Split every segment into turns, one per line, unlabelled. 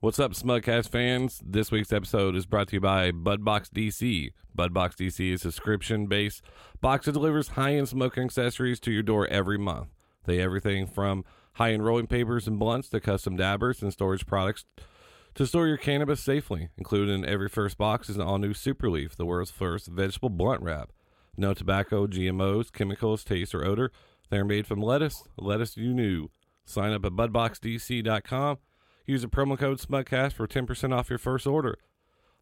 What's up, Smugcast fans? This week's episode is brought to you by Budbox DC. Budbox DC is a subscription based box that delivers high end smoking accessories to your door every month. They have everything from high end rolling papers and blunts to custom dabbers and storage products to store your cannabis safely. Included in every first box is an all new Superleaf, the world's first vegetable blunt wrap. No tobacco, GMOs, chemicals, taste, or odor. They're made from lettuce, lettuce you knew. Sign up at budboxdc.com. Use the promo code SMUGCAST for 10% off your first order.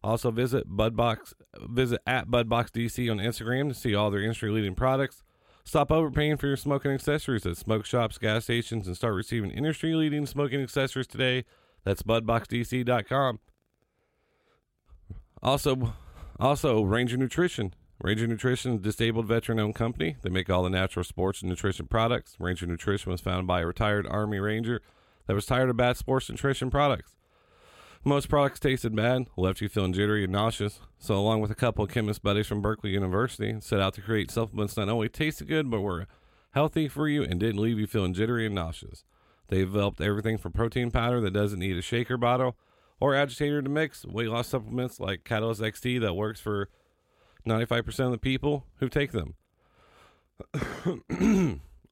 Also visit Budbox visit at BudboxDC on Instagram to see all their industry leading products. Stop overpaying for your smoking accessories at smoke shops, gas stations, and start receiving industry leading smoking accessories today. That's budboxdc.com. Also, also Ranger Nutrition. Ranger Nutrition is a disabled veteran owned company. They make all the natural sports and nutrition products. Ranger Nutrition was founded by a retired Army Ranger that was tired of bad sports nutrition products. Most products tasted bad, left you feeling jittery and nauseous. So, along with a couple of chemist buddies from Berkeley University, set out to create supplements that not only tasted good but were healthy for you and didn't leave you feeling jittery and nauseous. They developed everything from protein powder that doesn't need a shaker bottle or agitator to mix, weight loss supplements like Catalyst XT that works for 95% of the people who take them.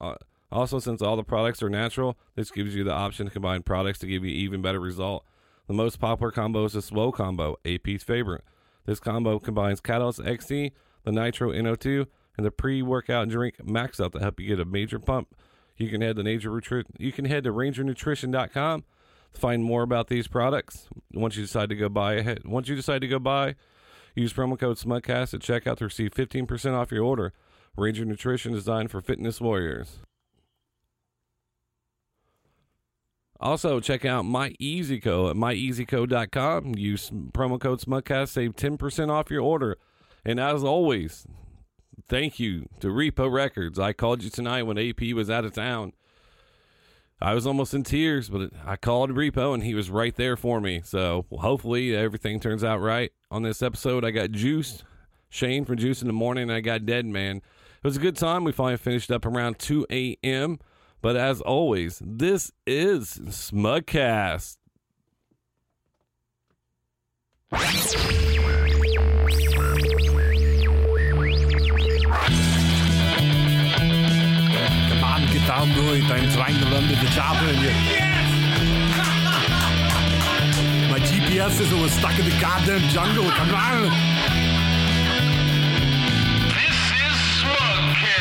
Uh, also, since all the products are natural, this gives you the option to combine products to give you even better result. The most popular combo is the Slow Combo, AP's favorite. This combo combines Catalyst XC, the Nitro NO2, and the pre-workout drink Max Out to help you get a major pump. You can head to Nature Nutri- you can head to rangernutrition.com to find more about these products. Once you decide to go buy, ahead, once you decide to go buy, use promo code SMUGCAST at checkout to receive 15% off your order. Ranger Nutrition designed for fitness warriors. Also, check out MyEasyCo at myeasyco.com. Use promo code SMUGCAST, save 10% off your order. And as always, thank you to Repo Records. I called you tonight when AP was out of town. I was almost in tears, but I called Repo and he was right there for me. So hopefully everything turns out right. On this episode, I got Juice, Shane from Juice in the Morning, and I got Dead Man. It was a good time. We finally finished up around 2 a.m. But as always, this is Smugcast.
Come on, get down, do it. I'm trying to land with the charger in here. My GPS system was stuck in the goddamn jungle. Come on.
This is Smugcast.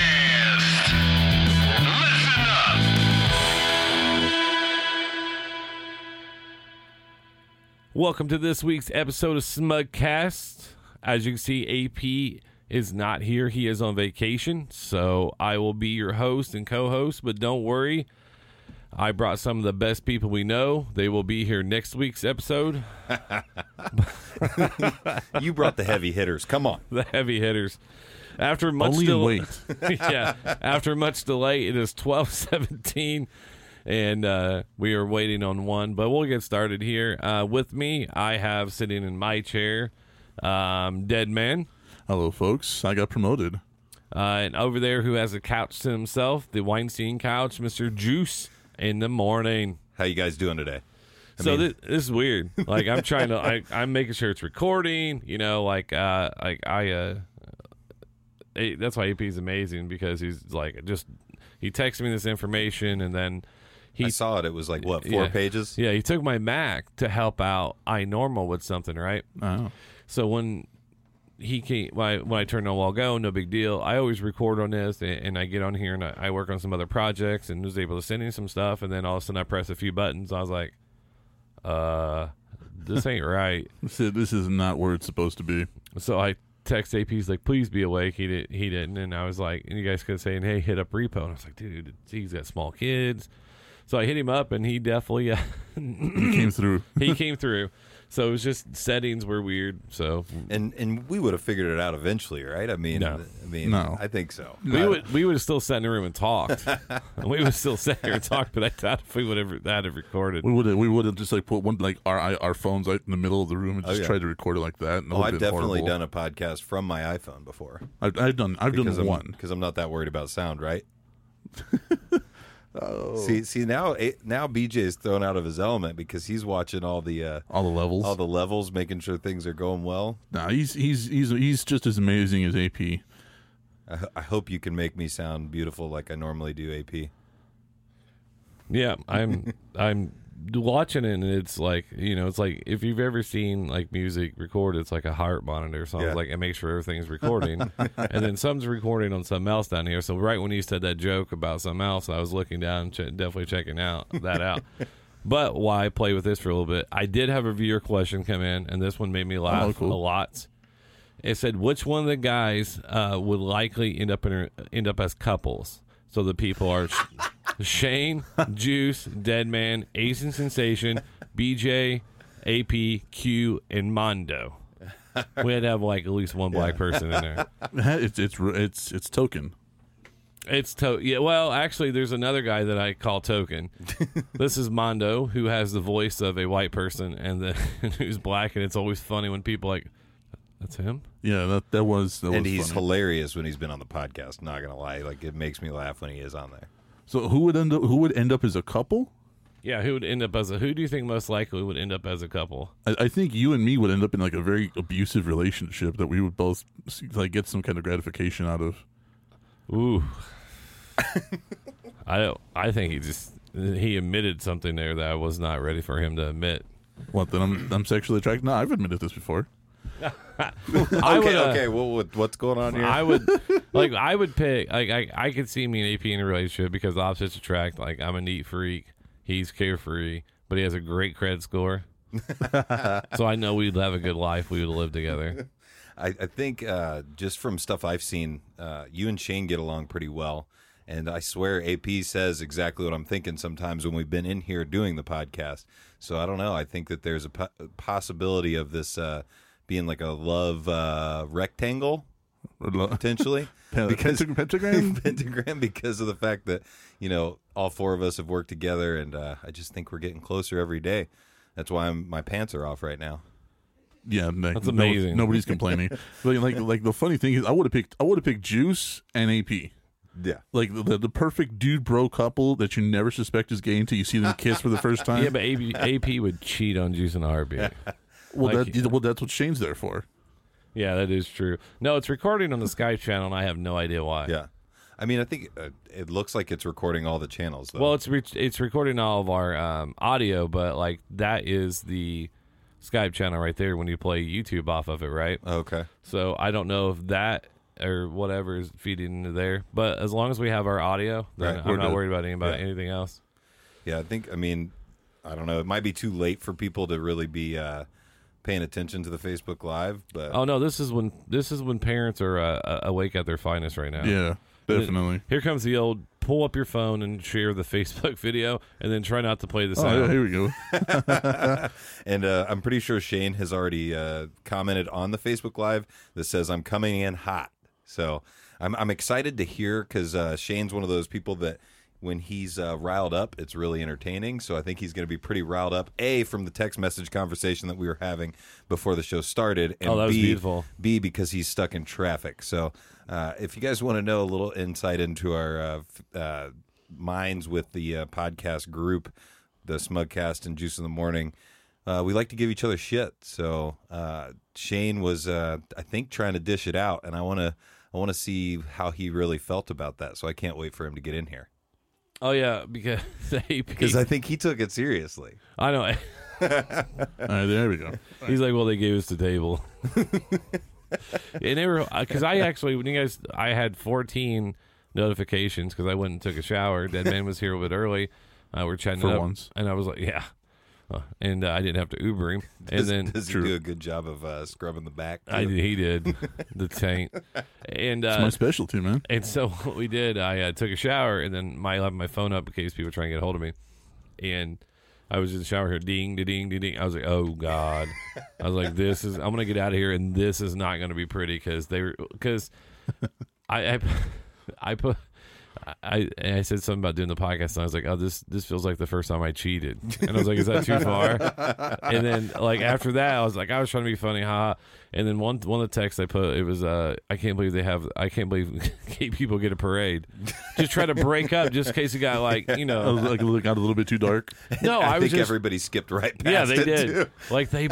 Listen up.
Welcome to this week's episode of Smugcast. As you can see, AP is not here. He is on vacation. So I will be your host and co host. But don't worry, I brought some of the best people we know. They will be here next week's episode.
You brought the heavy hitters. Come on.
the heavy hitters. After much
Only in
delay,
weight.
yeah. After much delay, it is twelve seventeen, and uh, we are waiting on one. But we'll get started here. Uh, with me, I have sitting in my chair, um, dead man,
Hello, folks. I got promoted.
uh, and over there who has a couch to himself, the Weinstein couch, Mister Juice in the morning.
How you guys doing today?
so
mean-
thi- this, is weird. Like I'm trying to, I, I'm making sure it's recording. You know, like, uh, like I, uh, A- that's why AP is amazing because he's like just he texted me this information and then he
I saw it. It was like what four
yeah.
pages.
Yeah, he took my Mac to help out iNormal with something, right?
Oh.
So when he came, when I, when I turned on Walgo, no big deal. I always record on this, and, and I get on here and I, I work on some other projects, and was able to send in some stuff, and then all of a sudden I press a few buttons. I was like, uh, this ain't right.
This is, this is not where it's supposed to be.
So I text AP, he's like, please be awake. He didn't. He didn't. And I was like, and you guys could saying, hey, hit up Repo. And I was like, dude, he's got small kids. So I hit him up, and he definitely. Uh,
It came through.
he came through. So it was just settings were weird. So
And and we would have figured it out eventually, right? I mean,
No.
I mean,
No.
I think so.
we would we would have still sat in the room and talked. we would have still sat there and talked, but I doubt if we would ever that have recorded.
We would have, we would have just like put one like our I- our phones right in the middle of the room and just
Oh, yeah.
tried to record it like that. And it
Oh,
would've
I've
been
definitely
horrible.
done a podcast from my iPhone before
I've, I've done I've
because
done
I'm
one.
because I'm not that worried about sound, right?
Oh.
See, see now, it, now BJ's thrown out of his element because he's watching all the uh,
All the levels.
all the levels, making sure things are going well.
nah, he's he's he's he's just as amazing as AP.
I, ho- I hope you can make me sound beautiful like I normally do, AP.
Yeah, I'm I'm watching it and it's like you know, it's like if you've ever seen like music recorded, it's like a heart monitor. So I
Yeah.
was like, it makes sure everything's recording, and then some's recording on something else down here. So right when you said that joke about something else, I was looking down, and che- definitely checking out that out. But why play with this for a little bit? I did have a viewer question come in, and this one made me laugh
Oh, cool.
a lot. It said, "Which one of the guys uh, would likely end up in a, end up as couples?" So the people are Sh- Shane, Juice, Deadman, Ace and Sensation, BJ, AP, Q, and Mondo. We had to have like at least one black person in there.
It's it's it's it's token.
It's to yeah. Well, actually, there's another guy that I call Token. this is Mondo, who has the voice of a white person and the who's black, and it's always funny when people like, "That's him."
Yeah, that that was that
And
was
he's
funny.
hilarious when he's been on the podcast. Not gonna lie, like it makes me laugh when he is on there.
So who would end up who would end up as a couple?
Yeah, who would end up as a who do you think most likely would end up as a couple?
I, I think you and me would end up in like a very abusive relationship that we would both like get some kind of gratification out of.
Ooh. I don't I think he just he admitted something there that I was not ready for him to admit.
What? Then I'm I'm sexually attracted. No, I've admitted this before.
I
okay,
would, uh,
okay. Well, what, what's going on here?
I would like I would pick like I, I could see me and AP in a relationship because opposites attract. Like I'm a neat freak, he's carefree, but he has a great credit score. so I know we'd have a good life. We would live together.
I, I think uh, just from stuff I've seen, uh, you and Shane get along pretty well. And I swear AP says exactly what I'm thinking sometimes when we've been in here doing the podcast. So I don't know. I think that there's a po- possibility of this uh, being like a love uh, rectangle
Or lo-
potentially.
Pen- pentag- pentagram?
pentagram because of the fact that, you know, all four of us have worked together. And uh, I just think we're getting closer every day. That's why I'm, my pants are off right now.
Yeah, like,
That's
no-
amazing.
nobody's complaining. like, like, like the funny thing is, I would have picked I would have picked Juice and AP.
Yeah.
Like the, the, the perfect dude bro couple that you never suspect is gay until you see them kiss for the first time.
Yeah, but AP, AP would cheat on Juice and RB.
well,
like-
that, well, that's what Shane's there for.
Yeah, that is true. No, it's recording on the Skype channel, and I have no idea why.
Yeah. I mean, I think uh, it looks like it's recording all the channels, though.
Well, it's re- it's recording all of our um, audio, but like that is the Skype channel right there when you play YouTube off of it, right?
okay.
So I don't know if that or whatever is feeding into there, but as long as we have our audio, then
Right,
I'm
we're
not
good.
worried about, any, about anything else.
Yeah, I think, I mean, I don't know. It might be too late for people to really be uh, paying attention to the Facebook Live, but
Oh no, this is when this is when parents are uh, uh, awake at their finest right now.
Yeah, definitely.
Here comes the old pull up your phone and share the Facebook video, and then try not to play the
Oh,
sound.
yeah, here we go.
and uh, I'm pretty sure Shane has already uh, commented on the Facebook Live that says I'm coming in hot. So I'm I'm excited to hear because uh, Shane's one of those people that when he's uh, riled up, it's really entertaining. So I think he's going to be pretty riled up. A from the text message conversation that we were having before the show started, and
Oh, that was
B,
beautiful.
B because he's stuck in traffic. So uh, if you guys want to know a little insight into our uh, f- uh, minds with the uh, podcast group, the Smugcast and Juice in the Morning, uh, we like to give each other shit. So uh, Shane was, uh, I think, trying to dish it out, and I want to, I want to see how he really felt about that. So I can't wait for him to get in here
Oh yeah, because AP.
because I think he took it seriously.
I know.
All right, there we go.
He's like, well, they gave us the table. and they were because I actually when you guys I had 14 notifications because I went and took a shower. Dead man was here a little bit early. Uh, we're chatting
For
it up,
once.
and I was like, yeah. Uh, and uh, I didn't have to Uber him. And
Does,
then
does he do a good job of uh, scrubbing the back?
I
too?
did, he did the taint. And
My
uh,
specialty, man.
and so what we did, I uh, took a shower and then my I left my phone up in case people were trying to get a hold of me. And I was in the shower here, ding, ding, ding, ding. I was like, oh god. I was like, this is. I'm gonna get out of here, and this is not gonna be pretty because they because I, I I put. I I said something about doing the podcast, and I was like, "Oh, this this feels like the first time I cheated." And I was like, "Is that too far?" and then like after that, I was like, "I was trying to be funny, ha." And then one one of the texts I put, it was, uh, "I can't believe they have, I can't believe gay people get a parade." Just try to break up, just in case it got like you
I was
know.
like, look, got a little bit too dark.
No,
Oh, I,
I, was
think
just
everybody skipped right past
yeah, they
it
did.
too.
Like they,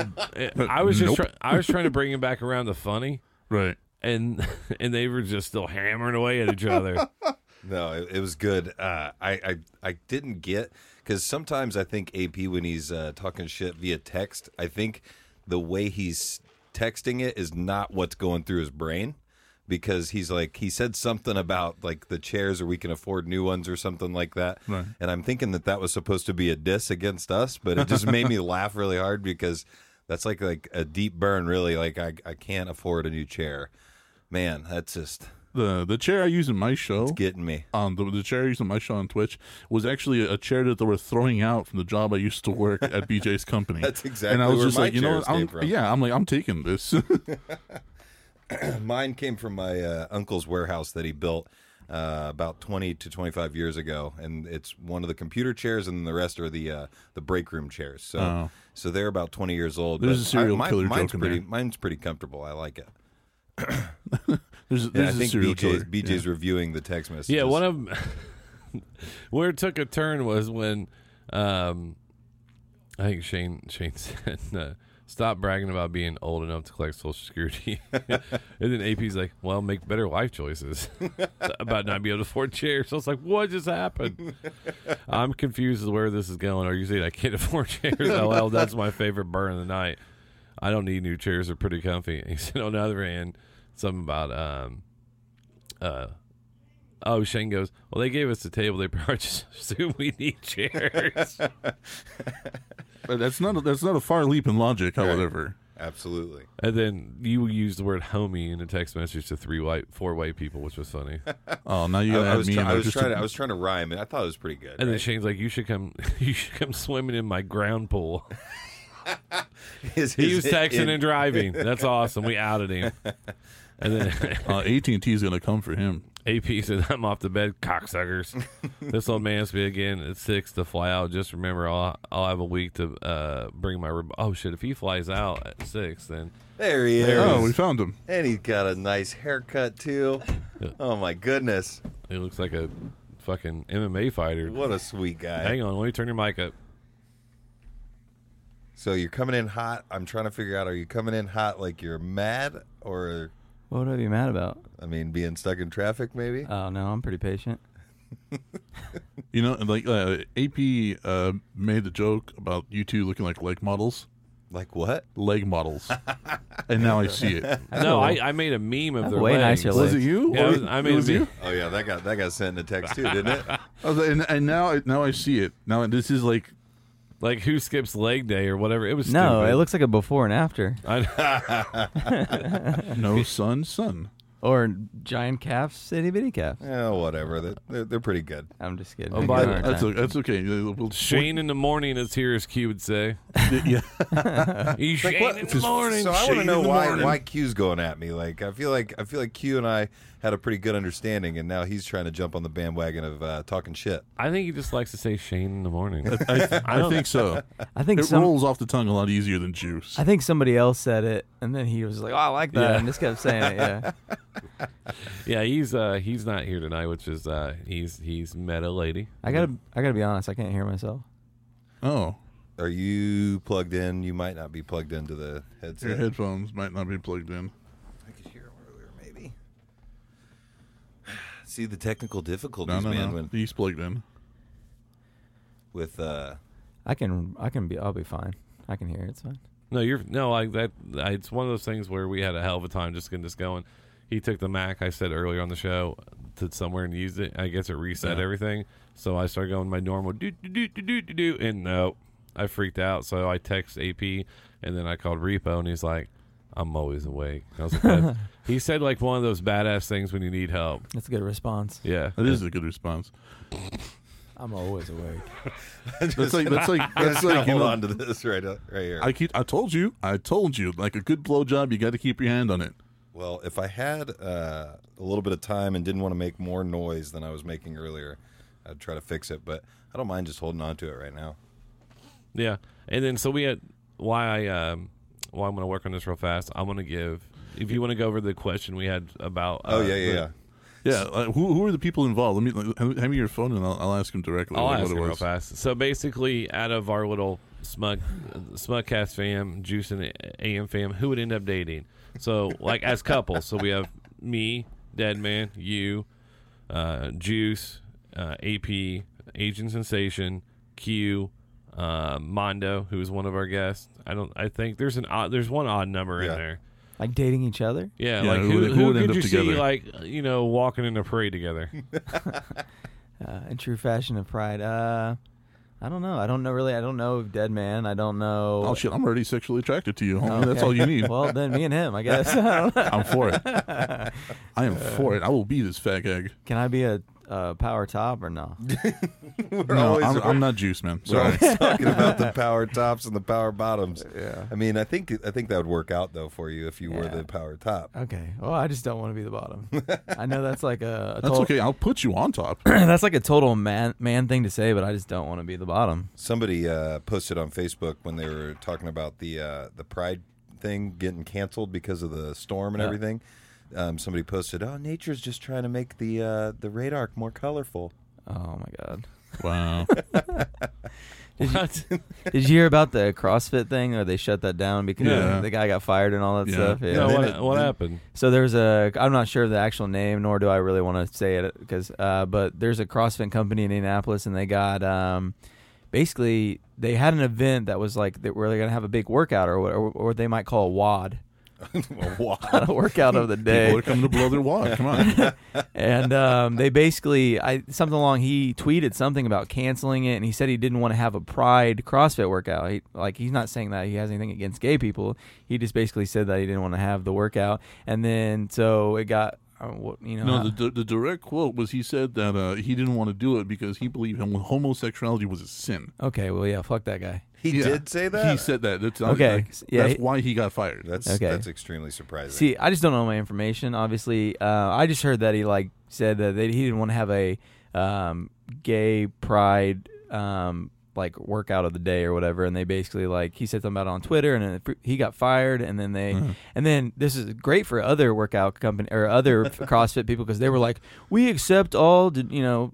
I was just try- I was trying to bring him back around to funny,
Right.
and and they were just still hammering away at each other.
No, it, it was good. Uh, I, I I didn't get because sometimes I think AP when he's uh, talking shit via text, I think the way he's texting it is not what's going through his brain because he's like he said something about like the chairs or we can afford new ones or something like that
Right.
and i'm thinking that that was supposed to be a diss against us but it just made me laugh really hard because that's like like a deep burn really like i, I can't afford a new chair man that's just
The the chair I use in my show
getting me
on um, the, the chair I used on my show on Twitch was actually a chair that they were throwing out from the job I used to work at BJ's company.
That's
And I
exactly
was
where
just like,
my
you know
chairs
what? I'm,
came from.
Yeah, I'm like, I'm taking this.
Mine came from my uh, uncle's warehouse that he built uh, about 20 to 25 years ago, and it's one of the computer chairs, and then the rest are the uh, the break room chairs. So,
Oh.
so they're about 20 years old.
There's
but
a serial killer
Mine's
joke in
pretty.
there.
Mine's pretty comfortable. I like it.
there's
Yeah,
there's
I
a
think
serial
BJ's,
killer.
BJ's reviewing the text messages.
Yeah, one of 'em- where it took a turn was when um, I think Shane Shane said, uh, "Stop bragging about being old enough to collect Social Security," and then AP's like, "Well, make better life choices about not being able to afford chairs." So I was like, "What just happened?" I'm confused as to where this is going. Are you saying I can't afford chairs? Oh, well, that's my favorite burn of the night. I don't need new chairs; they're pretty comfy. he said, on the other hand, something about um, uh, Oh, Shane goes, Well, they gave us a table. They probably just assume we need chairs.
But that's not a, that's not a far leap in logic, however.
absolutely.
and then you used the word homie in a text message to three white, four white people, which was funny.
Oh, now you
I,
gotta
I
add
was,
me.
try-
in
I
there
was
just
trying.
to-
To, I was trying to rhyme, and I thought it was pretty good.
And then
right?
Shane's like, You should come, you should come swimming in my ground pool.
His-
He was
his-
texting
in-
and driving. That's awesome. We outed him. And then
uh, AT and T is gonna come for him.
AP said, I'm off the bed, cocksuckers. this old man's be again at six to fly out. Just remember, I'll, I'll have a week to uh, bring my. Re- oh, shit. If he flies out at six, then.
There he is.
Oh, we found him.
and he's got a nice haircut too. Oh my goodness,
He looks like a fucking MMA fighter.
what a sweet guy.
Hang on, let me turn your mic up.
So you're coming in hot. I'm trying to figure out: are you coming in hot like you're mad, or
What would I be mad about?
I mean, being stuck in traffic? Maybe.
Oh no, I'm pretty patient.
You know, and like uh, AP uh, made the joke about you two looking like leg models,
like what?
leg models, and now I see it.
No, I, I made a meme of
have
their
way
legs.
nicer legs.
Was it you?
Yeah,
Or-
I was- I
it
made
was
a
you.
meme.
Oh yeah, that got that got sent in a text too, didn't it?
I was like, Oh, and, and now, I- now I see it. Now this is like
Like who skips leg day or whatever. It was
No,
stupid.
it looks like a before and after,
I,
no sun, sun.
or giant calves, itty bitty calf.
Yeah, whatever. They're, they're, they're pretty good.
I'm just kidding.
Oh,
I
by
give
the-
her a
That's
time.
okay. That's okay. We'll,
Shane in the morning is here, as Q would say.
yeah.
He's Shane
What-
in the morning.
So I
Shane
want to know
in the
why
morning.
why Q's going at me. Like I feel like I feel like Q and I had a pretty good understanding, and now he's trying to jump on the bandwagon of uh, talking shit.
I think he just likes to say Shane in the morning.
I, I think so.
I think
It
some,
rolls off the tongue a lot easier than juice.
I think somebody else said it, and then he was like, "Oh, I like that,"
Yeah.
and just kept saying it. Yeah,
yeah, he's uh he's not here tonight, which is uh he's he's met a lady.
I gotta, I gotta be honest. I can't hear myself.
Oh,
Are you plugged in? You might not be plugged into the
your
headset.
headphones might not be plugged in.
I could hear him earlier, maybe. See the technical difficulties,
No, no,
man.
no.
When,
He's plugged in.
with uh,
I can, I can be, I'll be fine. I can hear it. It's fine.
No, you're no like that. I, it's one of those things where we had a hell of a time just getting this going. He took the Mac I said earlier on the show to somewhere and used it. I guess it reset
Yeah.
everything. So I started going my normal do do do do do do do, and no, I freaked out. So I text AP and then I called Repo and he's like, "I'm always awake." I was like, "That's-" he said like one of those badass things when you need help.
That's a good response.
Yeah,
That is a good response.
I'm always awake.
That's like that's like that's
Gotta
like you
hold
know,
on to this right up, right here.
I keep. I told you. I told you. Like a good blowjob, you got to keep your hand on it.
Well, if I had uh, a little bit of time and didn't want to make more noise than I was making earlier, I'd try to fix it. But I don't mind just holding on to it right now.
Yeah, and then so we had why I um, why I'm going to work on this real fast. I'm going to give if you want to go over the question we had about.
Oh
uh,
yeah, yeah,
the-
yeah.
Yeah, like, who who are the people involved? Let me like, hand hand me your phone and I'll, I'll ask him directly.
I'll
like,
ask
what
him
it
real
was.
fast. So basically, out of our little smug, smugcast fam, juice and AM fam, who would end up dating? So like as couples, so we have me, Dead Man, you, uh, Juice, uh, AP, Agent Sensation, Q, uh, Mondo, who is one of our guests. I don't. I think there's an odd, there's one odd number
Yeah.
in there.
Like dating each other?
Yeah,
Yeah,
like
who
who,
would-
who,
who would
could
end up
you see
together?
like you know walking in a parade together?
Uh, in true fashion of pride. Uh, I don't know. I don't know really. I don't know of Dead Man. I don't know.
Oh shit! I'm already sexually attracted to you. homie. That's
Okay.
all you need.
Well, then me and him, I guess. Um, I don't know.
I'm for it. I am for it. I will be this fat egg.
Can I be a, a power top or no?
We're
No,
always-
I'm, I'm not juice, man.
We're
Sorry.
always talking about the power tops and the power bottoms. Yeah. I mean, I think I think that would work out though for you if you were
Yeah.
the power top.
Okay. Well, I just don't want to be the bottom. I know that's like a, a
That's
total,
okay. I'll put you on top.
that's like a total man man thing to say, but I just don't want to be the bottom.
Somebody uh, posted on Facebook when they were talking about the uh, the Pride thing getting canceled because of the storm and everything. Um, somebody posted, "Oh, nature's just trying to make the uh, the radar more colorful."
Oh my god.
Wow.
What?
Did you hear about the CrossFit thing or they shut that down because
Yeah.
the guy got fired and all that
Yeah.
stuff? Yeah.
no,
then
what,
it-
what
then-
happened?
So there's a I'm not sure of the actual name, nor do I really want to say it because uh, but there's a CrossFit company in Indianapolis, and they got um, basically they had an event that was like that where they're gonna have a big workout or what or what they might call a wad,
Wow.
a workout of the
People
day,
are coming to blow their wad. Come on.
and um, they basically I something along he tweeted something about canceling it, and he said he didn't want to have a Pride CrossFit workout. He, like he's not saying that he has anything against gay people. He just basically said that he didn't want to have the workout, and then so it got. uh, what- You know,
No, the, the direct quote was he said that uh, he didn't want to do it because he believed hom- homosexuality was a sin.
Okay, well, yeah, fuck that guy.
He
Yeah.
did say that.
He said that. That's,
Okay.
like,
Yeah,
that's
he-
why he got fired.
that's
Okay.
that's extremely surprising.
See, I just don't know my information. Obviously, uh, I just heard that he like said that they, he didn't want to have a um, gay pride um, like workout of the day or whatever, and they basically like he said something about it on Twitter, and then it- he got fired, and then they
Mm-hmm.
and then this is great for other workout company or other CrossFit people because they were like, we accept all, d- you know,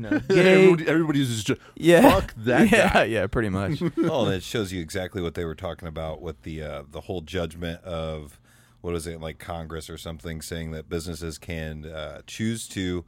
know, gay.
Everybody, everybody's just ju-
Yeah.
fuck that
yeah,
guy.
yeah, pretty much.
uh,
oh, and it shows you exactly what they were talking about with the uh, the whole judgment of what is it like Congress or something saying that businesses can uh, choose to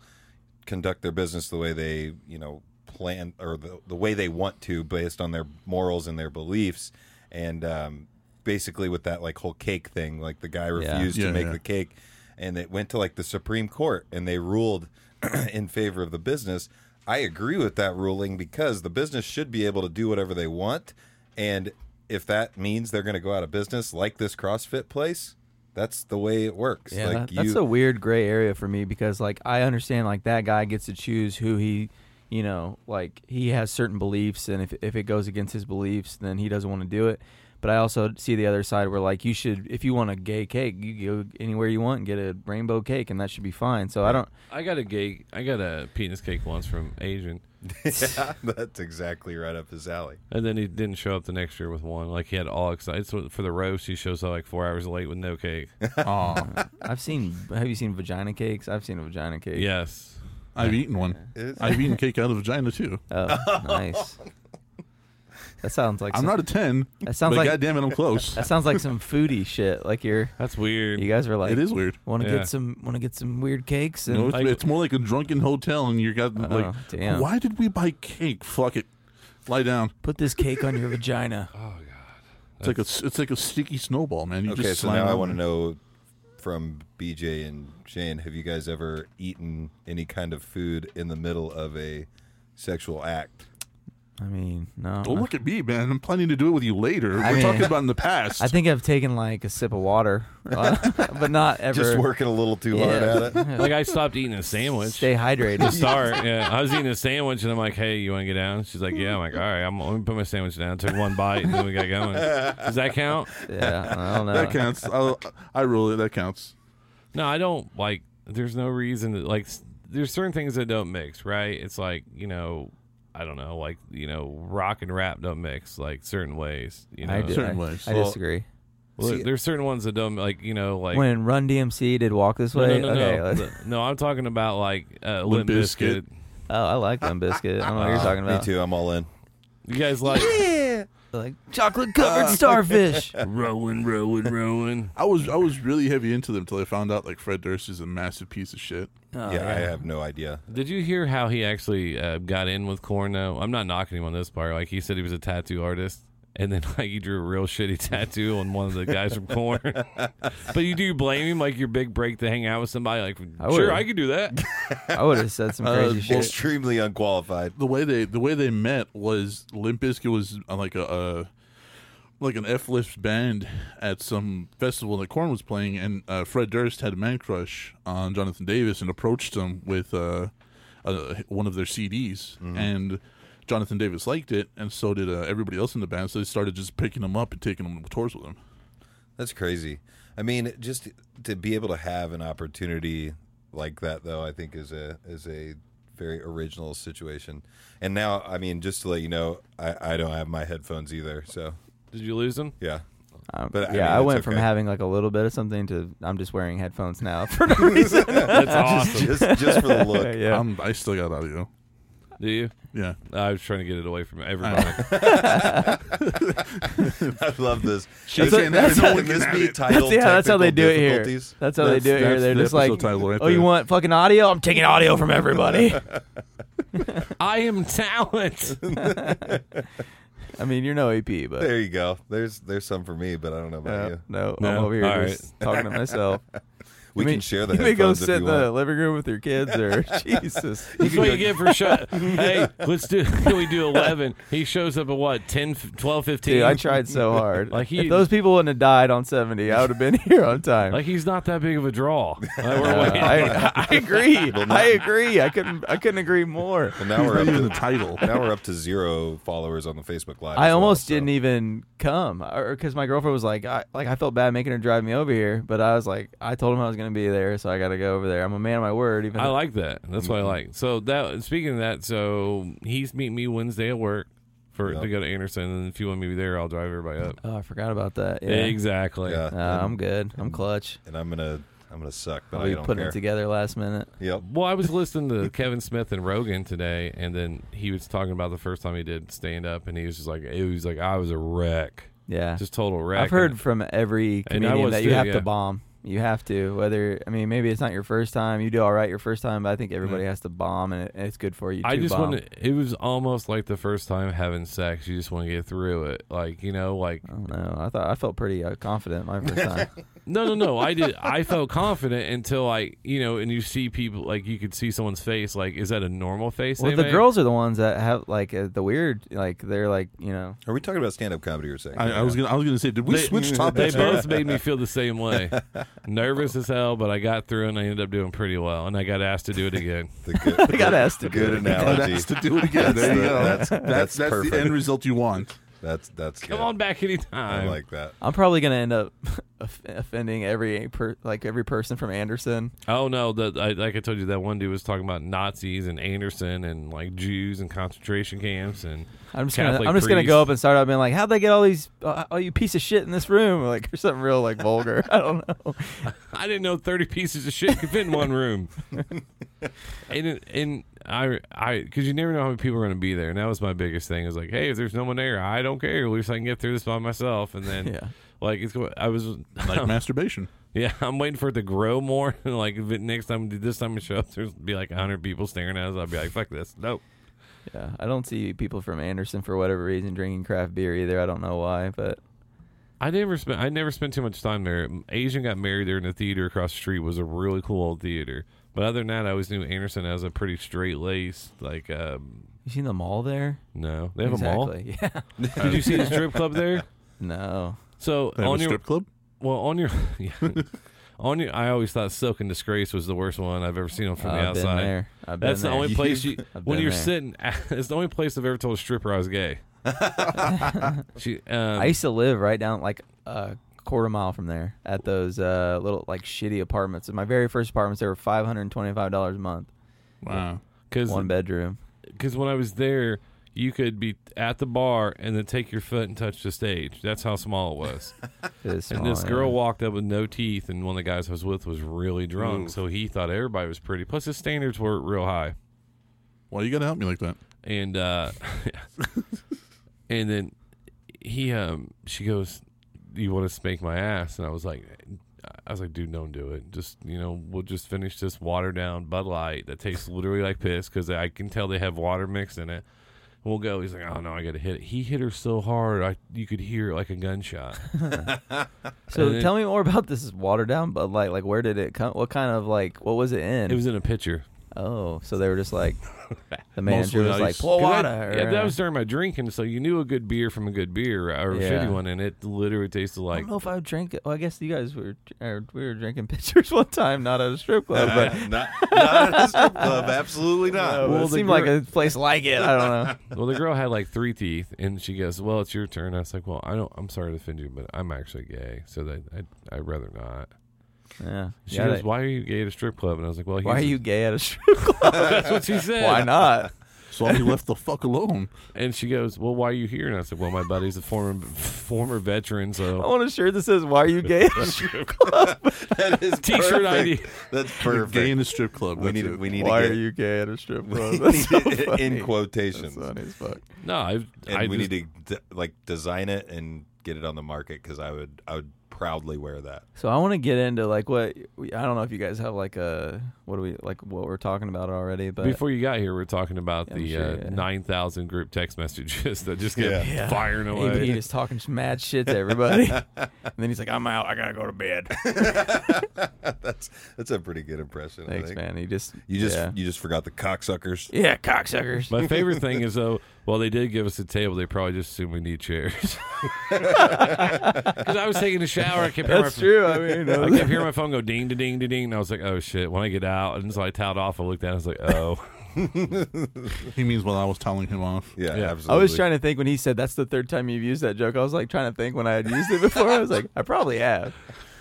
conduct their business the way they you know plan or the, the way they want to based on their morals and their beliefs and um, basically with that like whole cake thing like the guy refused
Yeah,
to make
yeah.
the cake and it went to like the Supreme Court and they ruled in favor of the business. I agree with that ruling because the business should be able to do whatever they want. And if that means they're going to go out of business like this CrossFit place, that's the way it works.
Yeah,
like
that- that's a weird gray area for me because like I understand like that guy gets to choose who he, you know, like he has certain beliefs, and if if it goes against his beliefs, then he doesn't want to do it. But I also see the other side where like you should, if you want a gay cake, you go anywhere you want and get a rainbow cake, and that should be fine. So I don't.
I got a gay. I got a penis cake once from Asian,
yeah, that's exactly right up his alley.
and then he didn't show up the next year with one. Like he had all excited so for the roast. He shows up like four hours late with no cake.
Aw,
I've seen. Have you seen vagina cakes? I've seen a vagina cake.
yes,
I've eaten one.
It's-
I've eaten cake out of vagina too.
Oh, nice. That sounds like
I'm
some,
not a ten.
That sounds
but
like-
goddamn it, I'm close.
That sounds like some foodie shit. Like you're.
that's weird.
You guys were like.
it is weird.
Want to
Yeah.
get some? Want to get some weird cakes? And
No, it's,
Like-
it's more like a drunken hotel, and you got like,
Uh-huh. damn.
why did we buy cake? Fuck it, lie down.
Put this cake on your vagina.
It's like a s- it's like a sticky snowball, man. You
Okay,
just
so
slide
now I
on.
want to know from BJ and Shane have you guys ever eaten any kind of food in the middle of a sexual act?
I mean, no.
Don't look at me, man. I'm planning to do it with you later. We're
mean-
talking about in the past.
I think I've taken like a sip of water, uh, but not ever.
Just working a little too hard
Yeah.
at it.
like I stopped eating a sandwich.
Stay
to
hydrated.
start, yeah, I was eating a sandwich, and I'm like, "Hey, you want to get down?" She's like, "Yeah." I'm like, "All right, I'm let me put my sandwich down." Took one bite, and then we got going. Does that count?
yeah, I don't know.
that counts. I'll, I roll it. That counts.
No, I don't like. There's no reason that like. s- There's certain things that don't mix, right? It's like you know, I don't know, like you know, rock and rap don't mix like certain ways. You know,
I, di-
certain
I-
ways.
I
Well,
disagree.
Well,
See-
there's certain ones that don't like you know like.
when Run DMC did Walk This
no,
Way,
no, no,
okay.
no.
let's-
The- no, I'm talking about like uh, Limp
Limp
Bizkit.
Bizkit.
Oh, I like Limp Biscuit. I don't know what you're talking
Ah, Me
about.
too. I'm all in.
You guys like
Like chocolate covered starfish.
Rowan, Rowan, Rowan.
I was I was really heavy into them until I found out like Fred Durst is a massive piece of shit.
Oh,
yeah, I have no idea.
Did you hear how he actually uh, got in with Korn? Though I'm not knocking him on this part. Like he said, he was a tattoo artist, and then like he drew a real shitty tattoo on one of the guys from Korn. but you do blame him, like your big break to hang out with somebody. Like
I
sure,
would.
I could do that.
I would have said some crazy shit.
Extremely unqualified.
The way they the way they met was Limp Bizkit was on like a, uh like an F Lips band at some festival that Korn was playing, and uh, Fred Durst had a man crush on Jonathan Davis and approached him with uh, uh, one of their CDs, and Jonathan Davis liked it, and so did uh, everybody else in the band. So they started just picking him up and taking him on tours with him.
That's crazy. I mean, just to be able to have an opportunity like that, though, I think is a is a very original situation. And now, I mean, just to let you know, I, I don't have my headphones either. So
Did you lose him?
yeah,
Um,
But, I
yeah,
mean,
I
it's
went from
okay.
having like a little bit of something to I'm just wearing headphones now for no reason.
That's awesome.
just just for the look.
yeah.
I'm, I still got audio.
Do you?
Yeah.
I was trying to get it away from everybody.
I love this.
She can't have it, no one can
this
have
be
it.
titled
that's, yeah, that's
Technical
how they do it here.
Difficulties?
That's how
That's-
they do it here.
that's
They're
the
just like,
episode title right
oh, you
there.
want fucking audio? I'm taking audio from everybody.
I am talent.
I mean, you're no AP, but
There you go. There's there's some for me, but I don't know about
no,
you.
no,
No?
I'm over here
All
just talking to myself.
We
You may-
can share the
You may go
headphones if
sit
you
in the
want.
living room with your kids, or Jesus.
That's what you get for show. hey, let's do. Can we do 11? He shows up at what 10, 12, 15.
Dude, I tried so hard.
Like he-
if those people wouldn't have died on 70, I would have been here on time.
Like he's not that big of a draw. Like, we're
Uh,
waiting.
I, I agree. I agree. I couldn't. I couldn't agree more.
Well, now we're up
Not even
to
the title.
now we're up to zero followers on the Facebook Live.
I
as well,
almost
so.
didn't even come, or because my girlfriend was like, I, like I felt bad making her drive me over here, but I was like, I told him I was gonna be there, so I got to go over there. I'm a man of my word. Even
I
though-
like that. That's
Mm-hmm.
what I like. So that speaking of that, so he's meeting me Wednesday at work for to go to Anderson, and if you want me to be there, I'll drive everybody up.
oh, I forgot about that. Yeah.
Exactly.
Yeah,
Uh, I'm good. I'm clutch.
and I'm gonna I'm gonna suck, but
I'll
I
be
don't
putting
care.
it together last minute.
Yep.
Well, I was listening to Kevin Smith and Rogan today, and then he was talking about the first time he did stand up, and he was just like, it was like I was a wreck,
Yeah,
just total wreck.
I've heard from every
And I
comedian
was
that you
too,
have
yeah.
to bomb. You have to. Whether I mean, maybe it's not your first time. You do all right your first time, but I think everybody has to bomb, and it, it's good for you.
Mm. I
to
just
bomb.
want to. It was almost like the first time having sex. You just want to get through it, like you know, like
I don't know. I thought I felt pretty uh, confident my first time.
No, no, no. I did. I felt confident until I, you know, and you see people like you could see someone's face. Like, is that a normal face?
well,
they
the
make?
girls are the ones that have like uh, the weird, like they're like you know.
Are we talking about stand up comedy or saying?
I, I was gonna. I was gonna say, did we
They-
switch
They
topics?
both made me feel the same way. Nervous as hell, but I got through and I ended up doing pretty well. And I got asked to do it again.
the good,
They got asked to do
good
it.
analogy.
That's to do it again. There you
the-
go.
that's-
That's
that's
that's, the
perfect.
end result you want.
That's that's
Come
good.
on back anytime.
I like that.
I'm probably gonna end up off- offending every per, like every person from Anderson.
oh no, that I, like I told you, that one dude was talking about Nazis and Anderson and like Jews and concentration camps and
I'm just
Catholic
gonna I'm just gonna go
priests.
up and start out being like, how'd they get all these uh, all you piece of shit in this room? Like or something real like vulgar. I don't know.
I didn't know thirty pieces of shit could fit in one room. and it- and I I because you never know how many people are going to be there, and that was my biggest thing. Is like, hey, if there's no one there, I don't care. At least I can get through this by myself. And then
Yeah.
like it's go- I was
Like masturbation.
yeah, I'm waiting for it to grow more. And like if it, next time this time we show up, there's be like hundred people staring at us. I'll be like, fuck this, no.
Yeah, I don't see people from Anderson for whatever reason drinking craft beer either. I don't know why, but
I never spent I never spent too much time there. Asian got married there in the theater across the street was a really cool old theater. But other than that, I always knew Anderson as a pretty straight laced like um,
you seen the mall there?
no, they have a mall.
exactly. Yeah.
Did you see the strip club there?
No.
So
They have
on
a
your
strip club.
well on your yeah. on your I always thought Silk and Disgrace was the worst one I've ever seen on from
Oh, I've
the
been
outside.
there. I've been
That's the
there.
only place you
I've
when
been
you're
there.
sitting. It's the only place I've ever told a stripper I was gay. she um,
I used to live right down like a quarter mile from there at those uh, little like shitty apartments. In my very first apartments, they were five hundred and twenty-five dollars a month,
Wow.
one bedroom.
because when I was there, you could be at the bar and then take your foot and touch the stage. That's how small it was.
It was
and this
small,
girl
Oh, yeah.
walked up with no teeth, and one of the guys I was with was really drunk, so he thought everybody was pretty. Plus, his standards were real high,
Why you gotta help me like that?
and uh, and then he um she goes, "Do you want to spank my ass?" And I was like. I was like, dude, don't do it. Just, you know, we'll just finish this watered down Bud Light that tastes literally like piss because I can tell they have water mixed in it. We'll go. He's like, oh no, I got to hit it. He hit her so hard, I you could hear like a gunshot.
So
and it-
tell me more about this watered down Bud Light. Like, where did it come? What kind of like? What was it in?
It was in a pitcher.
oh, so they were just like the
Mostly
manager was like
ice.
pour
'Cause I-
water.
yeah,
or-
that was during my drinking, so you knew a good beer from a good beer or a
Yeah.
shitty one, and it literally tasted
I
like
don't know if I would drink it. Well, I guess you guys were or we were drinking pitchers one time, not at a strip club,
Uh,
but
not, not at a strip club. Absolutely not.
Well,
it
the
seemed
gir-
like a place like it. I don't know.
well, the girl had like three teeth, and she goes, "Well, it's your turn." I was like, "Well, I don't. I'm sorry to offend you, but I'm actually gay, so that I'd, I'd rather not."
Yeah.
She
Yeah,
goes,
they-
"Why are you gay at a strip club?" And I was like, "Well,
why are
he's a-"
you gay at a strip club?
That's what she said.
Why not?
So I left the fuck alone.
And she goes, "Well, why are you here?" And I said, "Well, my buddy's a former former veteran,
I
so
want a shirt that says "Why are you gay?" at a strip club?
That is
T-shirt
perfect.
ID.
That's
Gay in
perfect.
the strip club.
We
that's
need.
it.
We need.
Why
to
are
get,
you gay at a strip club?
we
That's so
need it
funny.
in quotations.
That's funny as fuck.
no." I,
and
I
we
just-
need to d- like design it and get it on the market because I would I would proudly wear that.
So I want to get into like what we, I don't know if you guys have like a what do we like what we're talking about already, but
Before you got here, we are talking about
Yeah, I'm
the
sure,
uh,
yeah.
nine thousand group text messages that just get
Yeah.
firing away.
he, he just talking some mad shit to everybody, and then he's like, "I'm out. I gotta go to bed."
That's that's a pretty good impression. I
Thanks,
think.
man. He just
You just
yeah,
you just forgot the cocksuckers.
yeah cocksuckers.
My favorite thing is though, well, they did give us a table. They probably just assumed we need chairs. Because I was taking a shower, I kept hearing
That's
my,
true. I mean,
I kept hearing my phone go ding, da ding, da ding, and I was like, oh shit. When I get out, and so I towed off. I looked down, I was like, oh,
He means while I was telling him off.
Yeah,
Yeah.
absolutely.
I was trying to think when he said that's the third time you've used that joke. I was like trying to think when I had used it before. I was like, I probably have.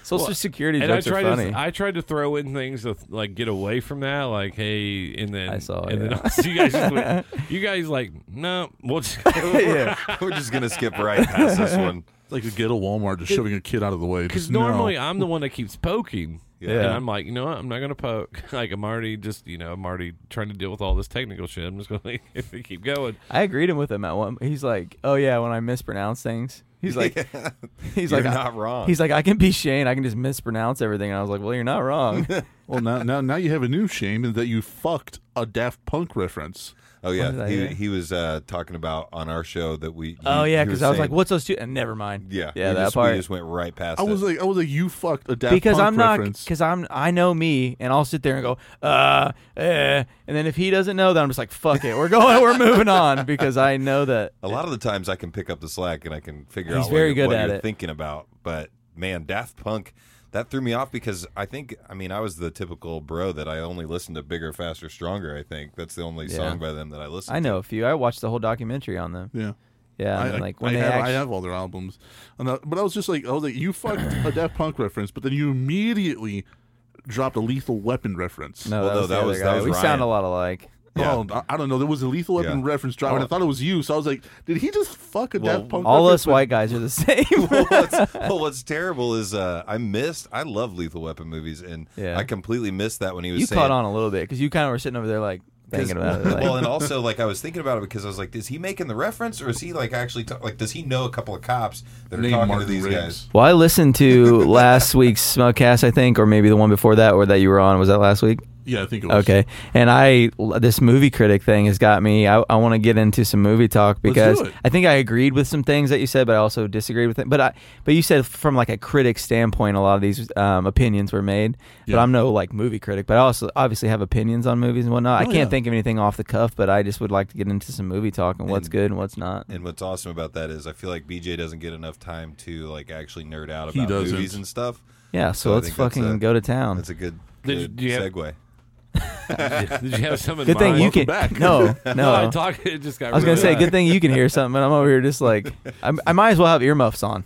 Social security
and I
jokes are
tried
funny.
to, I tried to throw in things to like get away from that, like hey, and then
I saw,
and then
yeah.
also you guys, just went, you guys like no, we'll just,
yeah.
We're just gonna skip right past this one.
It's like a ghetto Walmart just shoving a kid out of the way.
Because
Because
normally I'm the one that keeps poking.
Yeah.
And I'm like, you know what? I'm not going to poke. Like, I'm already just, you know, I'm already trying to deal with all this technical shit. I'm just going to if we keep going.
I agreed him with him at one. He's like, oh yeah, when I mispronounce things. He's like, he's
You're
like,
not wrong.
He's like, I can be Shane. I can just mispronounce everything. And I was like, well, you're not wrong.
well now now now you have a new shame in that you fucked a Daft Punk reference.
Oh
did
yeah,
I
he,
hear?
he was uh, talking about on our show that we.
oh
he-
yeah,
he
because I was
saying-
like, what's those two? And never mind.
Yeah,
yeah,
we
that
just,
part.
We just went right past.
I
it.
was like I was like you fucked a Daft
because
Punk
I'm not
reference.
because I'm I know me and I'll sit there and go uh, uh and then if he doesn't know that I'm just like fuck it we're going we're moving on because I know that
a lot of the times I can pick up the slack and I can figure
He's
out
very
what,
good
what
at
you're
it.
thinking about. But man, Daft Punk that threw me off because I think I mean I was the typical bro that I only listened to bigger, faster, stronger. I think that's the only song by them that I listen.
I know a few I watched the whole documentary on them
yeah.
yeah and
I,
then,
I-
like when
I
they
have,
act-
I have all their albums, And I- but I was just like, I was like, you fucked a Daft Punk reference, but then you immediately dropped a Lethal Weapon reference.
no
Well, no,
that was
that
the other
was- that
guy.
was
we
Ryan.
sound a lot alike
Yeah.
Oh, I- I don't know. There was a Lethal Weapon
Yeah.
reference drop, and I thought it was you. So I was like, did he just fuck a Daft Punk?
all
reference?
us white guys are the same
well, what's, well, what's terrible is uh, I missed. I love Lethal Weapon movies, and
Yeah.
I completely missed that when he was
you
saying.
caught on a little bit because you kind of were sitting over there like
'Cause-
thinking about it like,
well, and also like I was thinking about it because I was like, is he making the reference or is he like actually ta- like does he know a couple of cops that are
Named
talking
Martin
to these
Riggs.
guys?
Well, I listened to last week's Smugcast, I think, or maybe the one before that, or that you were on. Was that last week?
Yeah, I think it was.
Okay. And I, this movie critic thing has got me. I, I want to get into some movie talk because
do it.
I think I agreed with some things that you said, but I also disagreed with it. But I, but you said from like a critic standpoint, a lot of these um, opinions were made. But
Yeah.
I'm no like movie critic, but I also obviously have opinions on movies and whatnot. I
Oh,
can't
yeah.
think of anything off the cuff, but I just would like to get into some movie talk and what's
And-
good and what's not.
And what's awesome about that is I feel like BJ doesn't get enough time to like actually nerd out
He
about
doesn't.
movies and stuff.
Yeah. So,
So I
let's
think that's
fucking
a-
go to town.
That's a good,
Did
good
you- do you have-
segue.
Did you have some in
Good thing
mind?
you can.
back.
No, no.
No, I talked. It just got
I was gonna
really
say,
loud.
good thing you can hear something, but I'm over here just like, I'm, I might as well have earmuffs on.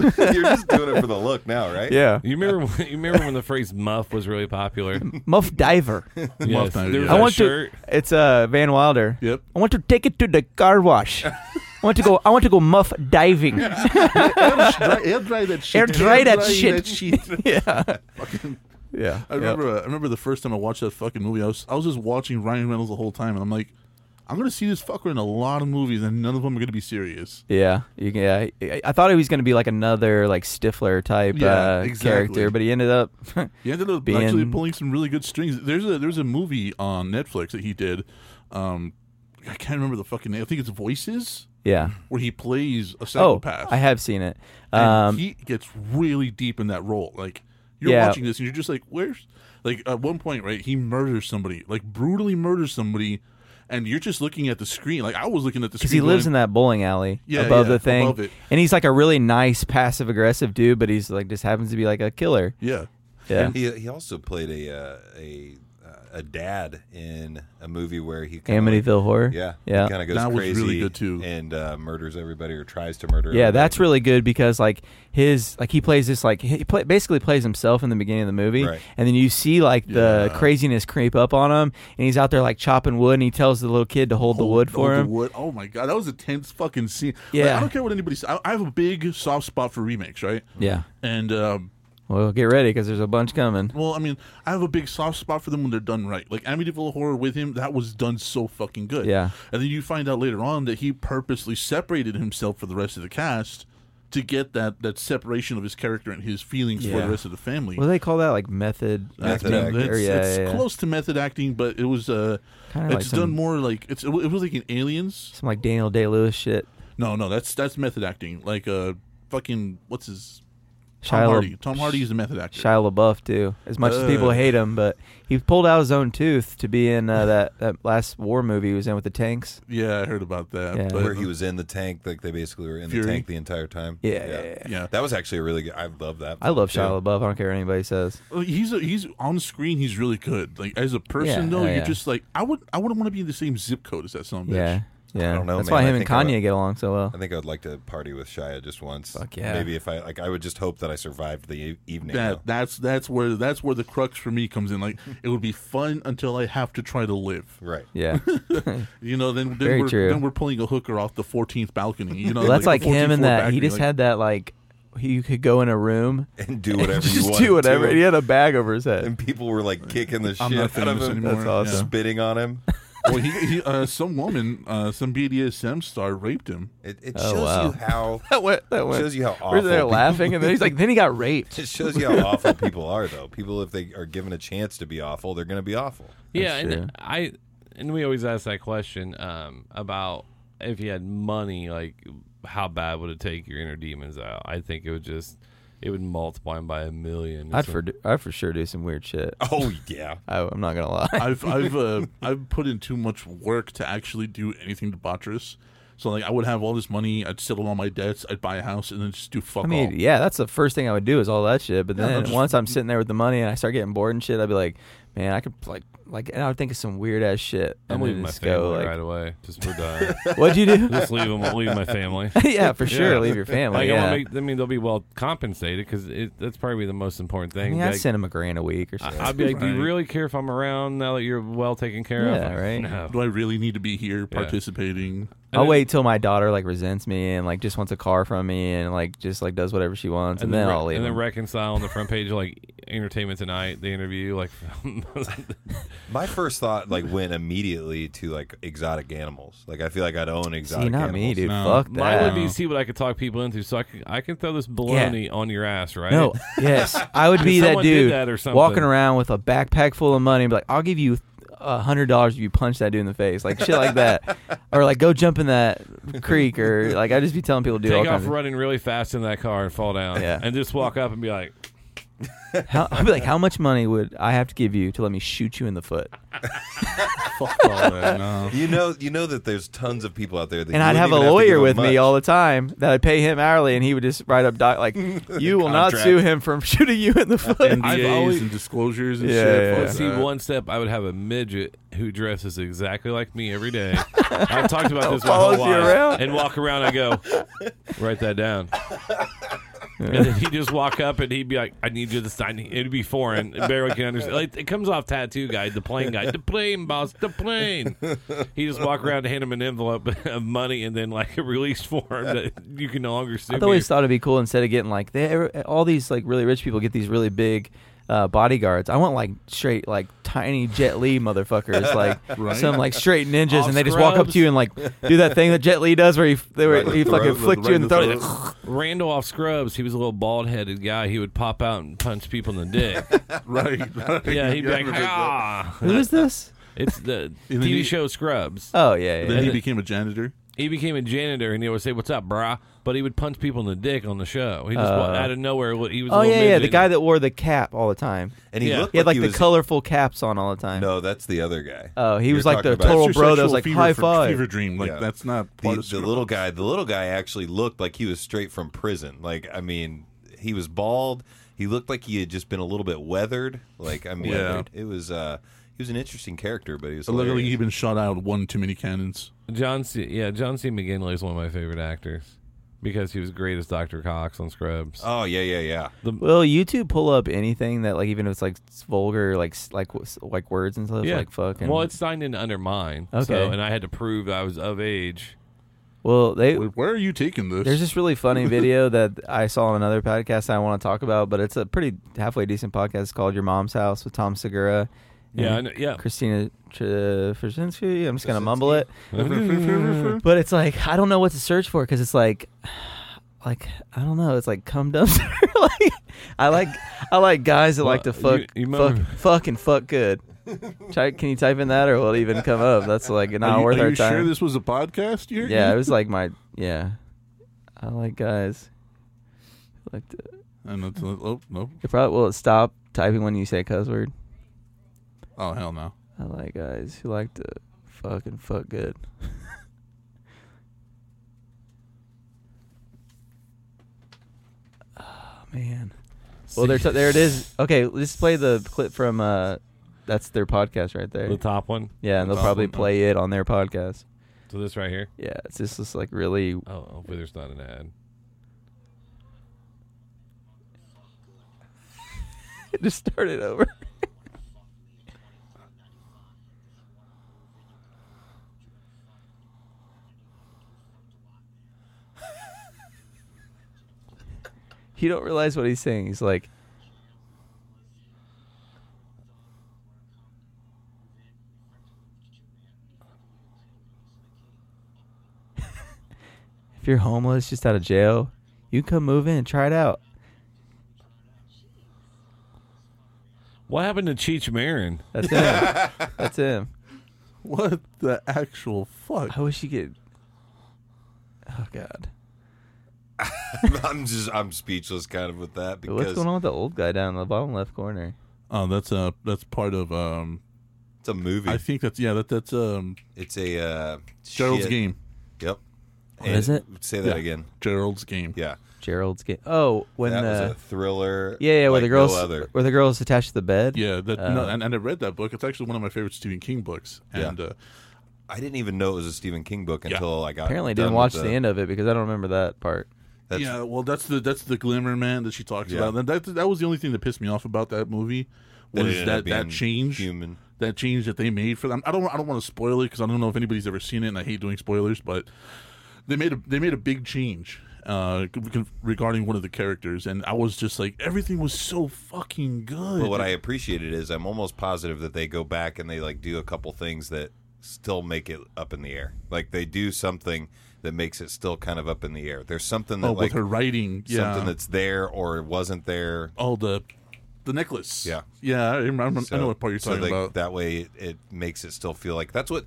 You're just doing it for the look now, right?
Yeah.
You remember? When, you remember when the phrase "muff" was really popular?
Muff diver.
yes,
Diver,
there was
yeah.
I
that
want
shirt.
to. It's uh Van Wilder.
Yep.
I want to take it to the car wash. I want to go. I want to go muff diving.
air dry that shit.
Air dry that shit. yeah.
Fucking-
Yeah.
I remember. Uh, I remember the first time I watched that fucking movie. I was I was just watching Ryan Reynolds the whole time, and I'm like, I'm gonna see this fucker in a lot of movies, and none of them are gonna be serious.
Yeah, you can, yeah. I, I thought he was going to be like another like Stifler type
Yeah,
uh,
exactly.
character, but he ended up.
He ended up
Being-
actually pulling some really good strings. There's a there's a movie on Netflix that he did. Um, I can't remember the fucking name. I think it's Voices,
yeah.
where he plays a
Oh,
psychopath.
I have seen it.
and
Um,
he gets really deep in that role. Like you're
Yeah.
watching this and you're just like, where's like at one point, right? He murders somebody, like brutally murders somebody, and you're just looking at the screen. Like I was looking at the
because
screen.
he lives in
going,
that bowling alley
Yeah,
above
yeah,
the thing,
above it.
and he's like a really nice passive aggressive dude, but he's like just happens to be like a killer.
Yeah.
Yeah,
He he also played a uh, a uh, a dad in a movie where he kinda like-
Amityville Horror.
yeah
yeah,
kind of goes
That was
crazy
really good, too.
and uh, murders everybody or tries to murder.
Yeah,
everybody.
that's really good because like his like he plays this like he play, basically plays himself in the beginning of the movie,
Right.
and then you see like the craziness creep up on him, and he's out there like chopping wood, and he tells the little kid to hold the wood for
Oh, the
him.
wood. Oh my god, that was a tense fucking scene. Like,
Yeah.
I don't care what anybody says. I, I have a big soft spot for remakes, right?
Yeah,
And um,
well, get ready because there's a bunch coming.
well, I mean, I have a big soft spot for them when they're done right. Like Amityville Horror with him, that was done so fucking good.
Yeah.
And then you find out later on that he purposely separated himself for the rest of the cast to get that that separation of his character and his feelings for
Yeah.
the rest of the family.
What do they call that? Like method,
That's
Method
method-
acting.
It's,
Or, yeah,
it's
yeah, yeah.
close to method acting, but it was uh,
Kinda like
it's done
some-
more like it's it was like in Aliens.
some like Daniel Day Lewis shit.
No, no, that's that's method acting. Like uh, fucking what's his Tom
Shia La-
Hardy. Tom Hardy is a method actor.
Shia LaBeouf too. As much as people
Ugh.
hate him, but he pulled out his own tooth to be in uh, that that last war movie he was in with the tanks.
yeah, I heard about that.
Yeah.
But,
where he was in the tank. Like they basically were in
Fury?
the tank the entire time.
Yeah, yeah, yeah.
yeah.
That was actually a really good. I love that.
I love
too.
Shia LaBeouf. I don't care what anybody says.
Uh, He's a, he's on screen. He's really good. Like as a person,
Yeah,
though,
oh,
you're
yeah.
just like I would. I wouldn't want to be in the same zip code as that son of a bitch.
Yeah, yeah.
don't know,
That's
man. I
why him and
think I would-
Kanye get along so well.
I think I would like to party with Shia just once.
Fuck yeah.
Maybe if I like, I would just hope that I survived the e- evening.
That
though.
that's that's where that's where the crux for me comes in. Like it would be fun until I have to try to live.
right.
Yeah.
You know, then then
Very
we're
true.
then we're pulling a hooker off the 14th balcony. You know,
Well, that's like
the
him
14th
and
floor
that. He
balcony,
just
like-
had that like he could go in a room
And do whatever you
just
want.
do whatever.
to.
He had a bag over his head.
And people were like kicking the
I'm
shit out
not
of
famous
him.
anymore. That's awesome.
Spitting on him.
well, he, he uh, some woman, uh, some BDSM star raped him.
It, it
Oh,
shows
wow.
you how.
That went. That went.
Shows you how
We're there
awful
laughing, and then he's like, then he got raped.
It shows you how awful people are, though. People, if they are given a chance to be awful, they're going to be awful.
Yeah,
That's true.
and I and we always ask that question um, about if you had money, like how bad would it take your inner demons out? I think it would just it would multiply 'em by a million.
I'd
So-
for I for sure do some weird shit.
Oh yeah,
I, I'm not gonna lie.
I've I've uh, I've put in too much work to actually do anything debaucherous. So like I would have all this money, I'd settle all my debts, I'd buy a house, and then just do fuck
I mean,
all.
yeah, that's the first thing I would do is all that shit. But
Yeah,
then
I'll just-
once I'm sitting there with the money and I start getting bored and shit, I'd be like, man, I could like like, and I would think of some weird ass shit.
I'm
and then
leaving my
just
family
go like,
right away. Just we're done.
what'd you do?
just leave 'em- Leave my family.
yeah, for sure,
Yeah.
leave your family.
Like, I,
yeah.
wanna make, I mean, they'll be well compensated because that's probably the most important
I
thing.
mean, I'd
Like,
send him a grand a week or something.
I'd be like, do you
Right.
really care if I'm around now that you're well taken care of?
Yeah, right.
No.
Do I really need to be here participating?
I'll
And
wait till my daughter like resents me and like just wants a car from me and like just like does whatever she wants and, then,
re-
I'll leave.
And then
him.
reconcile on the front page, like Entertainment Tonight, the interview, like
my first thought like went immediately to like exotic animals. Like I feel like I'd own exotic.
See, not
animals.
me, dude.
No.
Fuck
mine would
that.
be see what I could talk people into, so I can I can throw this baloney on your ass, right?
No, yes, I would be
If
that
someone did
dude
that or something.
walking around with a backpack full of money and be like, "I'll give you a hundred dollars if you punch that dude in the face," like shit like that, or like go jump in that creek, or like I would just be telling people to do all
Take
kinds
off
of-
running really fast in that car and fall down,
Yeah.
and just walk up and be like,
How, I'd be like, "How much money would I have to give you to let me shoot you in the foot?"
Fuck all that. No.
You know, you know that there's tons of people out there. That you
and I'd
wouldn't
have a
even to
lawyer
give
with
them
me
much.
all the time that I'd pay him hourly, and he would just write up doc like, "You will not
Contract.
sue him from shooting you in the foot."
NDAs
always-
and disclosures and
Yeah,
shit.
yeah,
fuck
Let's see,
that.
one step, I would have a midget who dresses exactly like me every day. I've talked about this my
Follows
whole
you
life.
around?
And walk around, I go, write that down. and then he'd just walk up and he'd be like, "I need you to sign." it." It'd be foreign, and barely can understand. Like it comes off tattoo guy, the plane guy, the plane boss, the plane. He just walk around, hand him an envelope of money, and then like a release form that you can no longer sue.
I've
me.
always thought it'd be cool instead of getting like they all these like really rich people get these really big uh, bodyguards. I want like straight like tiny Jet Li motherfuckers, like
Right.
some like straight ninjas,
All
and they just walk up
scrubs.
to you and like do that thing that Jet Li does where he they were,
Right in the
he fucking
throat,
flicked
right
you
in
in the
the
throat.
Randall off Scrubs, he was a little bald headed guy. He would pop out and punch people in the dick.
right, right.
yeah, he'd be
I
like,
remember that.
ah.
Who is this?
It's the
then
TV
he-
show Scrubs.
Oh yeah, yeah.
Then he became a janitor.
He became a janitor and he would say, What's up, brah? But he would punch people in the dick on the show. He just wa- out of nowhere. wa- He was a
Uh. oh
little
yeah, yeah. The
midget.
guy that wore the cap all the time.
And he
Yeah.
looked
He had
like
like
he
the
was-
colorful caps on all the time.
No, that's the other guy.
Oh, he
You're
was like the
talking about-
total bro that
Sexual
was like
fever
high
for-
five.
fever dream. Like
Yeah.
that's not part
the,
of
the
Scrubs.
little guy the little guy actually looked like he was straight from prison like i mean he was bald he looked like he had just been a little bit weathered like i mean
Yeah.
it was uh he was an interesting character but he was
It looked like
hilarious.
he'd been shot out with one too many cannons.
John C. Yeah, John C. McGinley is one of my favorite actors because he was great as Dr. Cox on Scrubs.
oh yeah yeah yeah
Will YouTube pull up anything that like even if it's like s- vulgar like s- like w- s- like words and stuff
yeah.
like fucking
well, it's signed in under mine. So,
Okay.
and I had to prove I was of age.
well they
Where, where are you taking this?
there's this really funny video that I saw on another podcast I want to talk about but it's a pretty halfway decent podcast it's called Your Mom's House with Tom Segura
Yeah, I
and
know,
Oh.
yeah.
Christina Trzezinski I'm just gonna mumble it but it's like I don't know what to search for because it's like like I don't know it's like cum dumpster like I like I like guys that like to
Well,
fuck
you- you
fuck
remember-
fuck and fuck good. Ty- can you type in that or will it even come up? That's like
are
not
you,
worth
are
our
you
time.
sure this was a podcast? Here?
yeah, it was like my yeah. I like guys. I Like to,
And it's, oh no!
it probably will it stop typing when you say a cuss word.
Oh hell no!
I like guys who like to fuck and fuck good. oh man. Well, there, there it is. Okay, let's play the clip from. Uh, that's their podcast right there.
The top one.
Yeah, and they'll
top
probably
one, huh?
play it on their podcast.
So, this right here.
Yeah, it's just this like really.
Oh, hopefully there's not an ad.
just start it over. you don't realize what he's saying. He's like, if you're homeless, just out of jail, you can come move in and try it out.
What happened to Cheech Marin?
That's him. That's him.
What the actual fuck?
I wish you could. Oh God,
i'm just i'm speechless kind of with that because
what's going on with the old guy down in the bottom left corner?
Oh, that's uh, that's part of um.
it's a movie
I think that's yeah, that that's um
it's a uh
Gerald's
shit.
game.
yep What
is it?
say that
Yeah.
again
Gerald's game.
yeah
Gerald's game. Oh, when
that was
the
a thriller
yeah, yeah, where
like
the girls
no other
where the girls attached to the bed.
Yeah, that no,
Uh,
and, and I read that book. It's actually one of my favorite Stephen King books.
Yeah.
And uh,
i didn't even know it was a stephen king book
Yeah.
until i got
Apparently, I
done
didn't
with
watch the end of it because I don't remember that part.
That's-
yeah, well, that's the that's the glimmer man that she talks
Yeah.
about. And that that was the only thing that pissed me off about that movie
That it
was
ended up
that
being
that change
human
that change that they made for them. I don't I don't want to spoil it because I don't know if anybody's ever seen it, and I hate doing spoilers. But they made a they made a big change uh, g- regarding one of the characters, and I was just like, everything was so fucking good.
But what I appreciated is I'm almost positive that they go back and they like do a couple things that still make it up in the air. Like they do something that makes it still kind of up in the air. There's something that
oh,
like
with her writing, yeah,
something that's there or wasn't there.
oh the the necklace,
Yeah.
yeah. I, remember, I know what part you're
so
talking
they-
about.
That way, it, it makes it still feel like that's what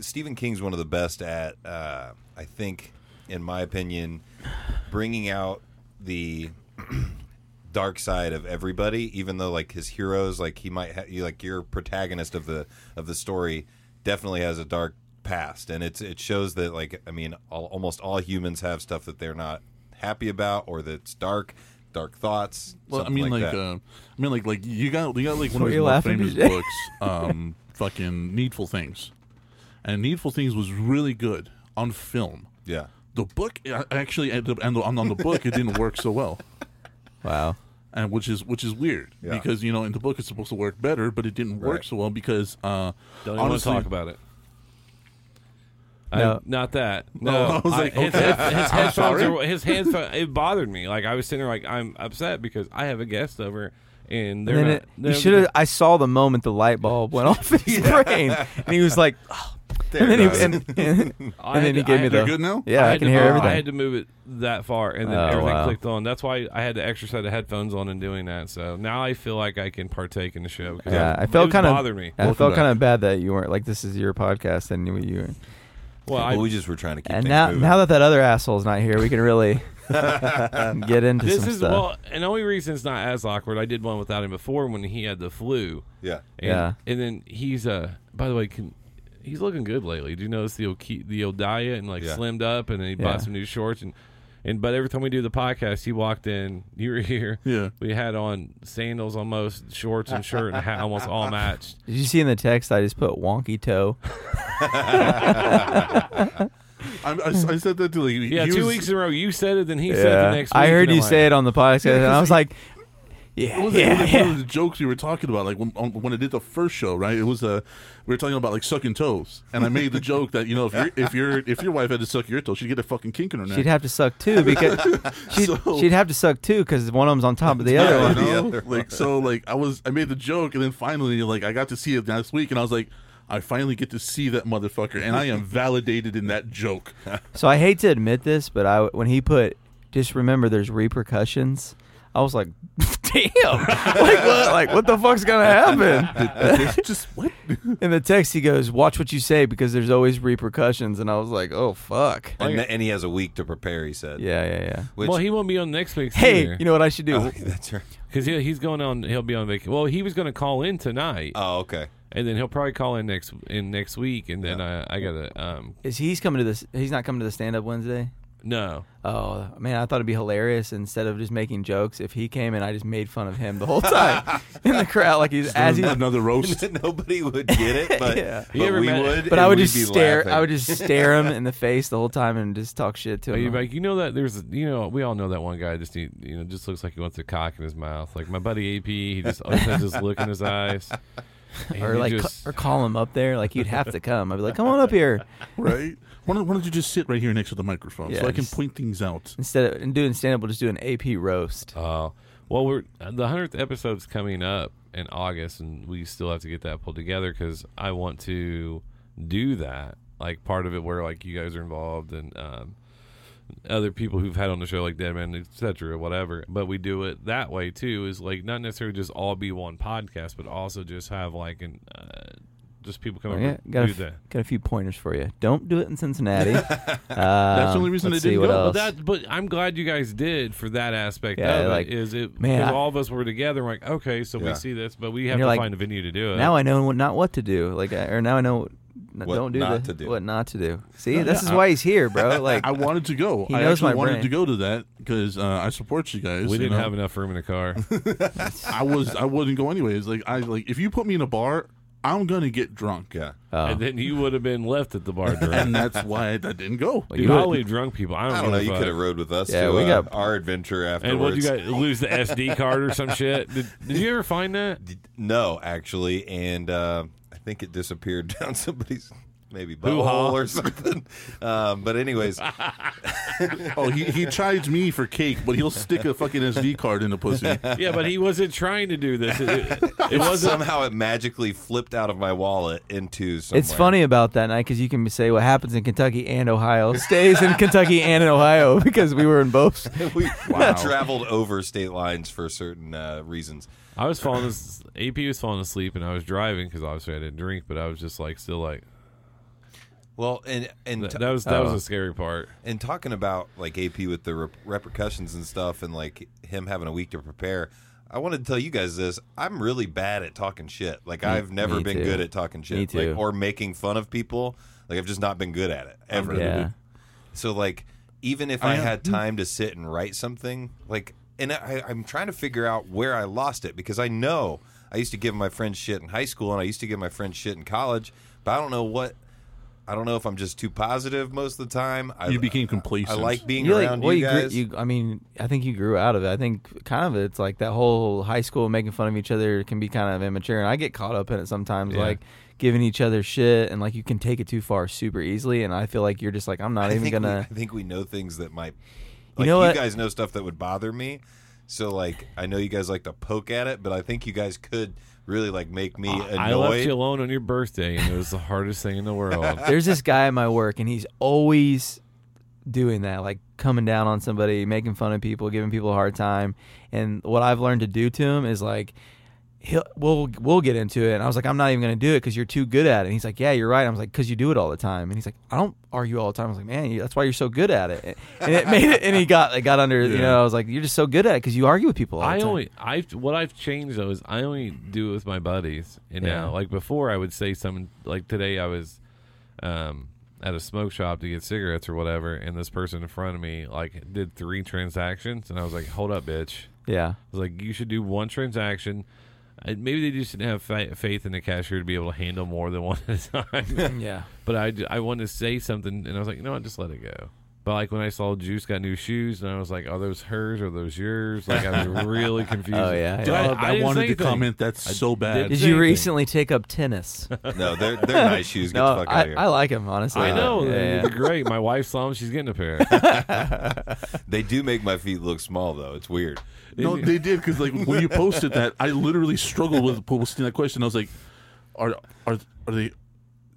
Stephen King's one of the best at. Uh, I think, in my opinion, bringing out the dark side of everybody, even though like his heroes, like he might ha- you like your protagonist of the of the story, definitely has a dark past, and it's it shows that like I mean, all, almost all humans have stuff that they're not happy about or that's dark. Dark thoughts.
Well, I
something
mean, like,
that.
uh, I mean, like, like you got you got like one of
What are
his
you
most
laughing
famous
at?
books, um, fucking Needful Things, and Needful Things was really good on film.
yeah.
The book I- I actually, and the- and the- on, on the book, it didn't work so well.
Wow.
and which is which is weird
Yeah.
because you know in the book it's supposed to work better, but it didn't work
Right.
so well because uh,
Don't even
honestly,
want to talk about it.
No.
I, not that. No,
No, I was like,
his,
okay.
his, his headphones.
sorry.
Are, his headphones. It bothered me. Like I was sitting there, like I'm upset because I have a guest over, and they're
And then
not.
it,
they're-
you should have. I saw the moment the light bulb went off in his brain, and he was like, "Oh." and then he
it
and, and,
I
then
had
he
to-
gave
I
me
had
the.
to-
You're good now?
Yeah, I,
had
can
to
hear
move-
everything.
I had to move it that far, and then
Oh,
everything
wow.
clicked on. That's why I had to exercise the headphones on and doing that. So now I feel like I can partake in the show. 'cause
yeah,
it-
I felt
it
kind of
bothered me.
I
Welcome
felt
back.
kind of bad that you weren't like this is your podcast and you, you
Well,
Well, we
I,
just were trying to keep
and
things
now
moving.
now that that other asshole's not here, we can really get into
this
some
is
stuff.
well, and the only reason it's not as awkward. I did one without him before when he had the flu.
yeah.
And,
Yeah.
And then he's uh by the way, can he's looking good lately. Do you notice the old key, the old diet and like
Yeah.
slimmed up and then he
Yeah.
bought some new shorts and and but every time we do the podcast, he walked in. You were here.
Yeah.
We had on sandals almost, shorts and shirt and hat almost all matched.
Did you see in the text? I just put wonky toe.
I, I, I said that to like
Yeah,
he
two
was-
weeks in a row. You said it, then he said it the next. Week,
I heard
and
you
I'm
say
like,
it on the podcast, and I was like,
It
yeah,
was yeah,
yeah,
like one
yeah.
of the jokes we were talking about, like when, on- when I did the first show, right? It was uh, we were talking about like sucking toes, and I made the joke that you know if your if your if your wife had to suck your toe, she'd get a fucking kink in her neck.
She'd have to suck two because she'd,
So-
she'd have to suck two because one of them's on top of the other
yeah,
one.
you know? like so, like I was I made the joke, and then finally, like I got to see it last week, and I was like, I finally get to see that motherfucker, and I am validated in that joke.
So I hate to admit this, but I when he put just remember there's repercussions. I was like, damn, like what, like what the fuck's gonna happen?
Just what?
In the text, he goes, "Watch what you say because there's always repercussions." And I was like, "Oh fuck."
And, th- and he has a week to prepare, he said.
Yeah, yeah, yeah.
Which,
Well, he won't be on next week's.
Hey, you know what I should do?
oh, that's right.
because he, he's going on. He'll be on vacation. Well, he was going to call in tonight,
Oh, okay.
and then he'll probably call in next in next week. And then I, I gotta um
Is he's coming to this? He's not coming to the stand up Wednesday.
no.
Oh man, I thought it'd be hilarious instead of just making jokes if he came and I just made fun of him the whole time in the crowd, like he's as he's
another roast.
Nobody would get it, but,
Yeah.
but
You ever
we
met-
would.
But
and
I would
we'd
just
be
stare.
laughing.
I would just stare him in the face the whole time and just talk shit to
But you
him.
like you know that there's you know we all know that one guy just need, you know just looks like he wants a cock in his mouth like my buddy AP he just always has this look in his eyes And
or
he
like,
just-
ca- or call him up there. Like you'd have to come. I'd be like, come on up here
right? Why don't, why don't you just sit right here next to the microphone
Yeah,
so I can
just-
point things out?
instead of and doing stand up. We'll just do an AP roast.
Oh, well, we're the hundredth episode's coming up in August, and we still have to get that pulled together because I want to do that. Like part of it, where like you guys are involved and um, other people who've had on the show, like Deadman, etc., whatever. But we do it that way too. Is like not necessarily just all be one podcast, but also just have like an uh, just people come over
Oh, yeah,
and
got a,
Oh, do
f-
that.
got a few pointers for you. Don't do it in Cincinnati. That's
the only reason
let's
they
see
didn't
what
go,
But
Else.
that, but I'm glad you guys did for that aspect
Yeah,
of
like,
it. Is it
man,
because
I-
all of us were together? We're like, okay, so
Yeah.
we see this, but we have
you're
to
like,
find a venue to do it.
now I know what, not what to do. Like I- or now I know. n-
What
don't do
not
the-
to do.
What not to do. See, this is why he's here, bro. Like
I wanted to go.
He
I
knows
actually
my
wanted
brain.
to go to that because uh, I support you guys.
we
you
didn't
know?
have enough room in the car.
I was I wouldn't go anyways. Like I like if you put me in a bar, I'm gonna get drunk.
Yeah.
Oh.
and then you would have been left at the bar. Dude,
And
Uh-huh.
that's why I didn't go.
you
I'll
would-
leave drunk people. I don't,
I don't know.
give a
You
fuck.
could have rode with us
Yeah,
to
we
uh,
got-
our adventure afterwards.
And what you guys lose the SD card or some shit? Did, did you ever find that?
No, actually, and uh, I think it disappeared down somebody's maybe
Hoo-ha.
butthole or something. Um, but anyways,
Oh, he, he chides me for cake, but he'll stick a fucking SD card in the pussy.
Yeah, but he wasn't trying to do this. It, it- it wasn't.
somehow it magically flipped out of my wallet into somewhere.
It's funny about that night because you can say what happens in Kentucky and Ohio stays in Kentucky and in Ohio because we were in both.
We traveled over state lines for certain uh, reasons.
I was falling. as- AP was falling asleep, and I was driving because obviously I didn't drink, but I was just like still like
Well, and and
that,
t-
that was that was
Oh.
the scary part.
and talking about like AP with the rep- repercussions and stuff, and like him having a week to prepare. I wanted to tell you guys this. I'm really bad at talking shit. Like I've never
me
been
too.
good at talking shit,
Me too.
like or making fun of people. Like I've just not been good at it ever.
Yeah.
So like, even
Oh,
if I, had
Hmm.
time to sit and write something, like, and I, I'm trying to figure out where I lost it because I know I used to give my friends shit in high school and I used to give my friends shit in college, but I don't know what I don't know if I'm just too positive most of the time. I,
You became
I
complacent.
like being
You like-
around
well,
you
you, grew-
guys.
you- I mean, I think you grew out of it. I think kind of it's like that whole high school making fun of each other can be kind of immature, and I get caught up in it sometimes, like giving each other shit, and like you can take it too far super easily, and I feel like you're just like I'm not
I
even
think we, I
gonna.
think we know things that might. Like, you
know what?
guys know stuff that would bother me. So like, I know you guys like to poke at it, but I think you guys could really like make me annoyed.
I left you alone on your birthday, and it was the hardest thing in the world.
There's this guy at my work, and he's always doing that, like coming down on somebody, making fun of people, giving people a hard time. And what I've learned to do to him is like, he'll, we'll we'll get into it. And I was like, I'm not even gonna do it because you're too good at it. And he's like, Yeah, you're right. I was like, Because you do it all the time. And he's like, I don't argue all the time. I was like, Man, you, that's why you're so good at it. And it made it. And he got it got under. You know, I was like, You're just so good at it because you argue with people. All
I
the time.
only I what I've changed though is I only do it with my buddies. You know,
Yeah.
like before I would say something like today I was um at a smoke shop to get cigarettes or whatever, and this person in front of me like did three transactions, and I was like, "Hold up, bitch!"
yeah.
I was like, "You should do one transaction." Uh, Maybe they just didn't have fa- faith in the cashier to be able to handle more than one at a time.
Yeah.
But I, ju- I wanted to say something, and I was like, you know what, just let it go. But like when I saw Juice got new shoes, and I was like, are those hers or those yours? Like I was really confused.
Oh yeah.
Uh, I,
I-
yeah.
I didn't say
wanted to
anything.
comment. That's so bad.
Did
say
you
anything.
recently take up tennis?
No, they're they're nice shoes. Get the
No,
fuck out
I,
of here.
I like him honestly.
I know
Yeah,
they're
yeah.
great. My wife saw them; she's getting a pair.
they do make my feet look small though. It's weird.
No, they did because like when you posted that, I literally struggled with posting that question. I was like, "Are are are they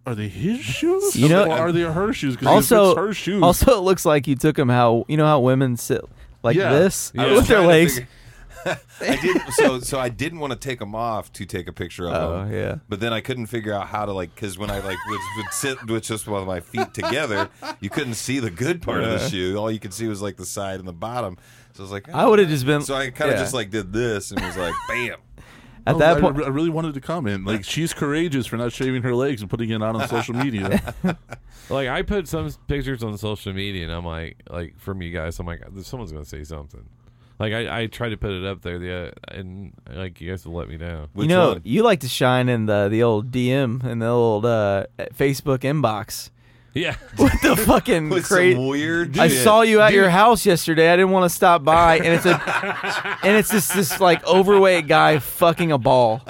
are they his shoes?
You know-
or are they her shoes? 'Cause if
also,
it's her shoes.
also, it looks like you took him how you know how women sit like
Yeah.
this
Yeah.
with their
trying to
legs.
figure- I did so so I didn't want to take them off to take a picture
Oh,
of them.
yeah.
But then I couldn't figure out how to like because when I like would, would sit with just one of my feet together, you couldn't see the good part of the shoe. All you could see was like the side and the bottom. So I was like, "Oh."
I would have just been
So I kind of
yeah.
just like did this and was like, bam.
at
Oh,
that
I,
point.
I really wanted to comment. Like she's courageous for not shaving her legs and putting it out on social media.
like I put some pictures on social media, and I'm like, like from you guys, I'm like, someone's gonna say something. Like I, I tried to put it up there, the uh, and like you guys will let me down.
Which
you know,
one?
you like to shine in the the old DM and the old uh, Facebook inbox.
Yeah,
What the fucking
With
crazy?
some weird.
I
shit.
saw you at your house yesterday. I didn't want to stop by, and it's a, and it's this this like overweight guy fucking a ball,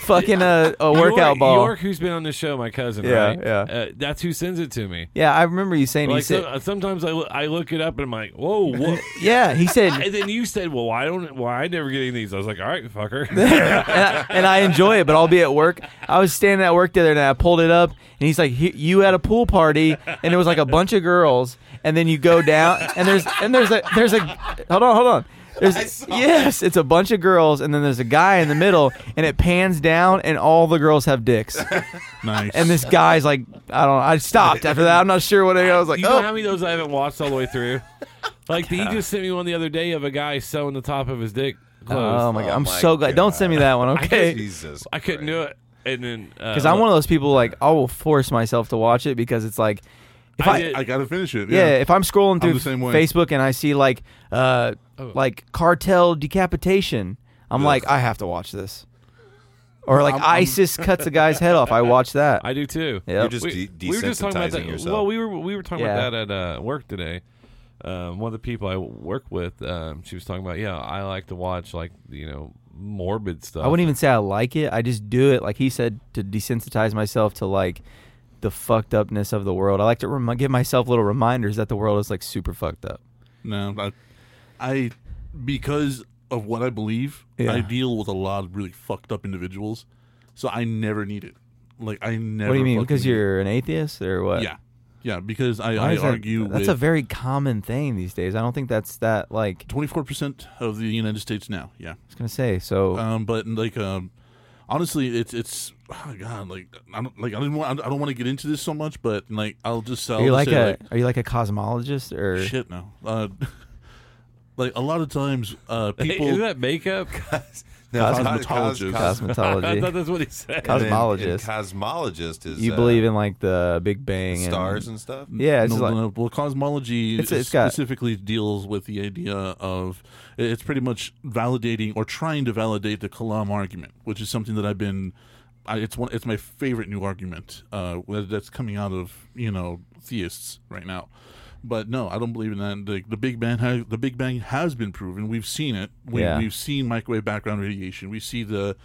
fucking a, a workout
York,
ball.
York, who's been on the show, my cousin,
Yeah,
right?
yeah.
Uh, that's who sends it to me.
Yeah, I remember you saying he
Like uh,
said,
so, sometimes I, lo- I look it up and I'm like, whoa, what?
yeah, he said,
and then you said, well, why don't why I never getting these? I was like, all right, fucker.
and, I, and I enjoy it, but I'll be at work. I was standing at work the other night. I pulled it up, and he's like, "He- "You had a pool party, and it was like a bunch of girls, and then you go down, and there's and there's a there's a hold on, hold on." There's, yes, it's a bunch of girls, and then there's a guy in the middle, and it pans down, and all the girls have dicks.
nice.
And this guy's like, I don't. know. I stopped after that. I'm not sure what it, I was like.
you know how
Oh,
many of those I haven't watched all the way through? Like he just sent me one the other day of a guy sewing the top of his dick closed.
oh my god!
Oh
I'm
my
so glad. Don't send me that one, okay?
Jesus.
I couldn't do it. And then uh,
Because I'm one of those people like I will force myself to watch it because it's like if I,
I did-
I gotta finish it.
yeah, if I'm scrolling through
the same way. Oh.
Facebook and I see like uh like cartel decapitation, I'm like I have to watch this. Or like ISIS cuts a guy's head off. I watch that.
I do too.
Yep. You're
just de-
were just talking about that.
desensitizing yourself.
Well, we were we were talking
Yeah.
about that at uh, work today. Um, one of the people I work with, um, she was talking about, yeah, I like to watch like you know morbid stuff.
I wouldn't even say I like it. I just do it, like he said, to desensitize myself to like the fucked upness of the world. I like to remi- give myself little reminders that the world is like super fucked up.
No, I, I because of what I believe,
Yeah.
I deal with a lot of really fucked up individuals, so I never need it. Like I never.
What do you mean?
fucking
Because
need it.
you're an atheist or what?
yeah, yeah. Because I,
Why
I
is that-
argue
that's a
with
very common thing these days. I don't think that's that like I
twenty four percent of the United States now. Yeah,
was gonna say. So
um, but like um, honestly, it's it's oh god, like I don't like I didn't want I don't want to get into this so much, but like I'll just I'll
are you
just
like
say,
a are you like a cosmologist or
like, shit now. Uh, like a lot of times, uh, people.
Isn't that makeup?
No, it's
Cosmetologist.
cos- cos-
I thought
cosmetology?
that's what he said.
and- and
Cosmologist.
Cosmologist is
you
uh,
believe in like the Big Bang and-
stars and stuff.
yeah, it's
no,
just like
no, well, cosmology
It's- it's got-
specifically deals with the idea of it's pretty much validating or trying to validate the Kalam argument, which is something that I've been I, it's one. It's my favorite new argument uh, that- that's coming out of you know theists right now. But no, I don't believe in that. The, the Big Bang, has, the Big Bang has been proven. We've seen it. We,
Yeah.
We've seen microwave background radiation. We see the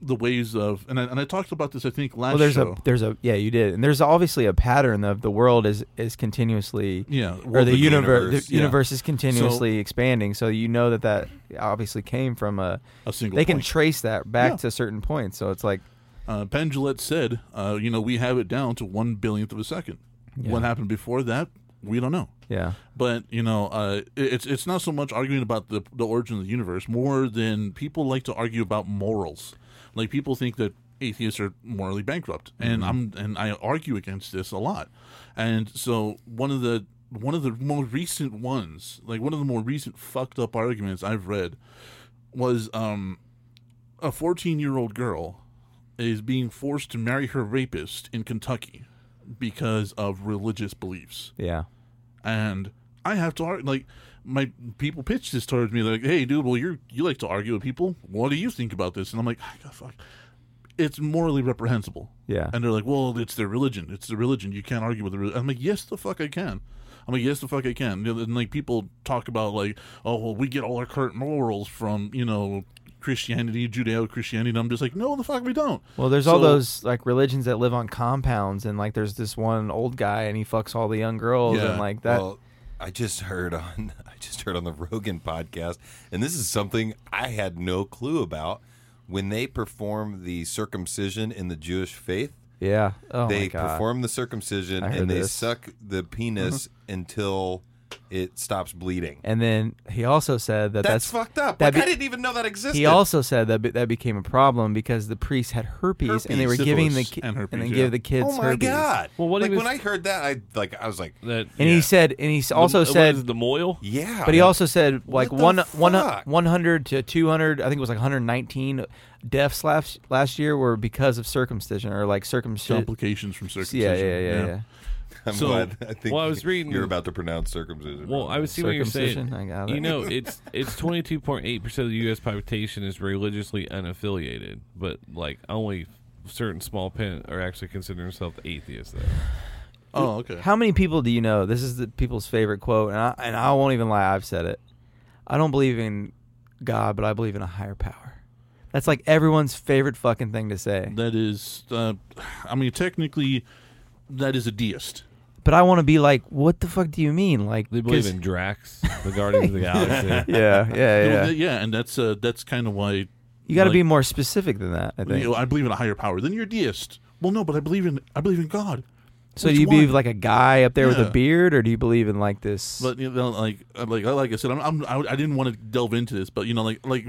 the waves of, and I, and I talked about this. I think last
Well, there's
show.
a there's a yeah you did, and there's obviously a pattern of the world is is continuously
yeah,
or the, universe
universe,
the
yeah.
universe is continuously expanding, so you know that that obviously came from a
a single.
they can
point.
trace that back
Yeah.
to certain points, so it's like
uh, Pendulette said, uh, you know, we have it down to one billionth of a second. What happened before that, we don't know.
yeah
But you know, uh, it- it's it's not so much arguing about the the origin of the universe, more than people like to argue about morals. Like people think that atheists are morally bankrupt, and I'm and I argue against this a lot. And so one of the one of the more recent ones, like one of the more recent fucked up arguments I've read, was um, a 14 year old girl is being forced to marry her rapist in Kentucky because of religious beliefs
yeah
and I have to argue. Like my people pitch this towards me, like, "Hey, dude, well, you you like to argue with people. What do you think about this?" And I'm like, "Ah, "Fuck, it's morally reprehensible."
yeah
And they're like, "Well, it's their religion. It's their religion. You can't argue with the religion." I'm like, "Yes, the fuck I can." I'm like, "Yes, the fuck I can." And, and like people talk about like, "Oh, well, we get all our current morals from you know." Christianity, Judeo Christianity, and I'm just like, no, the fuck, we don't.
Well, there's all
So-
those like religions that live on compounds, and like there's this one old guy, and he fucks all the young girls,
Yeah.
and like that.
Well, I just heard on I just heard on the Rogan podcast, and this is something I had no clue about. When they perform the circumcision in the Jewish faith,
yeah. Oh my
they
god.
perform the circumcision
I heard
and they
this. Mm-hmm.
suck the penis until it stops bleeding.
and then he also said that
that's,
that's,
fucked up.
that
Like,
be-
I didn't even know that existed.
He also said that be- that became a problem because the priests had herpes, and they were
Herpes,
giving the
syphilis,
ki-
and herpes,
then
yeah.
give the kids.
oh my
herpes.
god!
Well, what he
like
was-
when I heard that, I like I was like,
That
And he said, and he s- also
the,
said,
what is it, the moil.
yeah.
But he also said like
What the
one one
fuck?
100 to 200, I think it was like 119 deaths last last year were because of circumcision or like circumcision.
Complications from
yeah,
circumcision.
yeah, yeah, yeah.
I'm
so-
glad. I think
Well, I was reading-
You're about to pronounce circumcision.
Well, I would see what you're saying.
Circumcision, I got it.
You know, it's it's 22.8 percent of the U.S. population is religiously unaffiliated, but like only certain small pen are actually considering themselves atheists. Though.
Oh, okay.
How many people do you know? This is the people's favorite quote, and I, and I won't even lie. I've said it. I don't believe in God, but I believe in a higher power. That's like everyone's favorite fucking thing to say.
That is, uh, I mean, technically, that is a deist.
But I want to be like, what the fuck do you mean? Like,
They believe
'cause-
in Drax, the Guardians of the Galaxy.
Yeah, yeah,
Yeah,
yeah.
and that's uh, that's kind of why
you got to
like-
be more specific than that. I
you
think.
know, I believe in a higher power. Then you're a deist. Well, no, but I believe in I believe in God.
So
Which
do you
one?
believe like a guy up there with
Yeah.
a beard, or do you believe in like this?
But you know, like uh, like like I said, I'm, I'm I, I didn't want to delve into this, but you know, like like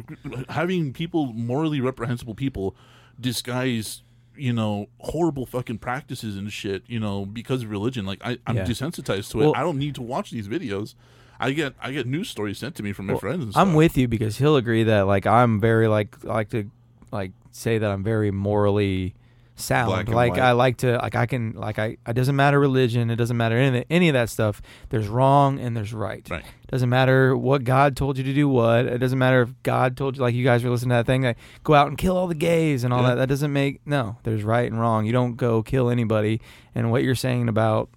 having people morally reprehensible people disguise you know horrible fucking practices and shit you know because of religion like I, i'm
Yeah.
desensitized to it
Well-
i don't need to watch these videos i get i get news stories sent to me from my friends and
I'm
stuff.
with you because he'll agree that like I'm very like I like to like say that I'm very morally sound.
Black and
like
white.
I like to like I can like I it doesn't matter religion, it doesn't matter any any of that stuff. There's wrong and there's right.
Right.
Doesn't matter what God told you to do what. It doesn't matter if God told you like you guys were listening to that thing like go out and kill all the gays and all
Yeah.
that. That doesn't make no. There's right and wrong. You don't go kill anybody. And what you're saying about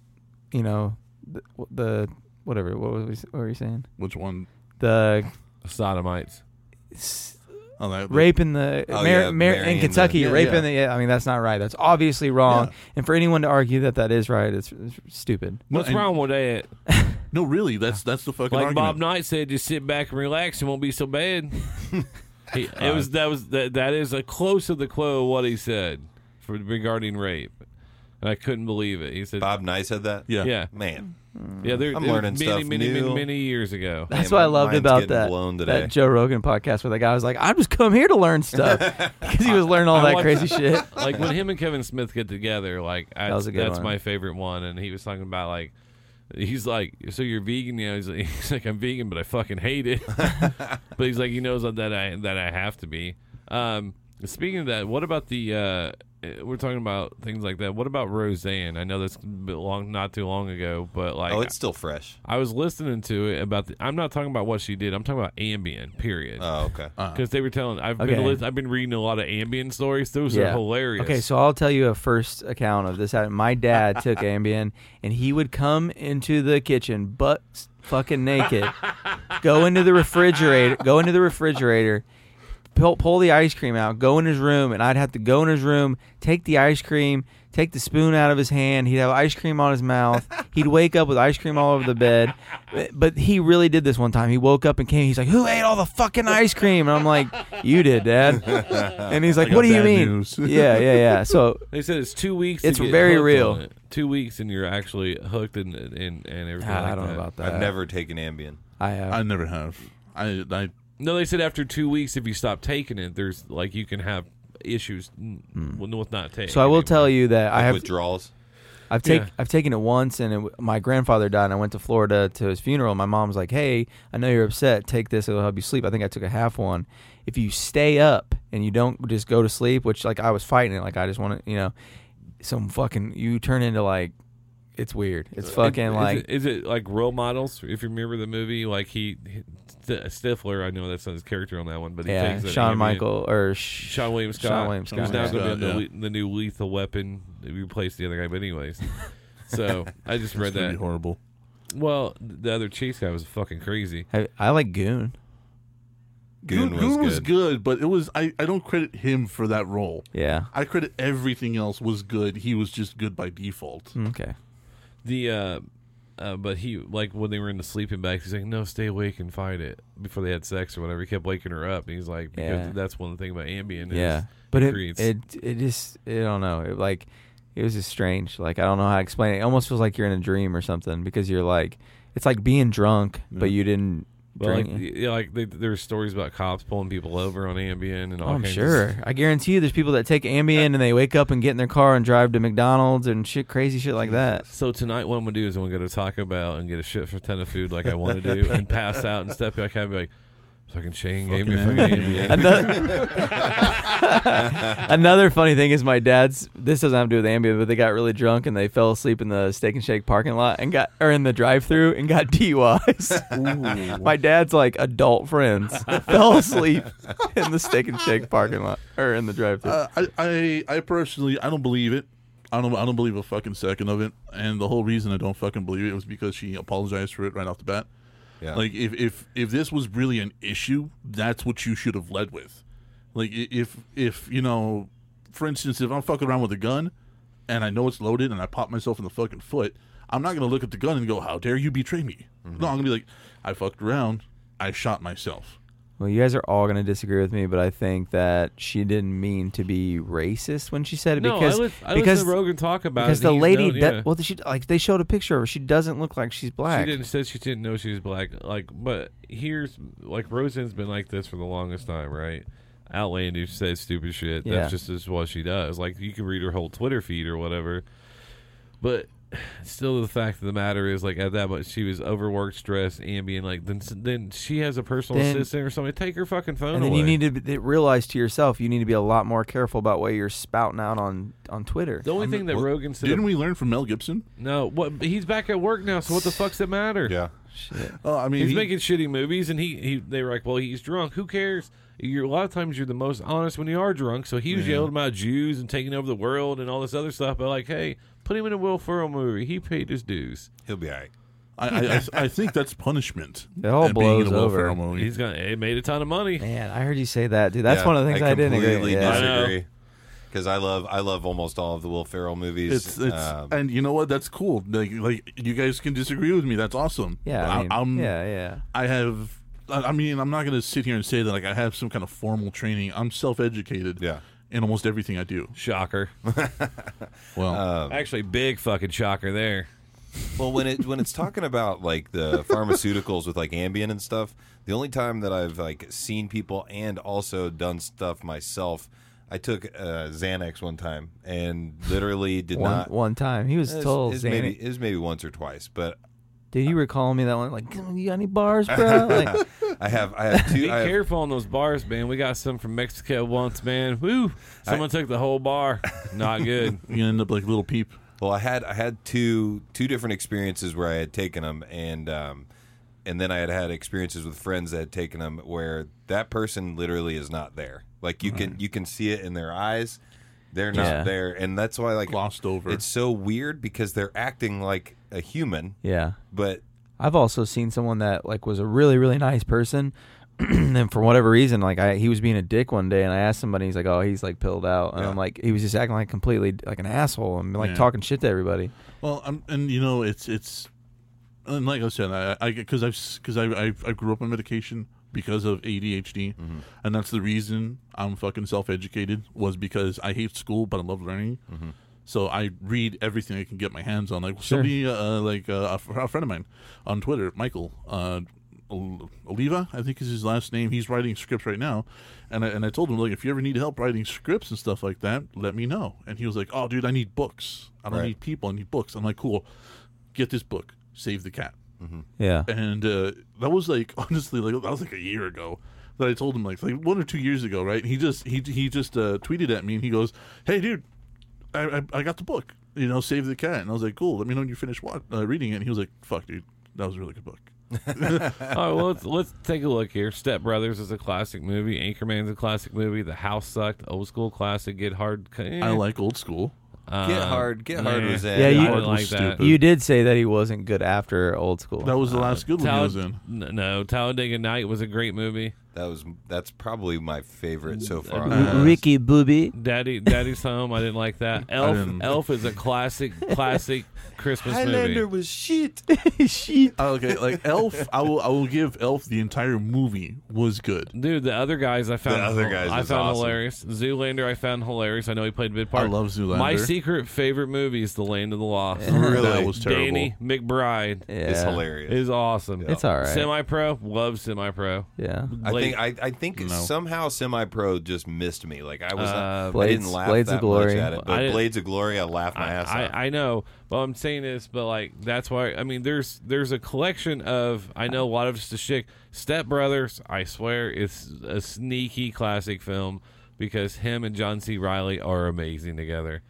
you know the, the whatever what was we, what were you saying
which one
the
Sodomites.
Oh, that,
raping the
Oh,
mar-
yeah,
mar-
marrying
in
the-
Kentucky,
Yeah,
raping
yeah.
the. Yeah, I mean, that's not right. That's obviously wrong.
Yeah.
And for anyone to argue that that is right, it's, it's stupid.
What's
and-
wrong with that?
No, really, that's that's the fucking
Like Bob
argument.
Knight said, just sit back and relax; it won't be so bad. He- it was that was that, that is a close of the quote of what he said for, regarding rape, and I couldn't believe it. He said,
Bob Nye said that.
yeah.
"Yeah,
man,
yeah." There,
I'm
there was
learning
many,
stuff
many, many,
new.
many years ago.
That's
Man,
what I
my
loved
mind's
about
getting
that
blown today.
that Joe Rogan podcast where the guy was like, "I just come here to learn stuff," because he was learning all
I
that
watched-
crazy shit.
like when him and Kevin Smith get together, like I,
That was a good
that's
one.
my favorite one. And he was talking about like he's like, so you're vegan? You know, he's like, he's like, I'm vegan, but I fucking hate it. but he's like, he knows that I that I have to be. Um, speaking of that, what about the uh, eh, we're talking about things like that. What about Roseanne? I know that's been long, not too long ago, but like
oh, it's still fresh.
I was listening to it about. The, I'm not talking about what she did. I'm talking about Ambien. Period.
Oh, okay.
Uh,
Because Uh-huh. they were telling. I've been
Okay.
lis- I've been reading a lot of Ambien stories. Those are hilarious.
Okay, so I'll tell you a first account of this. happening. My dad took Ambien, and he would come into the kitchen, butt fucking naked, go into the refrigerator, go into the refrigerator, pull, pull the ice cream out, go in his room, and I'd have to go in his room, take the ice cream, take the spoon out of his hand. He'd have ice cream on his mouth. He'd wake up with ice cream all over the bed. But he really did this one time. He woke up and came. He's like, "Who ate all the fucking ice cream?" And I'm like, "You did, Dad." And he's like,
Like
"What
on
do you
Bad
mean?"
News.
Yeah, yeah, yeah. So
They said it's two weeks. to
It's
get
very
hooked
real.
on it. Two weeks, and you're actually hooked and and and everything.
Ah, I
like
don't know
that.
about that.
I've never taken Ambien.
I have.
I never have. I I
No, they said after two weeks, if you stop taking it, there's like you can have issues n- with not taking.
Hmm. so I will tell you that I
Like
have.
withdrawals.
I've take
Yeah.
I've taken it once, and it, w- my grandfather died. and I went to Florida to his funeral. My mom's like, "Hey, I know you're upset. Take this; it'll help you sleep." I think I took a half one. If you stay up and you don't just go to sleep, which like I was fighting it, like I just want to, you know, some fucking you turn into like it's weird. It's fucking
is,
like
it, is it like role models? If you remember the movie, like he, he- St- Stifler, I know that's not his character on that one, but he
yeah,
takes an
Sean
Ambien.
Michael or Sh-
Sean William Scott.
Sean William Scott.
Who's now
yeah.
going to be
Scott,
in the, le- the new Lethal Weapon. Replace the other guy, but anyways. So I just read
it's gonna be
that.
horrible.
Well, the other Chiefs guy was fucking crazy.
I, I like Goon.
Goon, was, good.
was good, but it was I, I don't credit him for that role.
Yeah.
I credit everything else was good. He was just good by default.
Mm, Okay.
The uh, uh, but he like when they were in the sleeping bags, he's like, "No, stay awake and fight it." Before they had sex or whatever, he kept waking her up. And he's like, "Because
Yeah.
that's one thing about Ambien." Is
yeah but it,
creates-
it it just i don't know it like it was just strange like i don't know how to explain it it almost feels like you're in a dream or something because you're like it's like being drunk but you didn't
Mm-hmm. Well, like,
drink it.
yeah, like they, there's stories about cops pulling people over on Ambien and all.
Oh, I'm
kinds of
sure. I guarantee you, there's people that take Ambien and they wake up and get in their car and drive to McDonald's and shit, crazy shit like that.
So tonight, what I'm gonna do is I'm gonna go to Taco Bell and get a shit for ton of food like I want to do, and pass out and step back out and be like, "Fucking Shane gave me
Fucking
fucking
Ambien."
Ambien."
Another, Another funny thing is my dad's. This doesn't have to do with Ambien, but they got really drunk and they fell asleep in the Steak and Shake parking lot and got or in the drive-through and got DUIs. my dad's like adult friends fell asleep in the Steak and Shake parking lot or in the drive-through.
Uh, I, I I personally I don't believe it. I don't I don't believe a fucking second of it. And the whole reason I don't fucking believe it was because she apologized for it right off the bat.
Yeah.
Like if if if this was really an issue, that's what you should have led with. Like i- if if you know, for instance, if I'm fucking around with a gun, and I know it's loaded, and I pop myself in the fucking foot, I'm not gonna look at the gun and go, "How dare you betray me?"
Mm-hmm.
No, I'm gonna be like, "I fucked around. I shot myself."
Well, you guys are all going to disagree with me, but I think that she didn't mean to be racist when she said it
No,
because
I, lis- I
because
listened to Rogan talk about
because
it.
the
He's
lady
known-
that
yeah.
well, she like they showed a picture of her. She doesn't look like she's black.
She didn't said she didn't know she was black. Like, but here's like Roseanne's been like this for the longest time, right? Outlandish, says stupid shit.
Yeah.
That's just is what she does. Like, you can read her whole Twitter feed or whatever. But still, the fact of the matter is, like at that much, she was overworked, stressed, ambient. Like then, then she has a personal
Then-
assistant or something. Take her fucking phone
and then
away.
you need to be- realize to yourself you need to be a lot more careful about what you're spouting out on on Twitter.
the only thing that Rogan said,
Didn't we learn from Mel Gibson?
no, what he's back at work now. So what the fuck's it matter?
Yeah.
Shit.
Oh, I mean,
He's
he-
making shitty movies, and he, he they were like, well, he's drunk. Who cares? You're a lot of times you're the most honest when you are drunk. So he was yelling about Jews and taking over the world and all this other stuff. But like, hey, put him in a Will Ferrell movie. He paid his dues.
He'll be all right.
I, I, I, I think that's punishment.
It all
That being in
blows
a Will
over.
Ferrell movie.
He's gonna it made a ton of money.
Man, I heard you say that, dude. That's
Yeah,
one of the things I, didn't agree.
completely
with. Yeah.
dis- I know.
disagree. Because I love I love almost all of the Will Ferrell movies.
It's it's
Um,
and you know what? That's cool. Like like you guys can disagree with me. That's awesome.
Yeah, I mean,
am
yeah, yeah.
I have. I I mean, I'm not going to sit here and say that like I have some kind of formal training. I'm self-educated.
Yeah.
In almost everything I do. Uh,
Shocker.
Well,
Um,
Actually, big fucking shocker there.
well, when it when it's talking about like the pharmaceuticals with like Ambien and stuff, the only time that I've like seen people and also done stuff myself, I took uh, Xanax one time and literally did
One,
not.
one time he was
It's-
told,
it's
Xanax-
maybe it was maybe once or twice, but
"Did you recall me that one? Like, you got any bars, bro?" Like,
I have I have two.
Be
I have-
careful on those bars, man. We got some from Mexico once, man. Woo! Someone took the whole bar. Not good.
You end up like little peep.
Well, I had I had two two different experiences where I had taken them, and um, and then I had had experiences with friends that had taken them where that person literally is not there. Like you can you can see it in their eyes, they're not
Yeah.
there, and that's why like
Glossed over.
It's so weird because they're acting like a human,
Yeah.
but
I've also seen someone that like was a really really nice person, and for whatever reason, like I he was being a dick one day, and I asked somebody, he's like, oh, he's like pilled out, and
Yeah.
I'm like, he was just acting like completely like an asshole and like
Yeah.
talking shit to everybody.
Well, I'm, and you know, it's it's, and like I said, I I because I've because I, I I grew up on medication because of ADHD, and that's the reason I'm fucking self educated was because I hate school but I love learning. So I read everything I can get my hands on. Like somebody, uh, like uh, a, fr- a friend of mine on Twitter, Michael uh, Ol- Oliva, I think is his last name. He's writing scripts right now, and I, and I told him like, if you ever need help writing scripts and stuff like that, let me know. And he was like, "Oh, dude, I need books. I don't
Right.
need people. I need books." I'm like, "Cool, get this book, Save the Cat."
Yeah.
and uh, that was like honestly like that was like a year ago that I told him like like one or two years ago, right? And he just he he just uh, tweeted at me and he goes, "Hey, dude, I, I I got the book, you know, Save the Cat," and I was like, "Cool, let me know when you finish wa- uh, reading it." And he was like, "Fuck, dude, that was a really good book."
All right, well, let's let's take a look here. Step Brothers is a classic movie. Anchorman's a classic movie. The House sucked. Old school classic. Get Hard. eh.
I like old school.
Uh,
get hard, get hard
nah.
was in.
Yeah,
I
you-
didn't
Hard was
like that.
stupid.
You did say that he wasn't good after old school.
That was the last good one he was in.
Talladega, no, Talladega Night was a great movie.
that was that's probably my favorite so far.
Ricky Booby.
Daddy, Daddy's Home. I didn't like that. Elf,
didn't-
Elf is a classic, classic Christmas movie.
was shit.
Sheet.
Uh, Okay, like Elf, I will I will give Elf the entire movie was good.
Dude, the other guys I found,
The Other Guys
I
is
found
awesome.
hilarious. Zoolander, I found hilarious. I know he played mid part.
I love Zoolander.
My secret favorite movie is The Land of the Lost.
Really?
That was terrible.
Danny McBride
Yeah.
It's hilarious.
is awesome.
It's all right.
Semi pro, love semi pro.
yeah.
I think I, I think
No.
somehow semi pro just missed me. Like I was
Uh,
not, I
Blades-
didn't laugh
Blades
that
of Glory.
much at
I
it. But
didn't-
Blades of Glory, I laughed my ass
I,
off.
I, I know. Well, I'm saying this, but like that's why I mean there's there's a collection of I know a lot of it's the shit. Step Brothers, I swear, it's a sneaky classic film because him and John C. Riley are amazing together.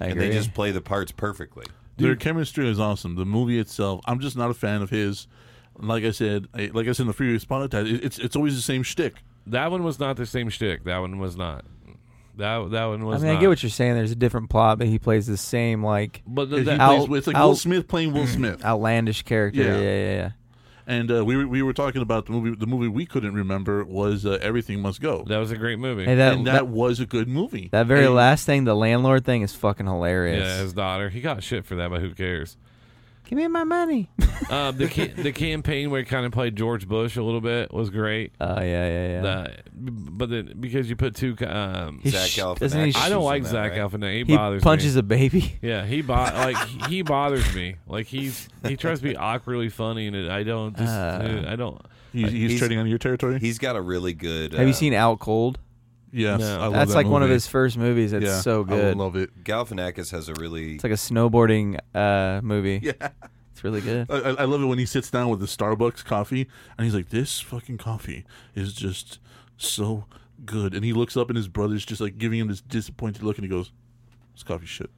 I
and
agree.
they just play the parts perfectly.
Their chemistry is awesome. The movie itself, I'm just not a fan of his. Like I said, I, like I said in the previous podcast, it, it's it's always the same shtick.
That one was not the same shtick. That one was not. That that one
I
was.
mean, I
not.
get what you're saying. There's a different plot, but he plays the same like
But the,
He
that-
plays
Out-
with- it's like Will
out-
Smith playing Will
Mm-hmm.
Smith.
outlandish character.
Yeah.
Yeah, yeah, yeah.
And uh, we were, we were talking about the movie. The movie we couldn't remember was uh, Everything Must Go,
that was a great movie.
Hey, that
and that,
that,
was a good movie.
that very
And
last thing, the landlord thing, is fucking
yeah,
hilarious.
his daughter. He got shit for that, but who cares?
Give me my money.
Uh, the ca- the campaign where he kind of played George Bush a little bit was great.
Oh yeah, yeah, yeah.
Uh, b- but then because you put two, um,
He
Zach
sh-
Galifianakis
doesn't he
is
I
in
don't like
that,
Zach
right?
Galifianakis. He,
He
bothers
punches
me.
a baby.
yeah, he bo- like he- he bothers me. Like he's he tries to be awkwardly funny, and it, I don't just
Uh.
I don't.
he's, he's,
He's-
treading on your territory.
He's got a really good.
Have
uh,
you seen Out Cold?
yes,
No.
I love
That's
that
like one of
movie.
his first movies. That's
Yeah,
so good.
I love it.
uh, Galifianakis has a really.
it's like a snowboarding uh, movie.
Yeah.
It's really good.
I, I I love it when he sits down with the Starbucks coffee and he's like, "This fucking coffee is just so good." And he looks up and his brother's just like giving him this disappointed look, and he goes, "This coffee shit."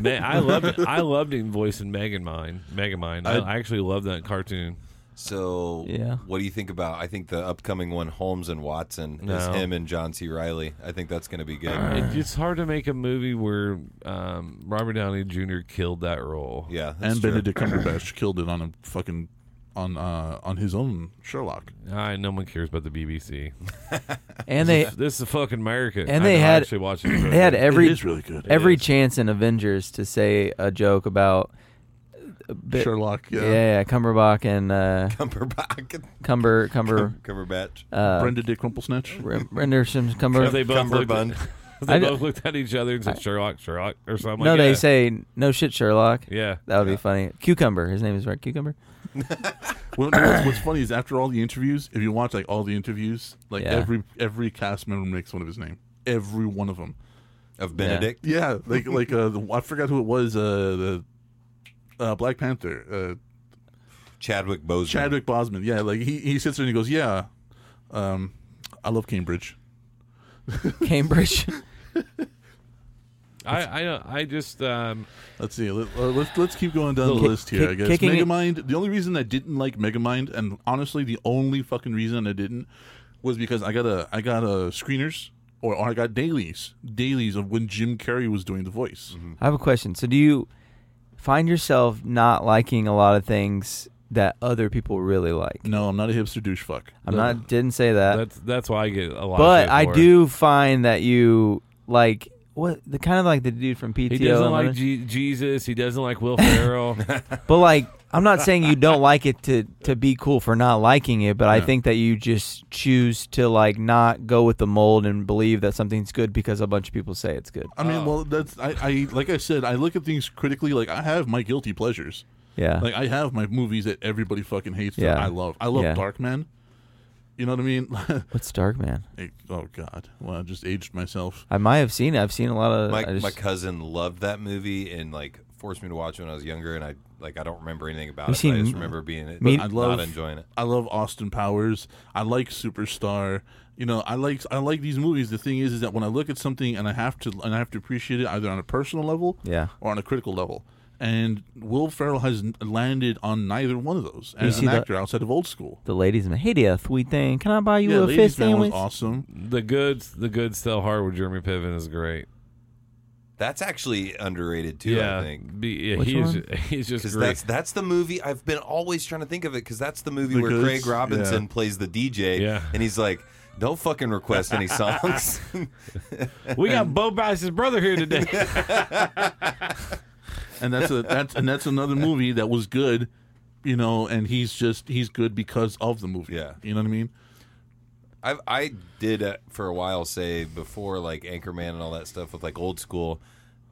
Man, I loved it. I loved him voicing Megan Mine. Megan Mine. I, I actually love that cartoon.
So,
Yeah.
what do you think about? I think the upcoming one, Holmes and Watson, is
No.
him and John C. Riley. I think that's going to be good.
Uh.
It, it's hard to make a movie where um, Robert Downey Jr. killed that role.
Yeah, that's
and
true.
Benedict Cumberbatch killed it on a fucking on uh on his own Sherlock.
I, no one cares about the BBC.
And they
This is fucking America.
And
I
they
know, I
had-
actually watched.
they had every
it is really good.
every
is.
chance in Avengers to say a joke about a bit-
Sherlock, yeah.
Yeah, yeah, Cumberbach and uh,
Cumberbatch.
Cumber Cumber
Cumberbatch.
uh,
Brenda did Crumplesnatch.
Re- Render some Cumber.
They both looked at-
Cumberbund.
They
I d-
both looked at each other and said Sherlock, Sherlock, or something.
no,
like,
they
yeah.
say no shit, Sherlock.
Yeah.
That would be funny. Cucumber. His name is right. Cucumber.
Well, what's, what's funny is after all the interviews, if you watch like all the interviews, like
Yeah.
every every cast member makes one of his name. Every one of them.
of Benedict.
Yeah, like like uh, the, I forgot who it was. Uh, the uh, Black Panther. Uh,
Chadwick Boseman.
Chadwick Bosman. Yeah, like he, he sits there and he goes, "Yeah, um, I love Cambridge."
Cambridge.
I, I, I just, um,
Let's see. Let, uh, let's let's keep going down the list here. I
kick-
guess
kicking it-
Megamind. The only reason I didn't like Megamind, and honestly, the only fucking reason I didn't was because I got a I got a screeners or, or I got dailies dailies of when Jim Carrey was doing the voice.
I have a question. So, do you find yourself not liking a lot of things that other people really like?
No, I'm not a hipster douche fuck.
I'm not. Didn't say that.
that's, that's why I get a lot of
Uh, but
shit
I
for it.
do find that you like what the kind of like the dude from PTO.
He doesn't like
and whatever.
G- Jesus. He doesn't like Will Ferrell.
but like, I'm not saying you don't like it to to be cool for not liking it, but I think that you just choose to like not go with the mold and believe that something's good because a bunch of people say it's good.
I mean, well, that's I, I like I said, I look at things critically. Like I have my guilty pleasures.
Yeah.
Like I have my movies that everybody fucking hates that
Yeah.
I love. I love
Yeah.
Darkman. You know what I mean?
What's Dark Man?
Hey, oh God! Well, I just aged myself.
I might have seen it. I've seen a lot of.
my,
I just-
my cousin loved that movie and like forced me to watch it when I was younger, and I like I don't remember anything about
We've
it. but I
seen
just remember being it,
me-
but
I love-
not enjoying it.
I love Austin Powers. I like Superstar. You know, I like I like these movies. The thing is, is that when I look at something and I have to and I have to appreciate it either on a personal level,
Yeah.
or on a critical level. And Will Ferrell has n- landed on neither one of those
you
as
see
an
the-
actor outside of old school.
the ladies, man. Hey, dear, sweet thing. Can I buy you
Yeah,
a
Ladies
fist
Man was
sandwich?
awesome.
the goods, the goods sell hard with Jeremy Piven is great.
That's actually underrated too.
yeah,
I think
Be, yeah,
Which
he is.
one?
He's just
because
great.
that's that's the movie I've been always trying to think of it because that's the movie where
Because-
Craig Robinson
yeah.
plays the DJ,
Yeah.
and he's like, "Don't fucking request any songs."
we got Bo Bice's brother here today.
And that's a that's and that's another movie that was good. You know, and he's just he's good because of the movie.
Yeah.
you know what I mean.
I I did uh, for a while say before like Anchorman and all that stuff with like old school.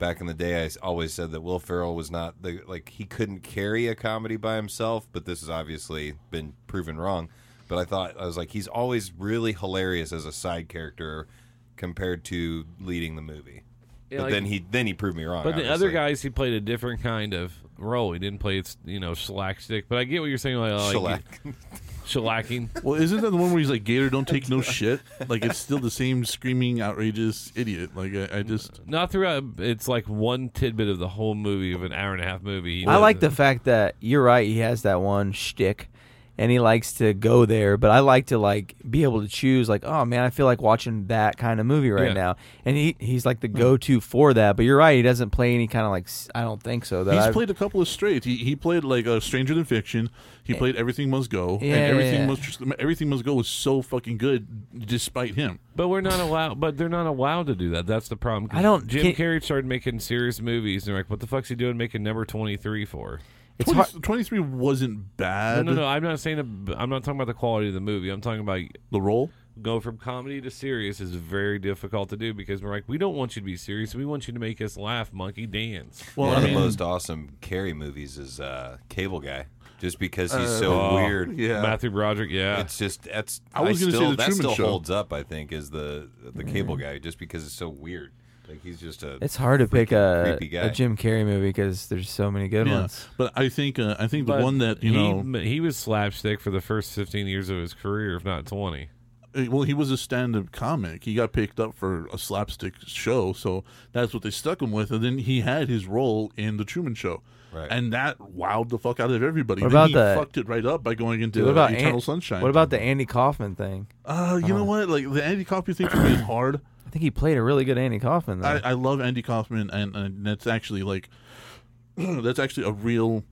Back in the day, I s- always said that Will Ferrell was not the like he couldn't carry a comedy by himself, but this has obviously been proven wrong. But I thought I was like he's always really hilarious as a side character compared to leading the movie. but
like-
then he then he proved me wrong.
But the other
obviously.
guys, he played a different kind of role. He didn't play its, you know, shellac stick. But I get what you're saying, like, like
Shellac.
shellacking.
Well, isn't that the one where he's like, "Gator, don't take no shit"? Like it's still the same screaming, outrageous idiot. Like I, I just
Not throughout. It's like one tidbit of the whole movie of an hour and a half movie. He
I like
does
the fact that you're right. He has that one shtick, and he likes to go there. But I like to like be able to choose. Like, oh man, I feel like watching that kind of movie right
Yeah.
now. And he he's like the
Hmm.
go to for that. But you're right. He doesn't play any kind of like. s- I don't think so. That
he's
I've-
played a couple of straights. He, he played like uh, Stranger Than Fiction. He played Everything Must Go.
Yeah,
and everything
yeah, yeah.
must everything must go was so fucking good, despite him.
But we're not allowed. But they're not allowed to do that. That's the problem. 'Cause
I don't-
Jim
can't-
Carrey started making serious movies, and they're like, "What the fuck's he doing making number twenty three for?"
It's hard.
20, Twenty three wasn't
No,
bad.
no, no. I'm not saying. ab- I'm not talking about the quality of the movie. I'm talking about
The role.
go from comedy to serious is very difficult to do because we're like, we don't want you to be serious. We want you to make us laugh, monkey dance.
Well,
One
I
of
mean,
the most awesome Carrie movies is uh, Cable Guy, just because
Uh,
he's so
oh,
weird.
yeah.
Matthew Broderick, yeah.
It's just that's
I was gonna say
still-
The
that
Truman
still
Show.
holds up. I think is the the Cable Guy just because it's so weird. Like he's just a
Mm-hmm. It's hard to pick a,
creepy guy.
a Jim Carrey movie because there's so many good
yeah.
ones.
But I think uh, I think
But
the one that you
he,
know
he was slapstick for the first 15 years of his career, if not 20.
Uh, well he was a stand-up comic he got picked up for a slapstick show so that's what they stuck him with and then he had his role in the truman show
Right.
and that wowed the fuck out of everybody
What
Then
about
he
the-
fucked it right up by going into
What about
eternal
An-
sunshine
What about Oh. the Andy Kaufman thing?
uh you know what like the andy kaufman thing for me is hard
I think he played a really good Andy Kaufman. Though.
I, I love andy kaufman and, and that's actually like that's actually a real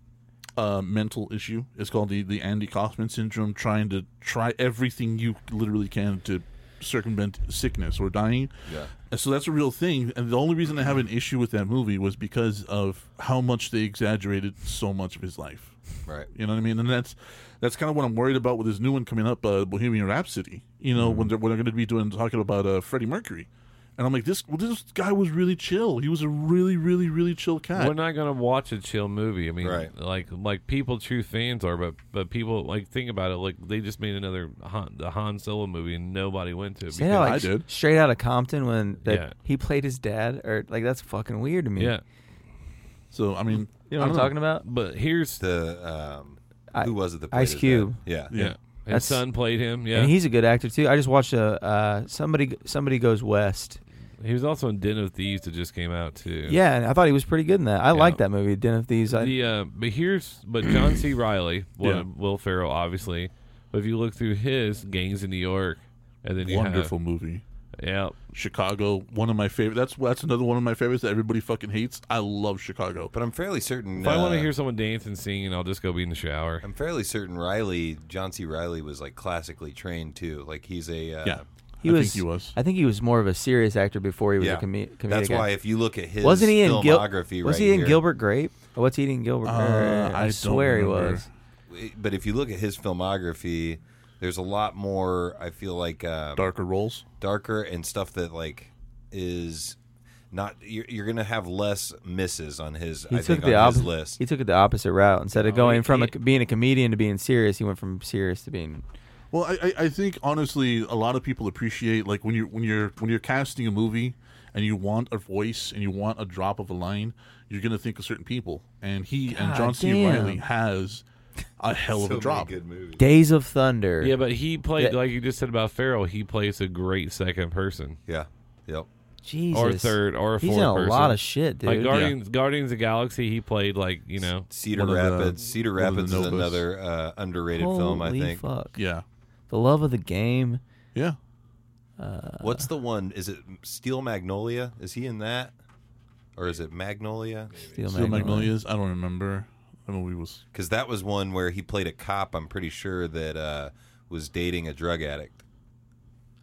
uh, mental issue. It's called the, the Andy Kaufman syndrome. Trying to try everything you literally can to circumvent sickness or dying. Yeah. so that's a real thing. And the only reason I have an issue with that movie was because of how much they exaggerated so much of his life.
right.
You know what I mean? And that's that's kind of what I'm worried about with this new one coming up, uh, Bohemian Rhapsody. You know, when they're when they're going to be doing talking about uh, Freddie Mercury. And I'm like, this well, this guy was really chill. He was a really, really, really chill cat.
We're not gonna watch a chill movie. I mean,
Right.
like like people, true fans are, but but people like think about it. Like they just made another Han, the Han Solo movie, and nobody went to it.
See how, like,
I did.
Straight out of Compton when that
Yeah.
he played his dad, or like that's fucking weird to me.
yeah,
So I mean,
you know what I'm talking about?
but here's
The um,
I-
Who was it that played
Ice
his dad?
Cube.
Yeah.
Yeah.
His
That's-
son played him. Yeah,
And he's a good actor too. I just watched a uh, somebody somebody goes west.
he was also in Den of Thieves that just came out too.
Yeah, and I thought he was pretty good in that. I
Yeah.
like that movie, Den of Thieves. I,
The uh, but here's but John C. Riley, well,
Yeah.
Will Ferrell, obviously. But if you look through his Gangs in New York, and then you
Wonderful movie.
Have, yeah,
Chicago, one of my favorite. That's that's another one of my favorites that everybody fucking hates. I love Chicago.
But I'm fairly certain.
if I want
uh,
to hear someone dance and sing, I'll just go be in the shower.
I'm fairly certain Riley, John C. Riley, was like classically trained too. Like he's a. Uh,
yeah,
he
I
was,
think he was.
I think he was more of a serious actor before he was
yeah.
a comi- comedic.
That's why
actor.
if you look at his
Wasn't he in Gil-
filmography,
Was
right
he in
here-
Gilbert Grape? Oh, What's he in Gilbert?
Uh,
Grape?
I
I
don't
swear he
remember.
was.
But if you look at his filmography, there's a lot more. I feel like uh,
Darker roles.
darker and stuff that like is not. You're, you're gonna have less misses on his.
He
I
took
think
the
on his
opposite.
list.
He took it the opposite route instead of
No,
going
he-
from a,
he-
being a comedian to being serious. He went from serious to being.
Well, I, I- I think honestly, a lot of people appreciate like when you're when you're when you're casting a movie and you want a voice and you want a drop of a line, you're gonna think of certain people. And he and
God
John C.
damn.
Riley has a hell of a drop.
movies.
Days of Thunder.
Yeah, but he played
That-
like you just said about Farrell. He plays a great second person
Yeah. Yep.
Jesus.
or third or a
He's
fourth
in a
person.
lot of shit, dude.
Like Guardians, Guardians of the Galaxy, he played like you know.
Cedar
One of the-
Rapids. Cedar
one of the
Rapids is
Novas.
another uh, underrated
Holy
film. I think.
fuck.
Yeah,
The love of the game.
yeah.
What's the one? Is it Steel Magnolia? Is he in that? Or is it Magnolia?
Steel,
Steel Magnolias. I don't remember. That movie was.
Because that was one where he played a cop. I'm pretty sure that uh, was dating a drug addict.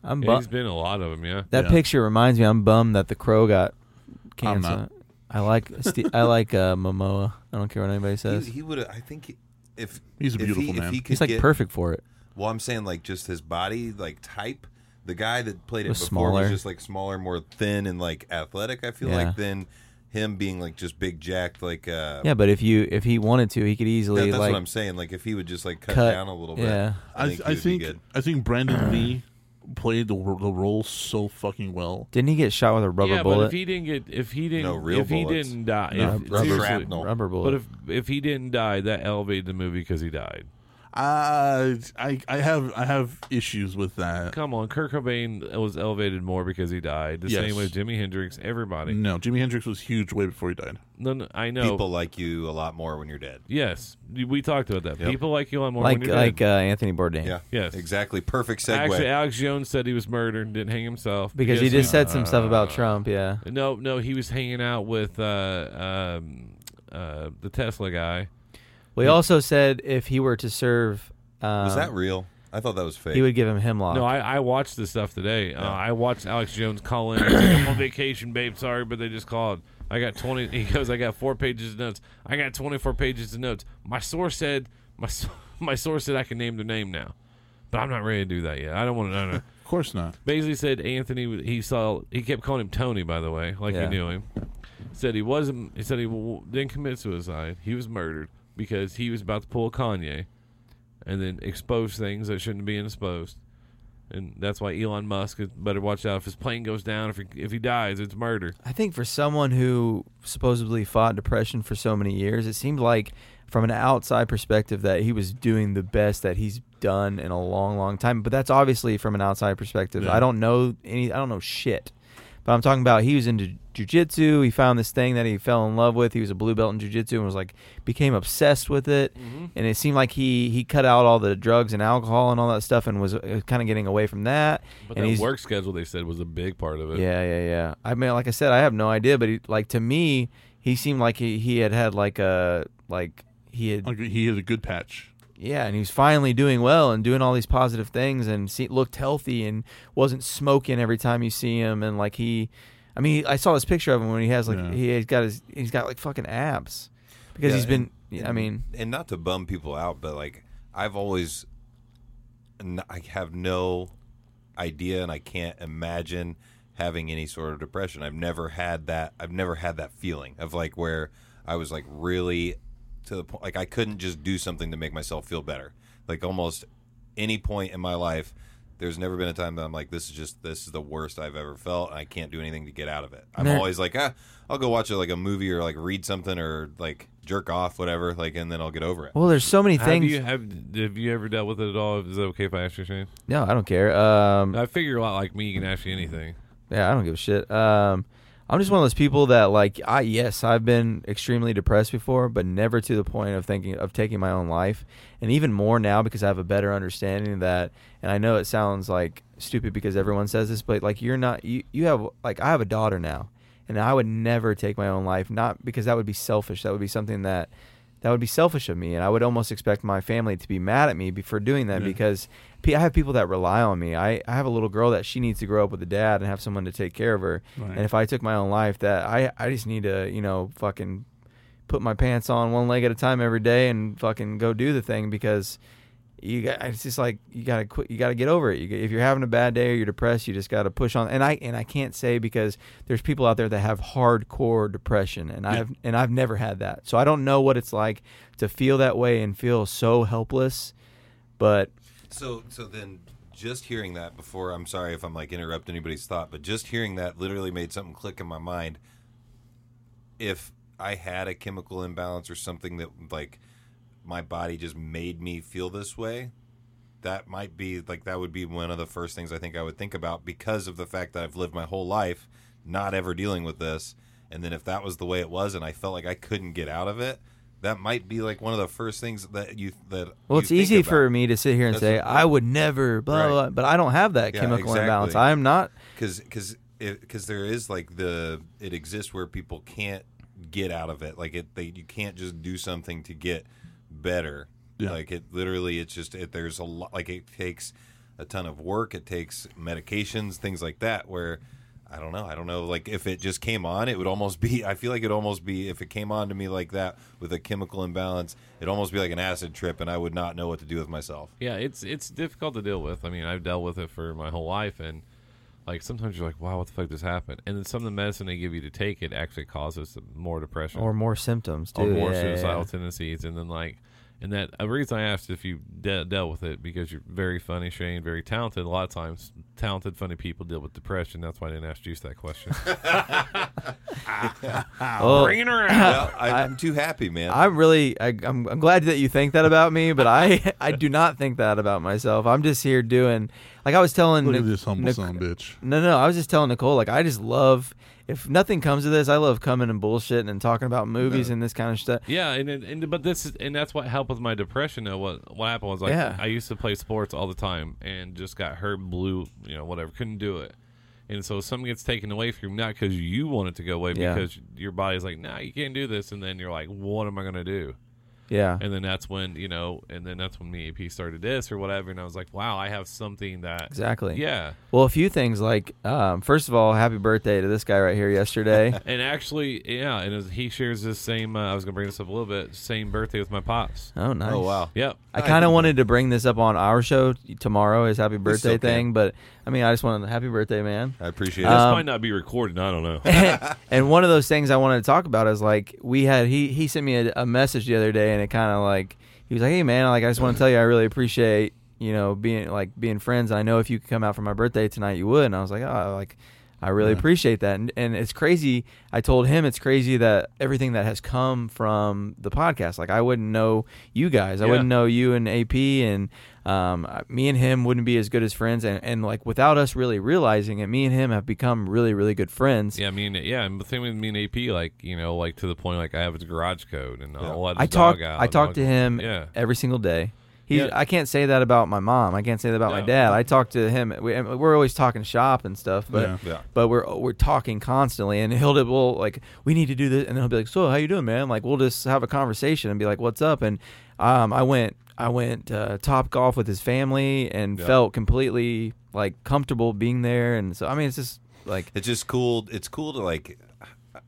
I'm
Yeah,
bu-
he's been in a lot of them. Yeah,
that
yeah.
picture reminds me. I'm bummed that the crow got
I'm
canceled.
not.
I like Ste I like uh, Momoa. I don't care what anybody
He,
says.
he would. I think he- if
He's a
if
beautiful
he,
man.
If he could
He's like
get,
perfect for it.
Well, I'm saying like just his body, like type. The guy that played it
Was
before
smaller.
was just like smaller, more thin and like athletic. I feel
Yeah.
like than him being like just big jacked. Like uh,
Yeah, but if you if he wanted to, he could
that-
easily
that's
like
what I'm saying. Like if he would just like cut,
cut-
down a little bit.
yeah.
I
think
think I
he would be
think,
good.
I think Brandon Lee played the ro- the role so fucking well.
Didn't he get shot with a rubber
yeah. But
bullet?
if he didn't get, if he didn't,
No, real
if he
bullets.
didn't die,
No,
if,
rubber
seriously,
shrapnel.
rubber bullet.
But if if he didn't die, that elevated the movie because he died.
I I I have I have issues with that.
Come on, Kurt Cobain was elevated more because he died. The
Yes.
same with Jimi Hendrix.
Mm.
Everybody.
No, Jimi Hendrix was huge way before he died.
No, no, I know.
People like you a lot more when you're dead.
Yes, we talked about that.
Yep.
People like Elon more
like
when you're
like
dead.
uh, Anthony Bourdain.
Yeah.
Yes.
Exactly. Perfect segue.
Actually, Alex Jones said he was murdered and didn't hang himself
Because he just said some stuff
Uh,
about Trump, yeah.
No, no, he was hanging out with uh, um, uh, the Tesla guy.
We also said if he were to serve, um,
was that real? I thought that was fake.
he would give him hemlock.
No, I, I watched this stuff today. Uh, I watched Alex Jones call in. and say, I'm on vacation, babe. Sorry, but they just called. I got 20. He goes, I got four pages of notes. I got 24 pages of notes. My source said, my s- my source said I can name their name now, but I'm not ready to do that yet. I don't want to. No, no.
Of course not.
basically said Anthony. was- He saw. He kept calling him Tony, by the way, like he
Yeah.
knew him. Said he wasn't. He said he w- didn't commit suicide. He was murdered because he was about to pull a Kanye, and then expose things that shouldn't be exposed. And that's why Elon Musk is better watch out. If his plane goes down, if he, if he dies, it's murder.
I think for someone who supposedly fought depression for so many years, it seemed like from an outside perspective that he was doing the best that he's done in a long, long time. But that's obviously from an outside perspective.
Yeah.
I don't know any. I don't know shit. But I'm talking about he was into jujitsu. He found this thing that he fell in love with. He was a blue belt in jujitsu and was like became obsessed with it.
Mm-hmm.
And it seemed like he he cut out all the drugs and alcohol and all that stuff and was uh, kind of getting away from that.
But
and
that
he's,
work schedule they said was a big part of it.
yeah, yeah, yeah. I mean, like I said, I have no idea, but he, like to me, he seemed like he, he had had like a like he had
Like he had a good patch.
yeah, and he was finally doing well and doing all these positive things and see, looked healthy and wasn't smoking every time you see him and like he, I mean, I saw this picture of him when he has like
Yeah.
he has got his he's got like fucking abs because
Yeah,
he's been.
and-
I mean,
and not to bum people out, but like I've always, n- I have no idea, and I can't imagine having any sort of depression. I've never had that. I've never had that feeling of like where I was like really to the point, like I couldn't just do something to make myself feel better. Like almost any point in my life, There's never been a time that I'm like, this is just this is the worst I've ever felt, and I can't do anything to get out of it. I'm
There-
always like, ah, I'll go watch like a movie or like read something or like jerk off, whatever, like, and then I'll get over it.
Well, there's so many
Have
things.
you have have you ever dealt with it at all? Is it okay if I ask you, Shane?
no, I don't care. Um,
I figure a lot like me, you can ask you anything.
yeah, I don't give a shit. Um, I'm just one of those people that like I yes, I've been extremely depressed before, but never to the point of thinking of taking my own life. And even more now because I have a better understanding of that and I know it sounds like stupid because everyone says this, but like you're not you you have like I have a daughter now and I would never take my own life, not because that would be selfish. That would be something that that would be selfish of me, and I would almost expect my family to be mad at me be- for doing that because pe- I have people that rely on me. I, I have a little girl that she needs to grow up with a dad and have someone to take care of her. And if I took my own life, that I I just need to you know fucking put my pants on one leg at a time every day and fucking go do the thing because you got it's just like you got to quit you got to get over it you, if you're having a bad day or you're depressed you just got to push on and i and i can't say because there's people out there that have hardcore depression and i've and i've never had that so i don't know what it's like to feel that way and feel so helpless but
So so then just hearing that before I'm sorry if I'm like interrupt anybody's thought, but just hearing that literally made something click in my mind. If I had a chemical imbalance or something that like my body just made me feel this way, that might be like that would be one of the first things I think I would think about because of the fact that I've lived my whole life not ever dealing with this. And then if that was the way it was and I felt like I couldn't get out of it, that might be like one of the first things that you that
well
you
it's
think
easy
about.
for me to sit here and
That's
say
what-
i would never blah
Right.
blah blah, but i don't have that
Yeah,
chemical imbalance
exactly.
i am not
because because because there is like the it exists where people can't get out of it like it they you can't just do something to get better
Yeah.
like it literally it's just it, there's a lot like it takes a ton of work it takes medications things like that where I don't know I don't know like if it just came on it would almost be I feel like it'd almost be if it came on to me like that with a chemical imbalance it'd almost be like an acid trip and I would not know what to do with myself
Yeah, it's it's difficult to deal with. I mean, I've dealt with it for my whole life, and like sometimes you're like, "Wow, what the fuck just happened?" And then some of the medicine they give you to take it actually causes more depression
or more symptoms too
or more
Yeah, yeah, yeah.
suicidal tendencies, and then like. And that a reason I asked if you de- dealt with it because you're very funny, Shane, very talented. A lot of times, talented, funny people deal with depression. That's why I didn't ask Juice that question.
Oh.
Well, I, I'm too happy man
I'm really I, I'm, I'm glad that you think that about me, but I I do not think that about myself. I'm just here doing like I was telling
Look at
Nic-
this humble
Nic-
son of a bitch.
No, no, I was just telling Nicole like I just love if nothing comes of this, I love coming and bullshitting and talking about movies and this kind of stuff.
Yeah, and, and and but this is and that's what helped with my depression. Though what what happened was like
Yeah.
I used to play sports all the time and just got hurt, blew, you know, whatever, couldn't do it. And so something gets taken away from you, not because you want it to go away,
Yeah.
because your body's like, nah, you can't do this. And then you're like, what am I gonna do?
Yeah.
And then that's when you know, and then that's when me AP started this or whatever, and I was like, wow, I have something that
Exactly.
yeah.
Well, a few things like um, first of all, happy birthday to this guy right here yesterday.
And actually, yeah, and it was, he shares this same. Uh, I was gonna bring this up a little bit. Same birthday with my pops.
oh, nice.
oh wow
Yep.
I kind of wanted to bring this up on our show tomorrow, his happy birthday
still can.
thing, but I mean, I just wanted happy birthday, man.
I appreciate
This
Um,
it
might not be recorded. I don't know.
and one of those things I wanted to talk about is like we had he he sent me a, a message the other day, and it kind of like he was like, "Hey man, like I just want to tell you I really appreciate you know being like being friends. I know if you could come out for my birthday tonight, you would." And I was like, "Oh, like." I really appreciate that, and, and it's crazy. I told him it's crazy that everything that has come from the podcast. Like I wouldn't know you guys, I
Yeah.
wouldn't know you and AP, and um, I- me and him wouldn't be as good as friends. And, and like without us really realizing it, me and him have become really, really good friends.
Yeah, I mean, yeah, and the thing with me and AP, like you know, like to the point, like I have his garage code and I'll let his
I talk.
dog out.
I
and
talk
I'll-
to him
Yeah,
every single day. He,
Yeah.
I can't say that about my mom. I can't say that about my
No.
dad. I talk to him. We, and we're always talking shop and stuff, but
Yeah.
Yeah.
but we're we're talking constantly. And he'll well like we need to do this, and then he'll be like, "So how you doing, man?" Like we'll just have a conversation and be like, "What's up?" And um, I went I went uh, top golf with his family and felt completely like comfortable being there. And so I mean, it's just like
it's just cool it's cool to like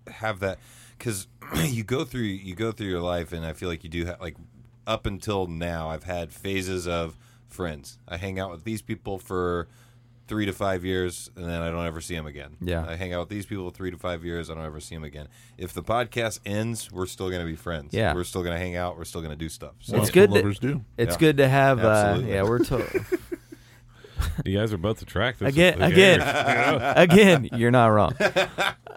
have that because you go through you go through your life and i feel like you do ha- like up until now i've had phases of friends i hang out with these people for three to five years and then i don't ever see them again
Yeah.
i hang out with these people three to five years i don't ever see them again if the podcast ends we're still going to be friends
Yeah.
we're still going to hang out we're still going to do stuff so
It's
That's
good
what
that-
lovers do.
it's
Yeah.
good to have. Uh,
Absolutely.
yeah, we're to-
You guys are both attractive.
Again-
Who
again.
cares? You know?
Again, you're not wrong.
I,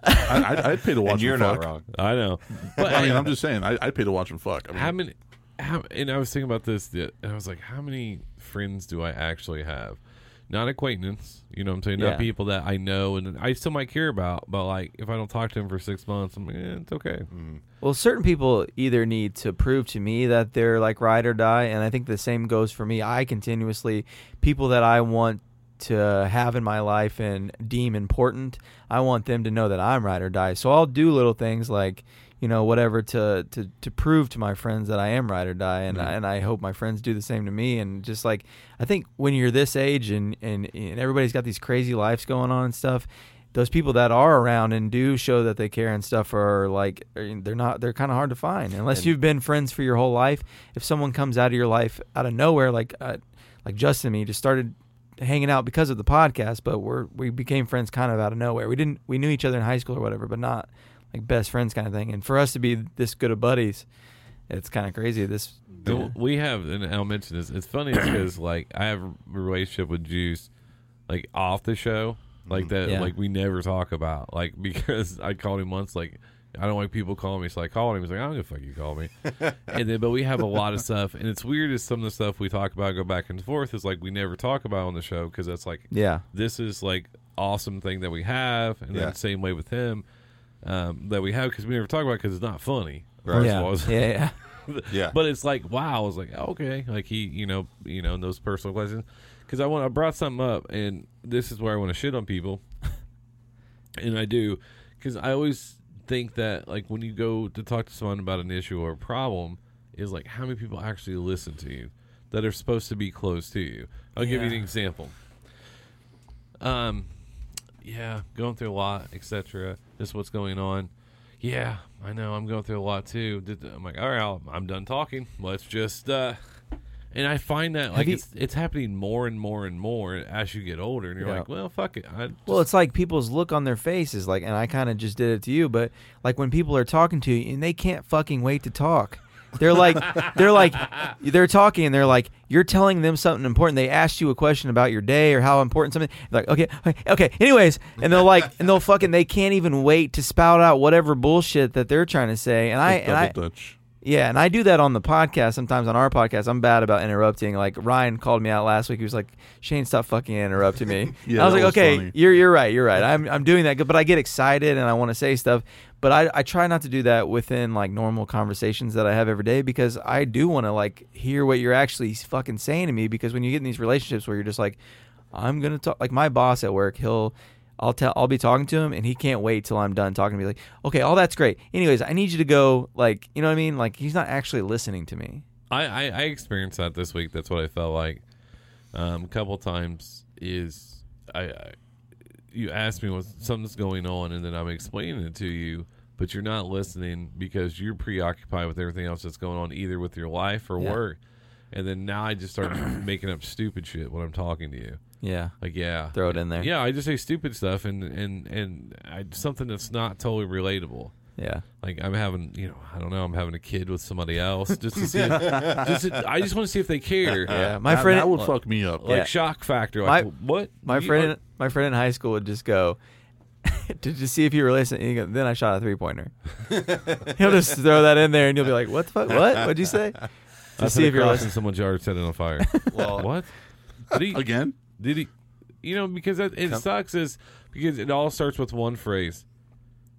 I'd, I'd pay to watch.
And you're
him
not
fuck.
wrong.
I know. But
I
I
mean, I'm just saying, I, I'd pay to watch him fuck. I mean,
how many? How, and I was thinking about this, the- and I was like, how many friends do I actually have? Not acquaintance, you know what I'm saying?
Yeah.
Not people that I know and I still might care about, but like if I don't talk to them for six months, I'm like, eh, it's okay.
Well, certain people either need to prove to me that they're like ride or die, and I think the same goes for me. I continuously, people that I want to have in my life and deem important, I want them to know that I'm ride or die. So I'll do little things like, you know, whatever to to, to prove to my friends that I am ride or die, and I, and I hope my friends do the same to me. And just like I think when you're this age and and, and everybody's got these crazy lives going on and stuff, those people that are around and do show that they care and stuff are like they're not they're kind of hard to find unless you've been friends for your whole life if someone comes out of your life out of nowhere like uh, like justin and me just started hanging out because of the podcast but we're we became friends kind of out of nowhere we didn't we knew each other in high school or whatever but not like best friends kind of thing and for us to be this good of buddies it's kind of crazy this
So we have, and I'll mention this. It's funny because like I have a relationship with Juice, like off the show, like
Mm-hmm.
that,
Yeah.
like we never talk about, like because I called him once, like I don't like people calling me, so I called him. He's like, I don't give a fuck you call me, and then but we have a lot of stuff, and it's weird is some of the stuff we talk about go back and forth is like we never talk about on the show because that's like
yeah
this is like awesome thing that we have, and
Yeah.
that same way with him um, that we have because we never talk about because it's not funny.
Right.
first of
yeah
all. It's-
yeah yeah
Yeah.
but it's like wow. I was like okay, like he, you know, you know, those personal questions. Because I want, I brought something up, and this is where I want to shit on people, and I do, because I always think that like when you go to talk to someone about an issue or a problem, is like how many people actually listen to you that are supposed to be close to you. I'll give you an
Yeah.
example. Um, yeah, going through a lot, etc. This is what's going on. Yeah, I know. I'm going through a lot too. Did- I'm like, all right, I'll, I'm done talking. Let's just. uh And I find that like
you-
it's it's happening more and more and more as you get older, and you're
Yeah.
like, well, fuck it. I just-
Well, it's like people's look on their face is like, and I kind of just did it to you, but like when people are talking to you and they can't fucking wait to talk. They're like, they're like, they're talking and they're like, you're telling them something important. They asked you a question about your day or how important something. Like, okay, okay, okay. Anyways, and they'll like, and they'll fucking, they can't even wait to spout out whatever bullshit that they're trying to say. And I, and I,
double Dutch.
yeah, and I do that on the podcast sometimes on our podcast. I'm bad about interrupting. Like Ryan called me out last week. He was like, "Shane, stop fucking interrupting me."
Yeah,
I was
that
like,
was
"Okay,
funny.
you're you're right. You're right. I'm I'm doing that, but I get excited and I want to say stuff. But I I try not to do that within like normal conversations that I have every day because I do want to like hear what you're actually fucking saying to me. Because when you get in these relationships where you're just like, I'm gonna talk. Like my boss at work, he'll I'll tell I'll be talking to him and he can't wait till I'm done talking to me like, okay, all that's great. Anyways, I need you to go like you know what I mean? Like he's not actually listening to me.
I, I, I experienced that this week. That's what I felt like. Um, a couple times is I, I you ask me what something's going on, and then I'm explaining it to you, but you're not listening because you're preoccupied with everything else that's going on, either with your life or
Yeah.
work. And then now I just start making up stupid shit when I'm talking to you.
Yeah.
Like yeah,
Throw it in there.
yeah. I just say stupid stuff and and and I, something that's not totally relatable
Yeah.
like I'm having, you know, I don't know, I'm having a kid with somebody else just to see. just to- I just want to see if they care.
Yeah. My
That-
friend
that would fuck me up.
Like
Yeah.
shock factor. Like
My-
what?
my
You
friend
are-
my friend in high school would just go to just see if you were listening. He'd go, then I shot a three pointer. He'll just throw that in there and you'll be like, What the fuck? What? What'd you say?
I
To see if you're
crossing
listening.
someone's yard, set it on fire.
Well-
what? Did he?
Again,
Did he? You know, because it, it sucks is because it all starts with one phrase.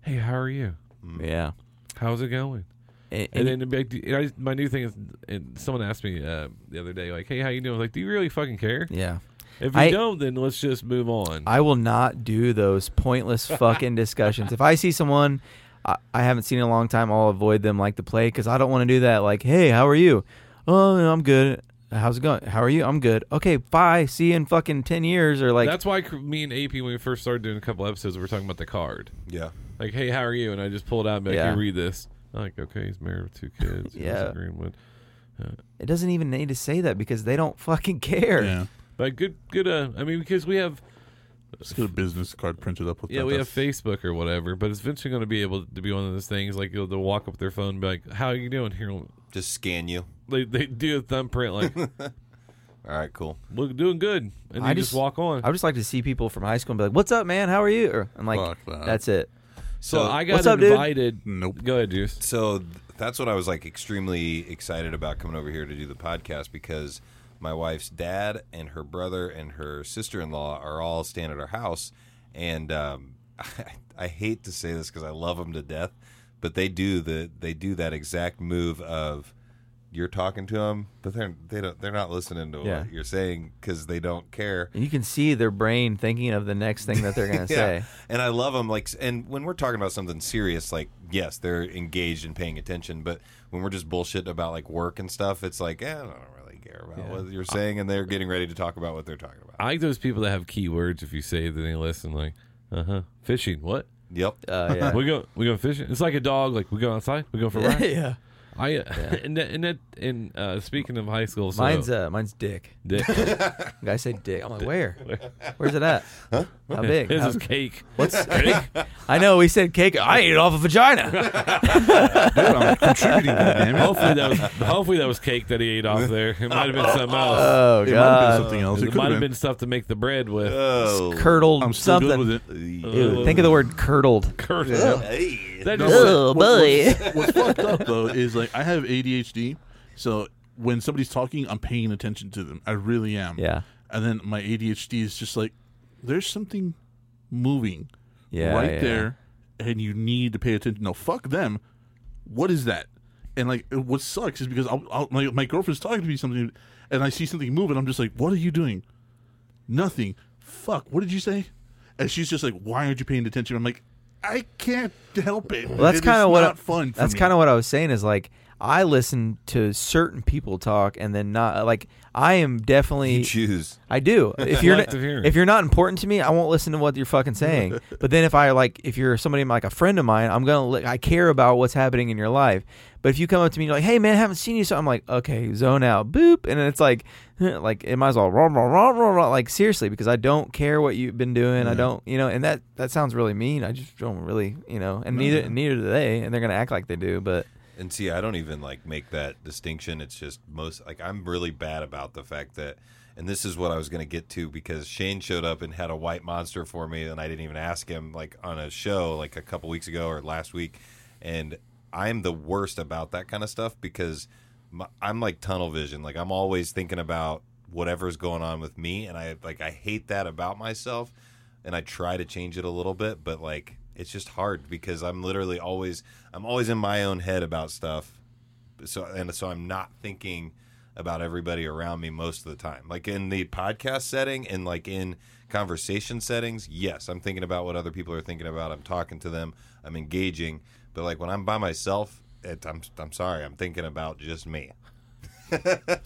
Hey, how are you?
Yeah.
How's it going?
And,
And, then it'd be like, and I, my new thing is, and someone asked me uh, the other day, like, "Hey, how you doing?" Like, do you really fucking care?
yeah.
If you
I-
don't, then let's just move on.
I will not do those pointless fucking discussions. If I see someone I, I haven't seen in a long time, I'll avoid them like the plague because I don't want to do that. Like, hey, how are you? Oh, no, I'm good. How's it going? How are you? I'm good. Okay, bye. See you in fucking ten years or like.
That's why cr- me and AP, when we first started doing a couple episodes, we were talking about the card.
yeah.
Like, hey, how are you? And I just pulled out and be like,
Yeah.
you read this. I'm like, okay, he's married with two kids. He lives in
Yeah.
Greenwood.
it doesn't even need to say that because they don't fucking care.
yeah.
But good, good. Uh, I mean, because we have,
Let's get a business card printed up with
yeah,
that.
we have
That's-
Facebook or whatever. But it's eventually going to be able to be one of those things. Like, you'll, they'll walk up with their phone, and be like, "How are you doing?" Here,
Just scan you.
they they do a thumbprint. Like,
All right, cool.
We're doing good, and
I
you just,
just-
walk on.
I would just like to see people from high school and be like, "What's up, man? How are you?" Or, and like,
Fuck that.
that's it.
so I got
what's up, dude? Hmm.
invited.
Nope.
Go ahead, Juice.
So th- that's what I was like extremely excited about coming over here to do the podcast because my wife's dad and her brother and her sister in law are all staying at our house, and um, I, I hate to say this because I love them to death, but they do the they do that exact move of you're talking to them, but they're they don't they're not listening to
Yeah.
what you're saying because they don't care.
And you can see their brain thinking of the next thing that they're gonna say.
And I love them. Like, and when we're talking about something serious, like, yes, they're engaged and paying attention. But when we're just bullshit about like work and stuff, it's like, eh, I don't really care about what you're saying. And they're getting ready to talk about what they're talking about.
I like those people that have keywords. If you say, it, then they listen. Like, uh huh, fishing. What?
Yep.
Uh, yeah.
We go. We go fishing. It's like a dog. Like we go outside. We go for a ride.
yeah.
I uh, and that, and that and uh, speaking of high school, so
Mine's uh, mine's dick.
Dick,
Guy said dick. I'm like, where? Where's it at? How big?
this
How-
is cake.
what's I know we said cake. I ate it off a vagina.
Dude, I'm contributing. Damn it.
Hopefully that was hopefully that was cake that he ate off there. It might have been something else.
Oh
It might have been
god.
something else. Uh, It,
It
could
might have been stuff to make the bread with.
Oh.
Curdled
I'm still
something.
good with it.
Ew, think of the word curdled.
Curd.
Hey.
That just-
Oh boy.
What's fucked up though is like I have ADHD, so when somebody's talking, I'm paying attention to them. I really am.
Yeah.
And then my ADHD is just like, there's something moving
Yeah,
right
yeah.
there, and you need to pay attention. No, fuck them. What is that? And like, what sucks is because I'll, I'll, my, my girlfriend's talking to me something, and I see something move, and I'm just like, what are you doing? Nothing. Fuck. What did you say? And she's just like, why aren't you paying attention? I'm like, I can't help it.
Well, that's
It
kind
is
of what
not
I,
fun. For
that's
me.
kind of what I was saying is like I listen to certain people talk and then not like I am definitely
Choose.
I do. If you're
Selective hearing.
if you're not important to me, I won't listen to what you're fucking saying. but then if I like if you're somebody like a friend of mine, I'm gonna li- I care about what's happening in your life. But if you come up to me and you're like, hey man, I haven't seen you, so I'm like, okay, zone out, boop, and it's like, like it might as well rah, rah, rah, rah, rah, like seriously because I don't care what you've been doing. I don't, you know, and that that sounds really mean. I just don't really, you know, and neither neither do they, and they're gonna act like they do, but
And see, I don't even like make that distinction. It's just most like I'm really bad about the fact that, and this is what I was going to get to because Shane showed up and had a white monster for me, and I didn't even ask him like on a show like a couple weeks ago or last week, and I'm the worst about that kind of stuff because my, I'm like tunnel vision. Like I'm always thinking about whatever's going on with me, and I like I hate that about myself and I try to change it a little bit, but like it's just hard because I'm literally always I'm always in my own head about stuff. So and so I'm not thinking about everybody around me most of the time. Like in the podcast setting and like in conversation settings, yes, I'm thinking about what other people are thinking about. I'm talking to them, I'm engaging, but like when I'm by myself, it, I'm I'm sorry, I'm thinking about just me.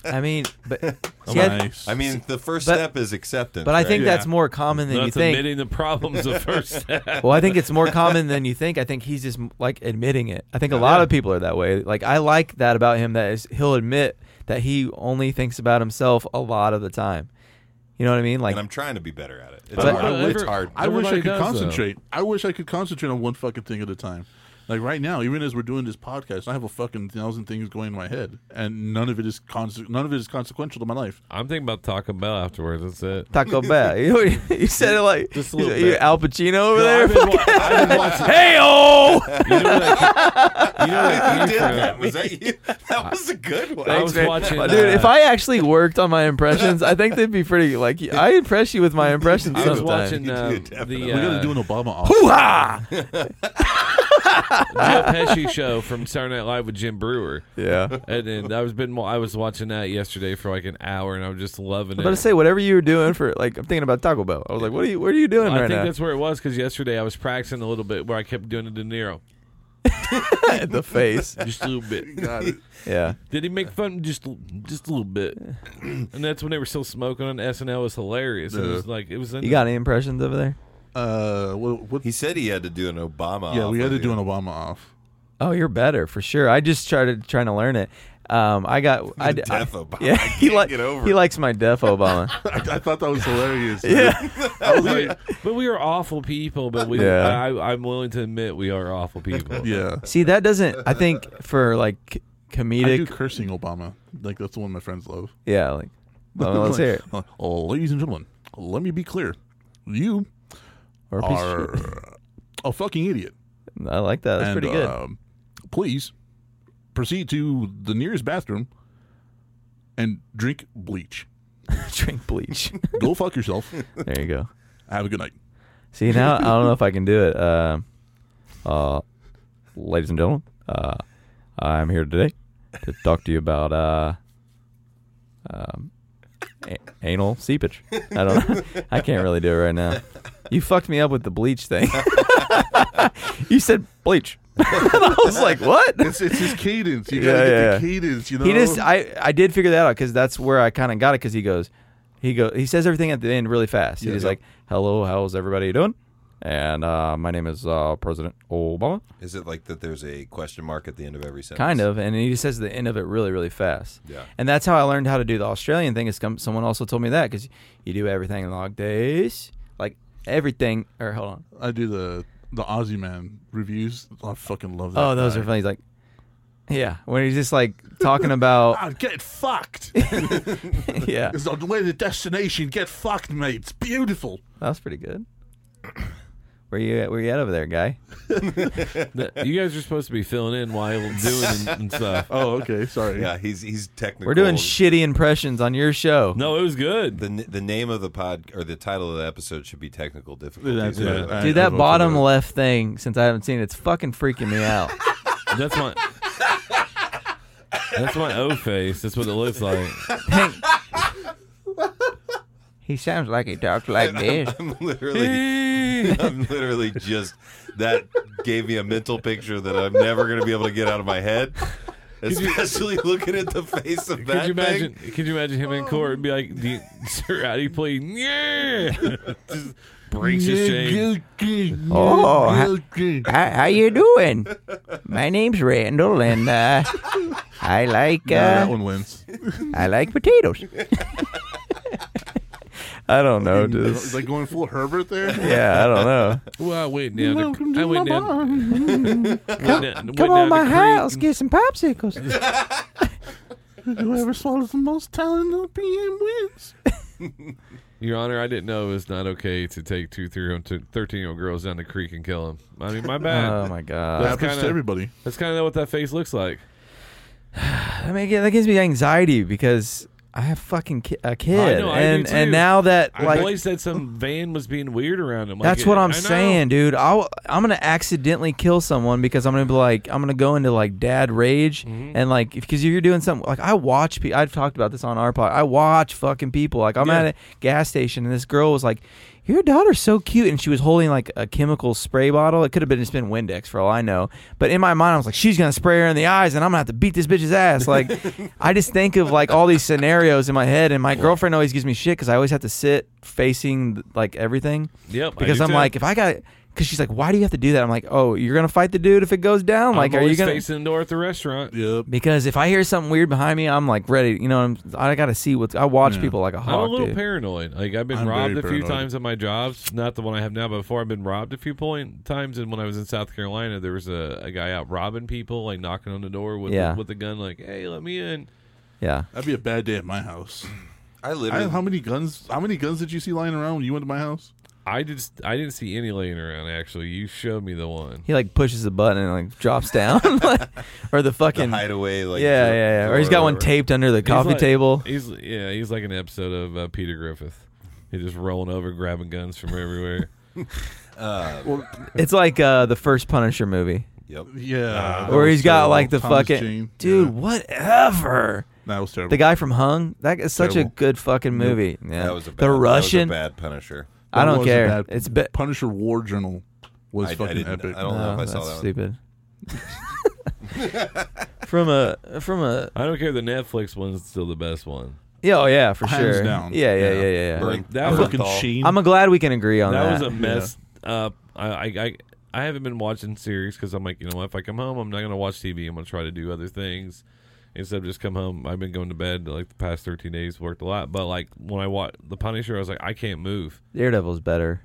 I mean, but see, I-
nice.
I mean, the first
But-
step is acceptance.
but I
right?
think
Yeah.
that's more common than you
That's
think.
admitting the problems the first step.
well, I think it's more common than you think. I think he's just like admitting it. I think a lot of people are that way. Like I like that about him that is he'll admit that he only thinks about himself a lot of the time. You know what I mean? Like
and I'm trying to be better at it. It's
But-
hard.
Well,
it's
every-
hard.
I wish I
Everybody
could
does, though.
concentrate. I wish I could concentrate on one fucking thing at a time. Like right now, even as we're doing this podcast, I have a fucking thousand things going in my head, and none of it is conse- none of it is consequential to my life.
I'm thinking about Taco Bell afterwards. That's it.
Taco Bell. You, know, you said it like
Just a little
you,
bit.
Al Pacino over
No,
there.
I've been wa- I've been watching.
hey oh!
You know what I- you know what I
You
came
did
from?
that. Was that you? That was a good one.
I was
man.
watching.
Dude,
uh,
if I actually worked on my impressions, I think they'd be pretty. Like I impress you with my impressions
I was
sometimes.
watching uh,
You do, definitely.
the
we got
uh,
to do an Obama off.
Joe Pesci show from Saturday Night Live with Jim Brewer,
Yeah.
and then I was been I was watching that yesterday for like an hour, and I was just loving
I
it.
was about to say whatever you were doing for like I'm thinking about Taco Bell. I was like, what are you what are you doing
I
right
think
now?
that's where it was because yesterday I was practicing a little bit where I kept doing a De Niro
At the face.
just a little bit.
Yeah.
Did he make fun just just a little bit? And that's when they were still smoking on SNL. It was hilarious. It was like it was. In
You got any impressions over there?
Uh, what, what,
He said he had to do an Obama.
yeah, we
off
had to
with
do
you.
an Obama off.
Oh, you're better for sure. I just started trying to learn it. Um, I got I,
The
I-
deaf Obama.
yeah.
I
He
can't
like
get over
he
it.
likes my deaf Obama.
I, I thought that was hilarious.
yeah.
I was like,
but we are awful people. But we,
Yeah.
I, I'm willing to admit we are awful people.
yeah.
See, that doesn't. I think for like c-
I do
comedic.
cursing Obama. Like that's the one my friends love. Uh,
Yeah. Like Well, let's hear it.
Ladies and gentlemen, let me be clear. You
Or a piece of
are a fucking idiot.
shit. I like that. That's
and,
pretty good.
Um, please proceed to the nearest bathroom and drink bleach.
Drink bleach.
Go fuck yourself.
there you go.
Have a good night.
See now, I don't know if I can do it. Uh, uh, ladies and gentlemen, uh, I'm here today to talk to you about uh, um, a- anal seepage. I don't. I can't really do it right now. You fucked me up with the bleach thing. you said bleach. and I was like, what?
It's, it's his cadence. You
Yeah,
gotta get
yeah.
the cadence. You know.
He just I I did figure that out because that's where I kind of got it because he goes he go he says everything at the end really fast. He's
Yeah,
just
yeah.
like, "Hello, how's everybody doing?" And uh, my name is uh, President Obama,
Is it like that? There's a question mark at the end of every sentence.
kind of, and he just says the end of it really really fast.
Yeah.
and that's how I learned how to do the Australian thing. Is come, someone also told me that because you do everything in log days, like everything. Or hold on,
I do the the Aussie man reviews. I fucking love that.
oh, those
guy.
are funny. He's like, yeah, when he's just like talking about,
Ah, get fucked.
yeah,
it's on the way to destination. Get fucked, mate. It's beautiful.
that was pretty good. Where you at, where you at over there, guy?
you guys are supposed to be filling in while doing and, and stuff.
Oh, okay. Sorry.
Yeah, he's he's technical.
We're doing shitty impressions on your show.
No, it was good.
The, n- the name of the pod or the title of the episode should be technical difficulties. uh,
That's it.
Yeah.
I-
Dude,
I
that
vote for
bottom left thing, since I haven't seen it, it's fucking freaking me out.
That's my. That's my O face. That's what it looks like.
he sounds like he talks like this.
I'm literally, I'm literally just that gave me a mental picture that I'm never going to be able to get out of my head. Especially looking at the face of
Could
that
you imagine?
thing.
Could you imagine him in court and be like, "Do you- "Sir, how do you play?" Yeah, Just breaks his chain.
Oh, how, how, how you doing? My name's Randall, and uh, I like
No, that
uh,
one wins.
I like potatoes. I don't
Oh,
know, dude.
It's like going full Herbert there.
Yeah, I don't know.
Well, I went down. To, I went down. Come,
Come on, my house, get some popsicles.
Whoever swallows the most talent of PM wins.
Your Honor, I didn't know it was not okay to take two 13 year old girls down the creek and kill them. I mean, my bad.
Oh my
That
god,
happens
kinda-
to everybody.
That's kind of what that face looks like.
I mean that gives me anxiety because I have fucking ki- a kid,
know, I do
and
too.
and now that
I
like
always said some van was being weird around him. Like,
That's what
I
I'm
know.
saying, dude. I'll, I'm gonna accidentally kill someone because I'm gonna be like, I'm gonna go into like dad rage
Mm-hmm.
and like because you're doing something like I watch. Pe- I've talked about this on our pod. I watch fucking people. Like I'm
Yeah.
at a gas station and this girl was like, "Your daughter's so cute," and she was holding like a chemical spray bottle. It could have been just been Windex for all I know. But in my mind, I was like, "She's gonna spray her in the eyes, and I'm gonna have to beat this bitch's ass." Like I just think of like all these scenarios in my head, and my girlfriend always gives me shit because I always have to sit facing like everything
Yep. I
because
do
I'm
too.
like, if I got, because she's like, why do you have to do that? I'm like, oh, you're gonna fight the dude if it goes down.
I'm
Like, are you
always
gonna?
facing the door at the restaurant?
Yep.
Because if I hear something weird behind me, I'm like ready. You know, I'm, I gotta see what's. I watch
Yeah.
people like a
I'm a
hawk.
little
dude.
paranoid. Like I've been
I'm
robbed
very
a few
paranoid.
times at my jobs, not the one I have now, but before I've been robbed a few point times. And when I was in South Carolina, there was a, a guy out robbing people, like knocking on the door with
Yeah.
with a gun, like, "Hey, let me in."
yeah,
That'd be a bad day at my house.
I
I,
literally,
how many guns? How many guns did you see lying around when you went to my house?
I just I didn't see any laying around. Actually, you showed me the one.
he like pushes the button and like drops down, or the
the
fucking.
hideaway. Like
yeah,
door-
yeah, yeah. Or he's
door
got one
whatever.
taped under the coffee
He's like-
table.
He's yeah, he's like an episode of uh, Peter Griffith. He's just rolling over, grabbing guns from everywhere.
It's like uh, the first Punisher movie,
Yep.
Yeah.
or he's got like the fucking dude.
Yeah.
Whatever.
That was terrible.
The guy from Hung. That is such
Terrible.
a good fucking movie. Yeah.
That was a bad,
the Russian.
That was a bad Punisher.
I
That
don't
was a
care.
bad-
It's be-
Punisher War Journal was
I- I
fucking
didn't-
epic.
I don't- know if I saw
that's
that one.
stupid. from a Uh, from a
I don't care. The Netflix one's still the best one.
yeah, oh yeah for
Hands
sure
down.
yeah yeah yeah
Yeah.
yeah, yeah.
Burn-
Like, that
I'm
was-
Fucking Bernthal.
Sheen.
I'm a glad we can agree on
that
that.
was a mess up. I, I I I haven't been watching series because I'm like, you know what? If I come home, I'm not gonna watch TV. I'm gonna try to do other things instead of just come home. I've been going to bed like the past 13 days. Worked a lot, but like when I watched The Punisher, I was like, I can't move.
Daredevil's better.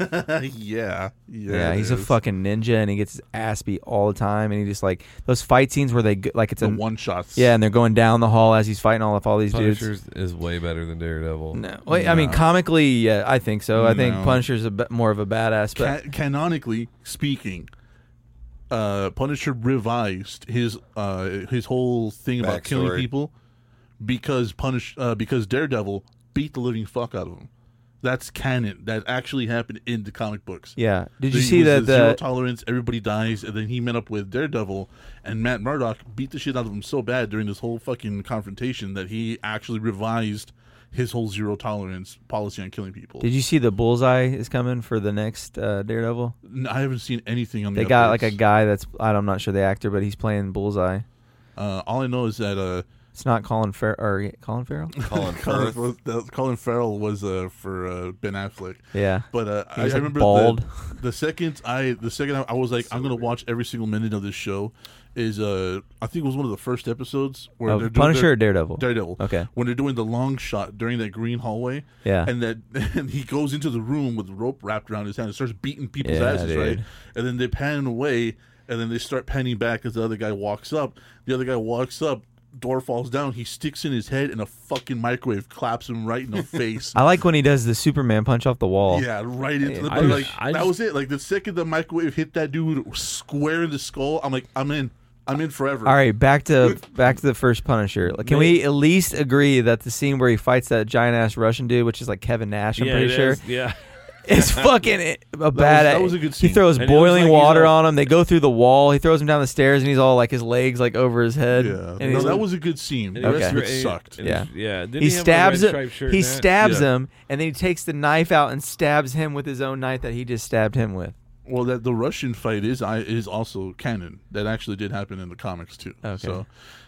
yeah, yeah.
Yeah,
it
he's a
is.
fucking ninja, and he gets his ass beat all the time. And he just like those fight scenes where they go- like it's
the
a
one shots.
yeah, and they're going down the hall as he's fighting all of all these dudes.
Punisher's is way better than Daredevil.
No, Wait, I mean comically, yeah, I think so. I think
No.
Punisher's a bit more of a badass, but
Ca- canonically speaking, uh, Punisher revised his uh, his whole thing about killing
Backstory.
people because punish uh, because Daredevil beat the living fuck out of him. That's canon. That actually happened in the comic books.
yeah. Did you
There
see
was
that uh,
the zero
the
tolerance? Everybody dies, and then he met up with Daredevil, and Matt Murdock beat the shit out of him so bad during this whole fucking confrontation that he actually revised his whole zero tolerance policy on killing people.
Did you see the bullseye is coming for the next uh, Daredevil?
N- I haven't seen anything on.
They
the
got
updates.
like a guy that's I don't- I'm not sure the actor, but he's playing Bullseye.
Uh, all I know is that uh,
It's not Colin Farrell or Colin Farrell.
Colin
Colin,
Firth.
was- that- Colin Farrell was uh, for uh, Ben Affleck.
Yeah,
But uh, I, I
was, like,
remember
bald.
The, the second I the second I, I was like I'm gonna watch every single minute of this show is uh I think it was one of the first episodes where
Of
they're doing
Oh, Punisher
their-
or Daredevil?
Daredevil
Okay.
when they're doing the long shot during that green hallway
Yeah.
and that and he goes into the room with rope wrapped around his hand and starts beating people's
Yeah,
asses right
dude.
and then they pan away and then they start panning back as the other guy walks up the other guy walks up door falls down he sticks in his head and a fucking microwave claps him right in the face
I like when he does the Superman punch off the wall.
yeah, right into the
I
but,
just-
like
I
that
just-
was it. Like the second the microwave hit that dude square in the skull, I'm like, I'm in, I'm in forever.
All right, back to back to the first Punisher. Like, can we at least agree that the scene where he fights that giant ass Russian dude, which is like Kevin Nash, I'm
yeah,
pretty
it
sure,
is. Yeah.
it's fucking a badass.
that was a good scene.
He throws
And he looks
boiling
like he's
water
all-
on him. They go through the wall. He throws him down the stairs, and he's all like his legs like over his head.
Yeah,
and
no,
he's
that
like-
was a good scene. The
And
rest
Okay.
of it sucked.
And-
Yeah.
Yeah. Didn't
he
have a
stabs
red
him.
striped shirt
He
in that?
stabs
Yeah.
him, and then he takes the knife out and stabs him with his own knife that he just stabbed him with.
Well, that the Russian fight is I is also canon. That actually did happen in the comics too.
Okay.
So,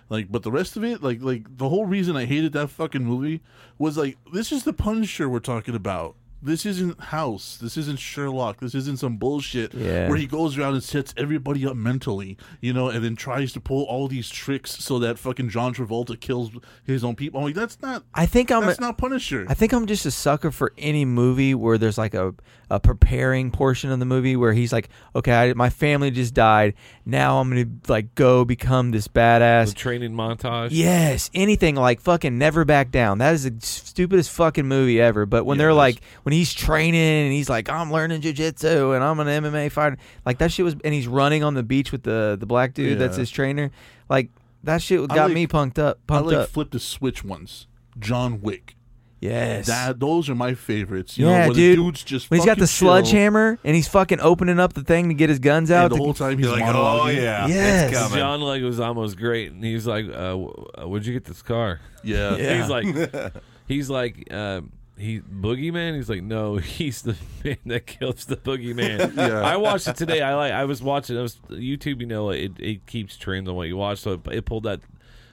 like, but the rest of it, like, like the whole reason I hated that fucking movie was like, this is the Punisher we're talking about. This isn't House. This isn't Sherlock. This isn't some bullshit
Yeah.
where he goes around and sets everybody up mentally, you know, and then tries to pull all these tricks so that fucking John Travolta kills his own people. I'm like, that's not.
I think I'm.
that's not Punisher.
I think I'm just a sucker for any movie where there's like a, a preparing portion of the movie where he's like, okay, I, my family just died. Now I'm gonna like go become this
The
badass.
training montage.
Yes, anything like fucking never back down. That is the stupidest fucking movie ever. But when
it
they're
is.
like, when he's training and he's like, I'm learning jujitsu and I'm an MMA fighter, like that shit was, and he's running on the beach with the the black dude that's
Yeah.
his trainer, like that shit got
like-
me punked up,
I
pumped
like
up.
flipped a switch once. John Wick.
yes,
That those are my favorites. You
yeah,
know, when
dude.
The dude's just
when he's got
fucking
the
chill,
sledgehammer and he's fucking opening up the thing to get his guns out.
and the
to-
whole time he's
You're like, oh
monologuing.
yeah,
Yes.
it's coming.
John Leguizamo's great, and he's like, uh, w- uh, "Where'd you get this car?"
yeah,
Yeah.
He's like, he's like, um, he boogeyman. He's like, no, he's the man that kills the boogeyman. I watched it today. I like, I was watching. I was YouTube. You know, it it keeps trends on what you watch. So it, it pulled that,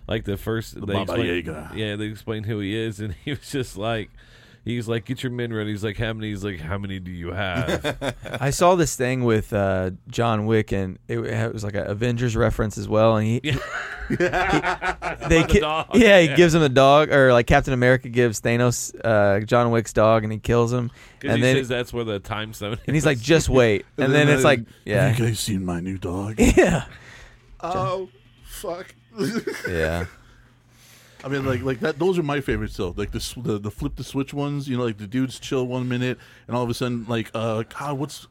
like the first. they
Baba
explained-
Yaga.
Yeah, they explained who he is, and he was just like. He's like, get your men ready. He's like, how many? He's like, how many do you have?
I saw this thing with uh, John Wick and it, it was like an Avengers reference as well. And he, he- they ki-
dog,
yeah, he
yeah.
gives him a dog or like Captain America gives Thanos uh, John Wick's dog and he kills him.
Because he
And then
says that's where the time zone.
and he's like, just wait. And, then, it's like, yeah,
Have you guys seen my new dog?
yeah,
oh, fuck.
yeah.
I mean, like, like that. Those are my favorites, though. Like the, s- the the flip the switch ones. You know, like the dude's chill one minute, and all of a sudden, like, uh, God, what's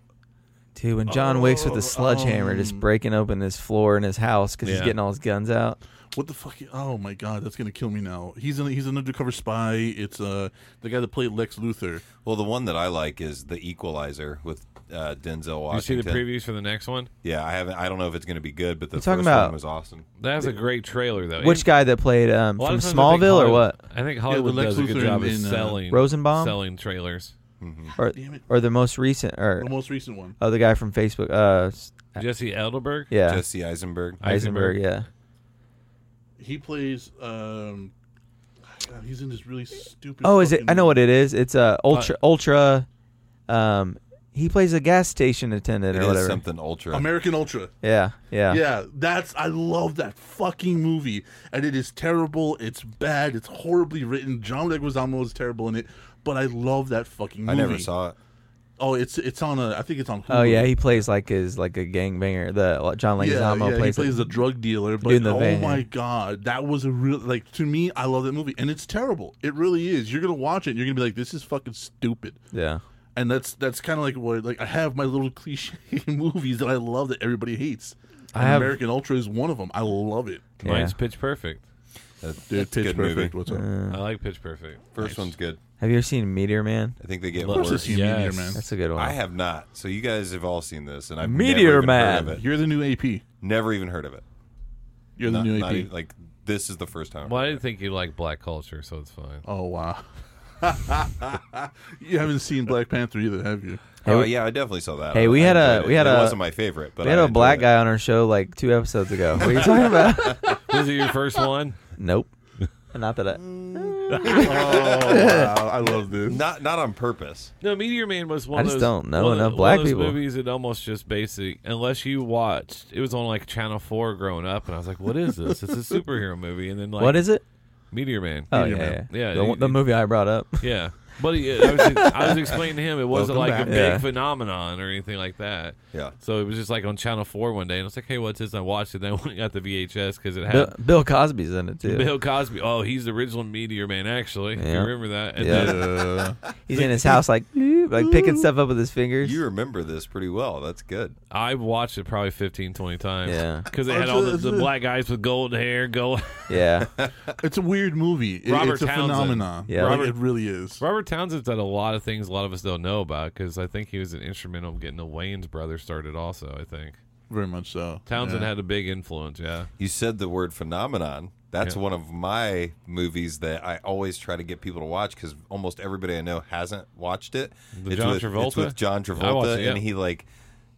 Dude, when John Wick's
Oh,
with the sledgehammer just breaking open this floor in his house because he's
um, Yeah.
getting all his guns out.
what the fuck? Oh my God, that's gonna kill me now. He's an he's an undercover spy. It's uh the guy that played Lex Luthor.
Well, the one that I like is the Equalizer with uh, Denzel
you see
Washington.
the previews for the next one?
Yeah, I haven't. I don't know if it's going to be good, but the
You're talking
first
about-
one was awesome.
That's a great trailer, though.
Which guy that played um,
A lot
from
of times I think
Smallville or
Hollywood-
what?
I think Hollywood
Lex
does a good
Luthor
job
in-
of
in, uh,
selling
Rosenbaum?
selling trailers.
Or,
Damn it.
or the most recent or
The most recent one.
other guy from Facebook? Uh, s-
Jesse Edelberg,
yeah,
Jesse Eisenberg.
Eisenberg. Yeah,
He plays um. God, he's in this really stupid.
Oh, is it?
fucking-
I know what it is. It's uh, ultra, ultra. Um, he plays a gas station attendant
It
or
is
whatever.
something ultra.
American Ultra.
Yeah, yeah,
Yeah, that's I love that fucking movie, and it is terrible. It's bad. It's horribly written. John Leguizamo is terrible in it, but I love that fucking
I
movie.
never saw it.
Oh, it's it's on a. I think it's on. Hulu.
Oh yeah, he plays like his like a gangbanger. The like, John
yeah,
Leguizamo
yeah,
plays.
he plays a drug dealer. But
in the
oh
van.
my god, that was a real like to me. I love that movie, and it's terrible. It really is. You're gonna watch it, and you're gonna be like, this is fucking stupid.
yeah,
And that's that's kind of like what like I have my little cliche movies that I love that everybody hates.
I
And
have-
American Ultra is one of them. I love it.
yeah.
Mine's Pitch Perfect.
That-
Dude,
that's a
Pitch
good
Perfect.
movie.
What's up?
I like Pitch Perfect.
Uh, First one's good.
Have you ever seen Meteor Man?
I think they get
Of course, it's
worse.
you, Meteor
Yes.
Man.
That's a good one.
I have not. So you guys have all seen this, and I've
Meteor
never even
Man.
Heard of it.
You're the new AP.
Never even heard of it.
You're the
Not-
new AP.
not even- like this is the first time.
Well, I didn't think you liked black culture, so it's fine.
oh wow. you haven't seen Black Panther either, have you?
Hey,
oh
we-
yeah, I definitely saw that.
Hey,
one.
we
I
had a-
enjoyed it.
we had
It
a-
wasn't my favorite, but
we had
I
a black
enjoyed
guy on our show like two episodes ago. What are you talking about?
Was it your first one?
nope. Not that I.
wow, I love
it.
this.
Not not on purpose.
No, Meteor Man was one.
I
of
just
those,
don't know
one of-
enough
one
black
of those
people.
Movies that almost just basic, unless you watched. It was on like Channel Four growing up, and I was like, "What is this? it's a superhero movie." And then like,
what is it?
Meteor Man?
Oh yeah,
Meteor
yeah,
Man.
Yeah,
The,
you-
one- the movie I brought up.
Yeah, but he, uh, I, was, I was explaining to him it wasn't
Welcome
like a
back.
big
Yeah.
phenomenon or anything like that.
Yeah.
So it was just like on Channel Four one day, and I was like, "Hey, what's this?" And I watched it. Then I went and got the VHS because it
Bill,
had
Bill Cosby's in it too.
Bill, Cosby. Oh, he's the original Meteor Man, actually. If
Yeah.
you remember that? And
Yeah.
then-
Uh,
He's in his house like bloop, like picking stuff up with his fingers.
You remember this pretty well. That's good.
I watched it probably 15, 20 times.
Yeah.
Because they had all the, the black guys with gold hair. Gold.
yeah,
it's a weird movie. It-
Robert
it's a
Townsend.
phenomenon.
Yeah.
Like,
Robert-
it really is.
Robert Townsend's done a lot of things a lot of us don't know about because I think he was an instrumental in getting the Wayne's brothers started, also, I think.
Very much so.
Townsend
Yeah.
had a big influence, yeah.
You said the word phenomenon. That's
Yeah.
one of my movies that I always try to get people to watch because almost everybody I know hasn't watched it.
The John
with,
Travolta?
It's with John
I watched
Travolta,
it, yeah.
and he like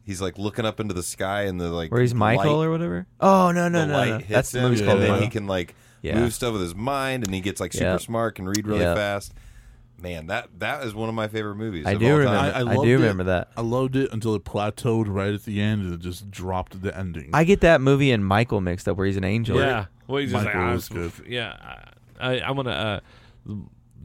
he's like looking up into the sky and the like
where he's Michael
light-
or whatever. Oh no no
the
no,
light
no.
hits
that's the
him,
movie's
and
called.
then
Michael.
he can like
Yeah.
move stuff with his mind, and he gets like super
Yeah.
smart, can read really
Yeah.
fast. Man, that that is one of my favorite movies.
I
of
do
all time.
remember. I do
loved
remember that.
I loved it until it plateaued right at the end and it just dropped the ending.
I get that movie and Michael mixed up where he's an angel.
Yeah. Well, he's just like,
Michael
"Ah,
was
it's- yeah. I, I'm going to. Uh,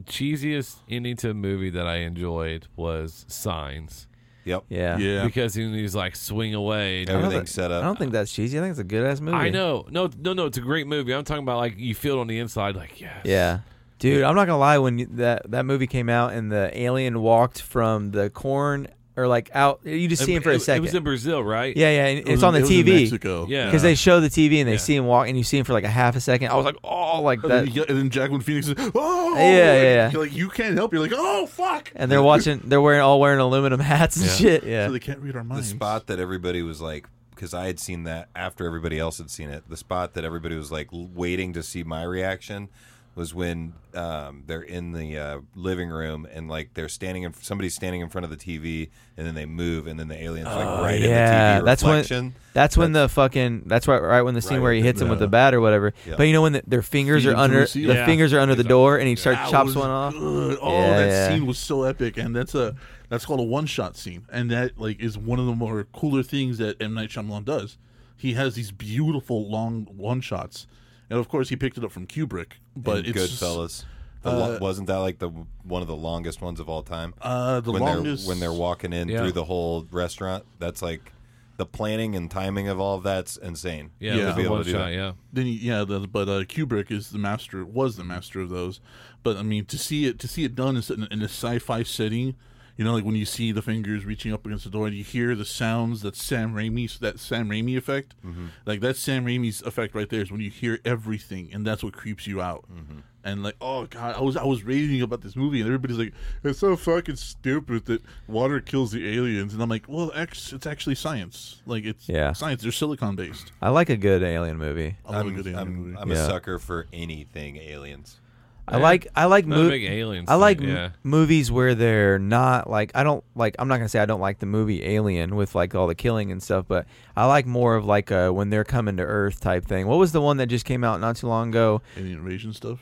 cheesiest ending to a movie that I enjoyed was Signs
Yep,
yeah,
yeah.
because he was like, swing away.
I don't
everything
thi-
set
I don't
up.
think that's cheesy. I think it's a good ass movie.
I know. No, no, no. It's a great movie. I'm talking about like you feel it on the inside, like yes.
Yeah. Dude, I'm not gonna lie. When you- that that movie came out and the alien walked from the corn or like out, you just see him for
it,
a second.
It was in Brazil, right?
yeah, yeah. and
It was
it's
in-
on the
it was in
TV
Mexico.
uh,
Yeah.
because they show the TV and they
Yeah.
see him walk, and you see him for like a half a second. I was like, oh, like
And then,
that.
you get- and then Jacqueline Phoenix is, oh,
Yeah, yeah, yeah.
You're like, you can't help. You're like, oh, fuck.
And they're watching. They're wearing all wearing aluminum hats and
Yeah.
shit. Yeah.
So they can't read our
the
minds.
spot that everybody was like, because I had seen that after everybody else had seen it. The spot that everybody was like l- waiting to see my reaction was when um, they're in the uh, living room and like they're standing in somebody's standing in front of the TV and then they move and then the aliens like right
Oh, yeah,
in the TV
that's when-
reflection.
That's when the fucking. That's right. Right when the scene
Right
where he
when-
hits him with
yeah.
the bat or whatever.
Yeah.
But you know when the, their fingers
Feed
are
him to
under
the
the,
ceiling.
Yeah.
fingers are under the door and he starts
That
chops
was
one off.
good. Oh,
Yeah,
that
yeah.
scene was so epic, and that's a that's called a one shot scene, and that like is one of the more cooler things that M Night Shyamalan does. He has these beautiful long one shots, and of course he picked it up from Kubrick. But
and
it's just-
Goodfellas. The lo- wasn't that like the one of the longest ones of all time?
Uh, the
when
longest-
they're, when they're walking in
Yeah.
through the whole restaurant, that's like the planning and timing of all of that's insane.
yeah.
Yeah.
it was
To be
a
able
one
to do
shot,
that.
yeah.
then he- yeah, the, but uh, Kubrick is the master was the master of those. But I mean, to see it to see it done is in, in a sci-fi setting, you know, like when you see the fingers reaching up against the door and you hear the sounds that Sam Raimi's that Sam Raimi effect,
Mm-hmm.
like that's Sam Raimi's effect right there is when you hear everything and that's what creeps you out.
Mm-hmm.
And like, oh god, I was I was raving about this movie, and everybody's like, "It's so fucking stupid that water kills the aliens." And I'm like, "Well, act- it's actually science. Like, it's
Yeah.
science. They're silicon based.
I like a good alien movie.
I love a good alien
I'm,
movie.
I'm
Yeah.
a sucker for anything aliens.
I like I like
Not a
mov-
big alien
I like
fan,
m-
yeah.
movies where they're not like I don't like I'm not gonna say I don't like the movie Alien with like all the killing and stuff, but I like more of like a when they're coming to Earth type thing. What was the one that just came out not too long ago?
Alien invasion stuff.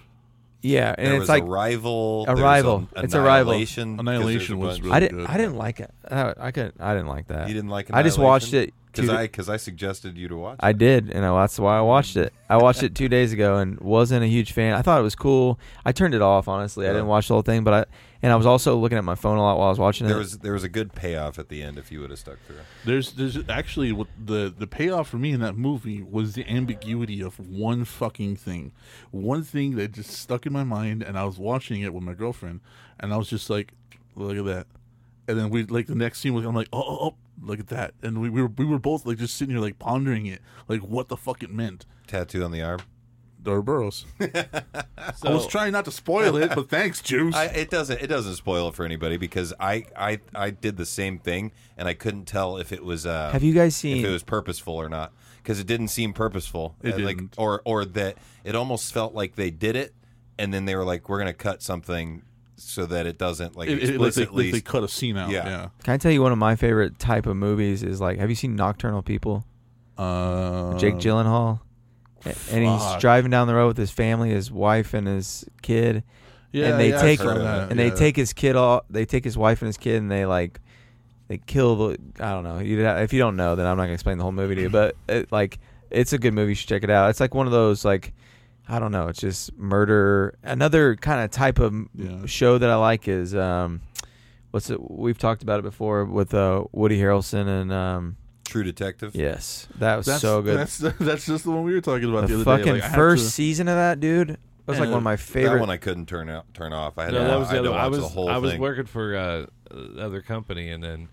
Yeah, and
There
it's
was
like
Arrival. there was
Arrival.
a-
It's Arrival.
Annihilation. 'cause
Annihilation
there's a
was
bunch.
really
I didn't
good.
I didn't like it. I, I could I didn't like that.
You didn't like
I just watched it.
Annihilation?
Two,
I because I suggested you to watch.
I did, and I, that's why I watched it. I watched it two days ago and wasn't a huge fan. I thought it was cool. I turned it off honestly. I didn't watch the whole thing, but I And I was also looking at my phone a lot while I was watching
There
it.
was there was a good payoff at the end if you would have stuck through.
There's there's actually what the the payoff for me in that movie was the ambiguity of one fucking thing, one thing that just stuck in my mind, and I was watching it with my girlfriend, and I was just like, look at that, and then we like the next scene was I'm like, oh, oh, oh, look at that, and we, we were we were both like just sitting here like pondering it, like what the fuck it meant.
Tattoo on the arm.
Dar Burrows. I was trying not to spoil it, but thanks, Juice.
I, it doesn't it doesn't spoil it for anybody because I, I I did the same thing and I couldn't tell if it was uh,
Have you guys
if
seen?
it was purposeful or not because it didn't seem purposeful.
It
Uh, Like
didn't.
or or that it almost felt like they did it and then they were like we're gonna cut something so that it doesn't like
it, it, like, they, like
explicitly.
they cut a scene out.
Yeah.
Yeah.
can I tell you one of my favorite type of movies is like? Have you seen Nocturnal People?
Uh,
Jake Gyllenhaal, A- and he's
fuck.
driving down the road with his family, his wife and his kid,
Yeah,
and they
yeah, I
take
saw that,
and
yeah.
they take his kid off. They take his wife and his kid, and they like they kill the. I don't know. You if you don't know, then I'm not gonna explain the whole movie to you. But it, like, it's a good movie. You should check it out. It's like one of those like. I don't know. It's just murder. Another kind of type of m-
Yeah.
show that I like is um, what's it? We've talked about it before with uh, Woody Harrelson and um,
True Detective.
yes, that was so good.
That's that's just the one we were talking about the,
the,
other
fucking
day. Like, I have
first
to-
season of that dude that was like
Yeah.
one of my
That
favorite.
one I couldn't turn out turn off. I had
No,
to,
that was
I,
the
had to
other.
watch
I was
the whole
I was
thing.
working for uh, other company, and then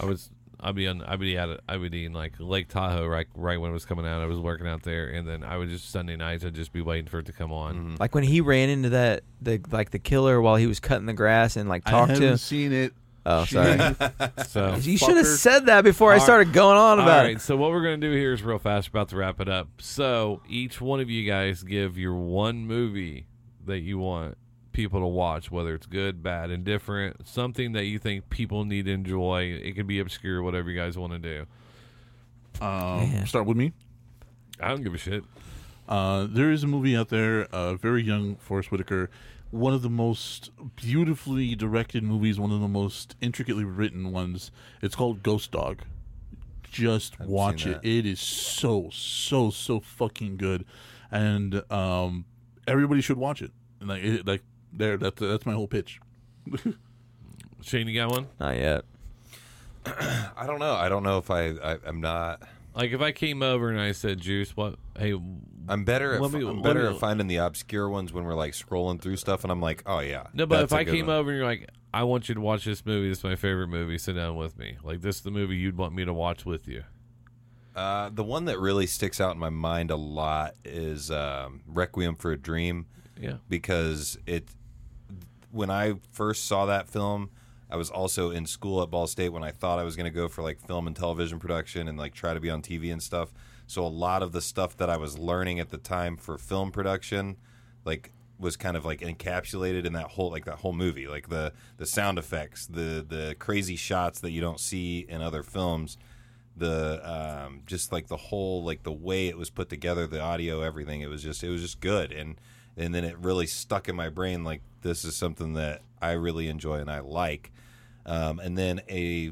I was I'd be on I'd be out I would be in like Lake Tahoe right right when it was coming out. I was working out there, and then I would just Sunday nights I'd just be waiting for it to come on.
Mm-hmm.
like when he ran into that the like the killer while he was cutting the grass and like talked
I
to.
haven't
him.
seen it.
Oh,
She-
sorry.
So
You should have
fucker.
said that before I
Alright.
started going on
All
about
right,
it.
so what we're gonna do here is real fast, about to wrap it up. So each one of you guys give your one movie that you want people to watch, whether it's good, bad, indifferent, something that you think people need to enjoy. It can be obscure, whatever you guys want to do.
Um, start with me.
I don't give a shit.
Uh, there is a movie out there, uh, very young Forrest Whitaker, one of the most beautifully directed movies, one of the most intricately written ones. It's called Ghost Dog. Just watch
seen
it.
that.
It is so so so fucking good, and um, everybody should watch it. And like it, like there, that's that's my whole pitch.
Shane, you got one?
Not yet.
I don't know. I don't know if I, I I'm not.
Like if I came over and I said, "Juice, what? Hey,
I'm better. At,
Let me-
I'm
let
better
me-
at finding the obscure ones when we're like scrolling through stuff, and I'm like, oh yeah.
no, but
that's
if
a
I
good
came
one.
over and you're like, I want you to watch this movie. This is my favorite movie. Sit down with me. Like this is the movie you'd want me to watch with you.
uh, the one that really sticks out in my mind a lot is um, Requiem for a Dream
Yeah,
because it. When I first saw that film, I was also in school at Ball State when I thought I was going to go for like film and television production and like try to be on TV and stuff. So a lot of the stuff that I was learning at the time for film production, like was kind of like encapsulated in that whole like that whole movie like the the sound effects the the crazy shots that you don't see in other films the um just like the whole like the way it was put together the audio everything it was just it was just good and and then it really stuck in my brain like this is something that I really enjoy and I like um and then a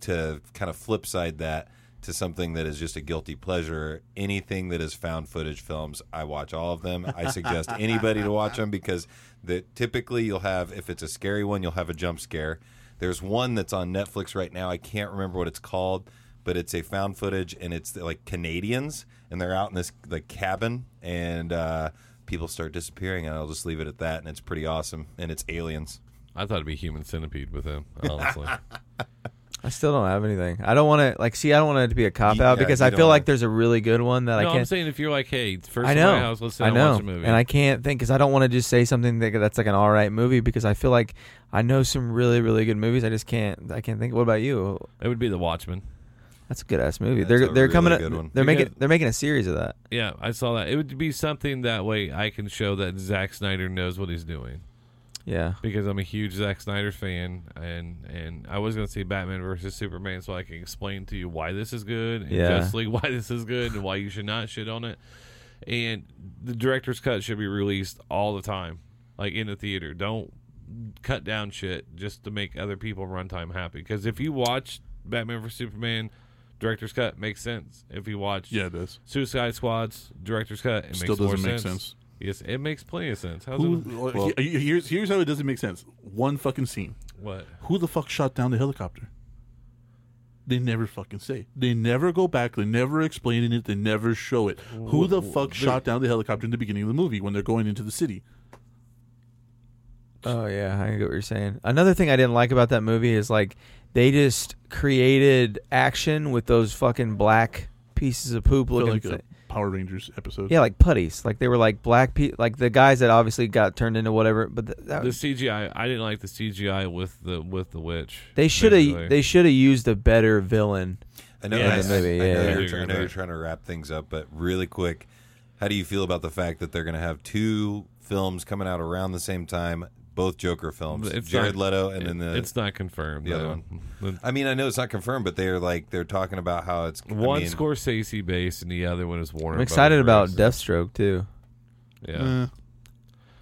to kind of flip side that to something that is just a guilty pleasure. Anything that is found footage films, I watch all of them. I suggest anybody to watch them because the, typically you'll have, if it's a scary one, you'll have a jump scare. There's one that's on Netflix right now. I can't remember what it's called, but it's a found footage and it's like Canadians and they're out in this like cabin and uh, people start disappearing and I'll just leave it at that and it's pretty awesome and it's aliens.
I thought it'd be Human Centipede with him. Honestly,
I still don't have anything. I don't want to like see. I don't want it to be a cop
Yeah,
out because
you
I
don't
feel
wanna-
like there's a really good one that I
no,
can't.
I'm saying if you're like, "Hey, it's first
I
in
know.
my house, let's sit
I
down
know.
and watch a movie,"
And I can't think because I don't want to just say something that, that's like an all right movie because I feel like I know some really really good movies. I just can't. I can't think. What about you?
it would be The Watchmen.
That's a good ass movie.
That's
they're
a
they're
really
coming. up-
good one.
They're
Because-
making they're making a series of that.
Yeah, I saw that. It would be something that way I can show that Zack Snyder knows what he's doing
Yeah.
because I'm a huge Zack Snyder fan, and and I was gonna see Batman versus Superman so I can explain to you why this is good, and
Yeah.
Justice League why this is good, and why you should not shit on it. And the director's cut should be released all the time, like in the theater. Don't cut down shit just to make other people runtime happy. Because if you watch Batman versus Superman, director's cut makes sense. If you watch
Yeah, it does.
Suicide Squad's director's cut, it
Still
makes more
doesn't make
sense.
sense.
Yes, it makes plenty of sense. How's
Who,
it?
well, he- here's here's how it doesn't make sense. One fucking scene.
What?
Who the fuck shot down the helicopter? They never fucking say. They never go back. They never explain it. They never show it. Who the fuck shot down the helicopter in the beginning of the movie when they're going into the city?
Oh yeah, I get what you're saying. Another thing I didn't like about that movie is like they just created action with those fucking black pieces of poop
Felt
looking.
like a
thi-
Power Rangers episode.
yeah, like putties. Like they were like black pe- like the guys that obviously got turned into whatever. But th- that,
The CGI. I didn't like the CGI with the with the witch.
they should have
basically.
they should have used a better villain.
I know,
Yeah,
I, I-
maybe,
I know,
yeah.
you're, trying- I know
Right.
you're trying to wrap things up, but really quick, how do you feel about the fact that they're going to have two films coming out around the same time, both Joker films,
It's
Jared
not-
Leto, and
it-
then the.
it's not confirmed.
the other
though.
one.
The-
I mean, I know it's not confirmed, but they're like they're talking about how it's I
one
mean,
Scorsese based and the other one is Warner.
I'm excited about Uh.
Brothers.
Deathstroke too.
Yeah.
Eh,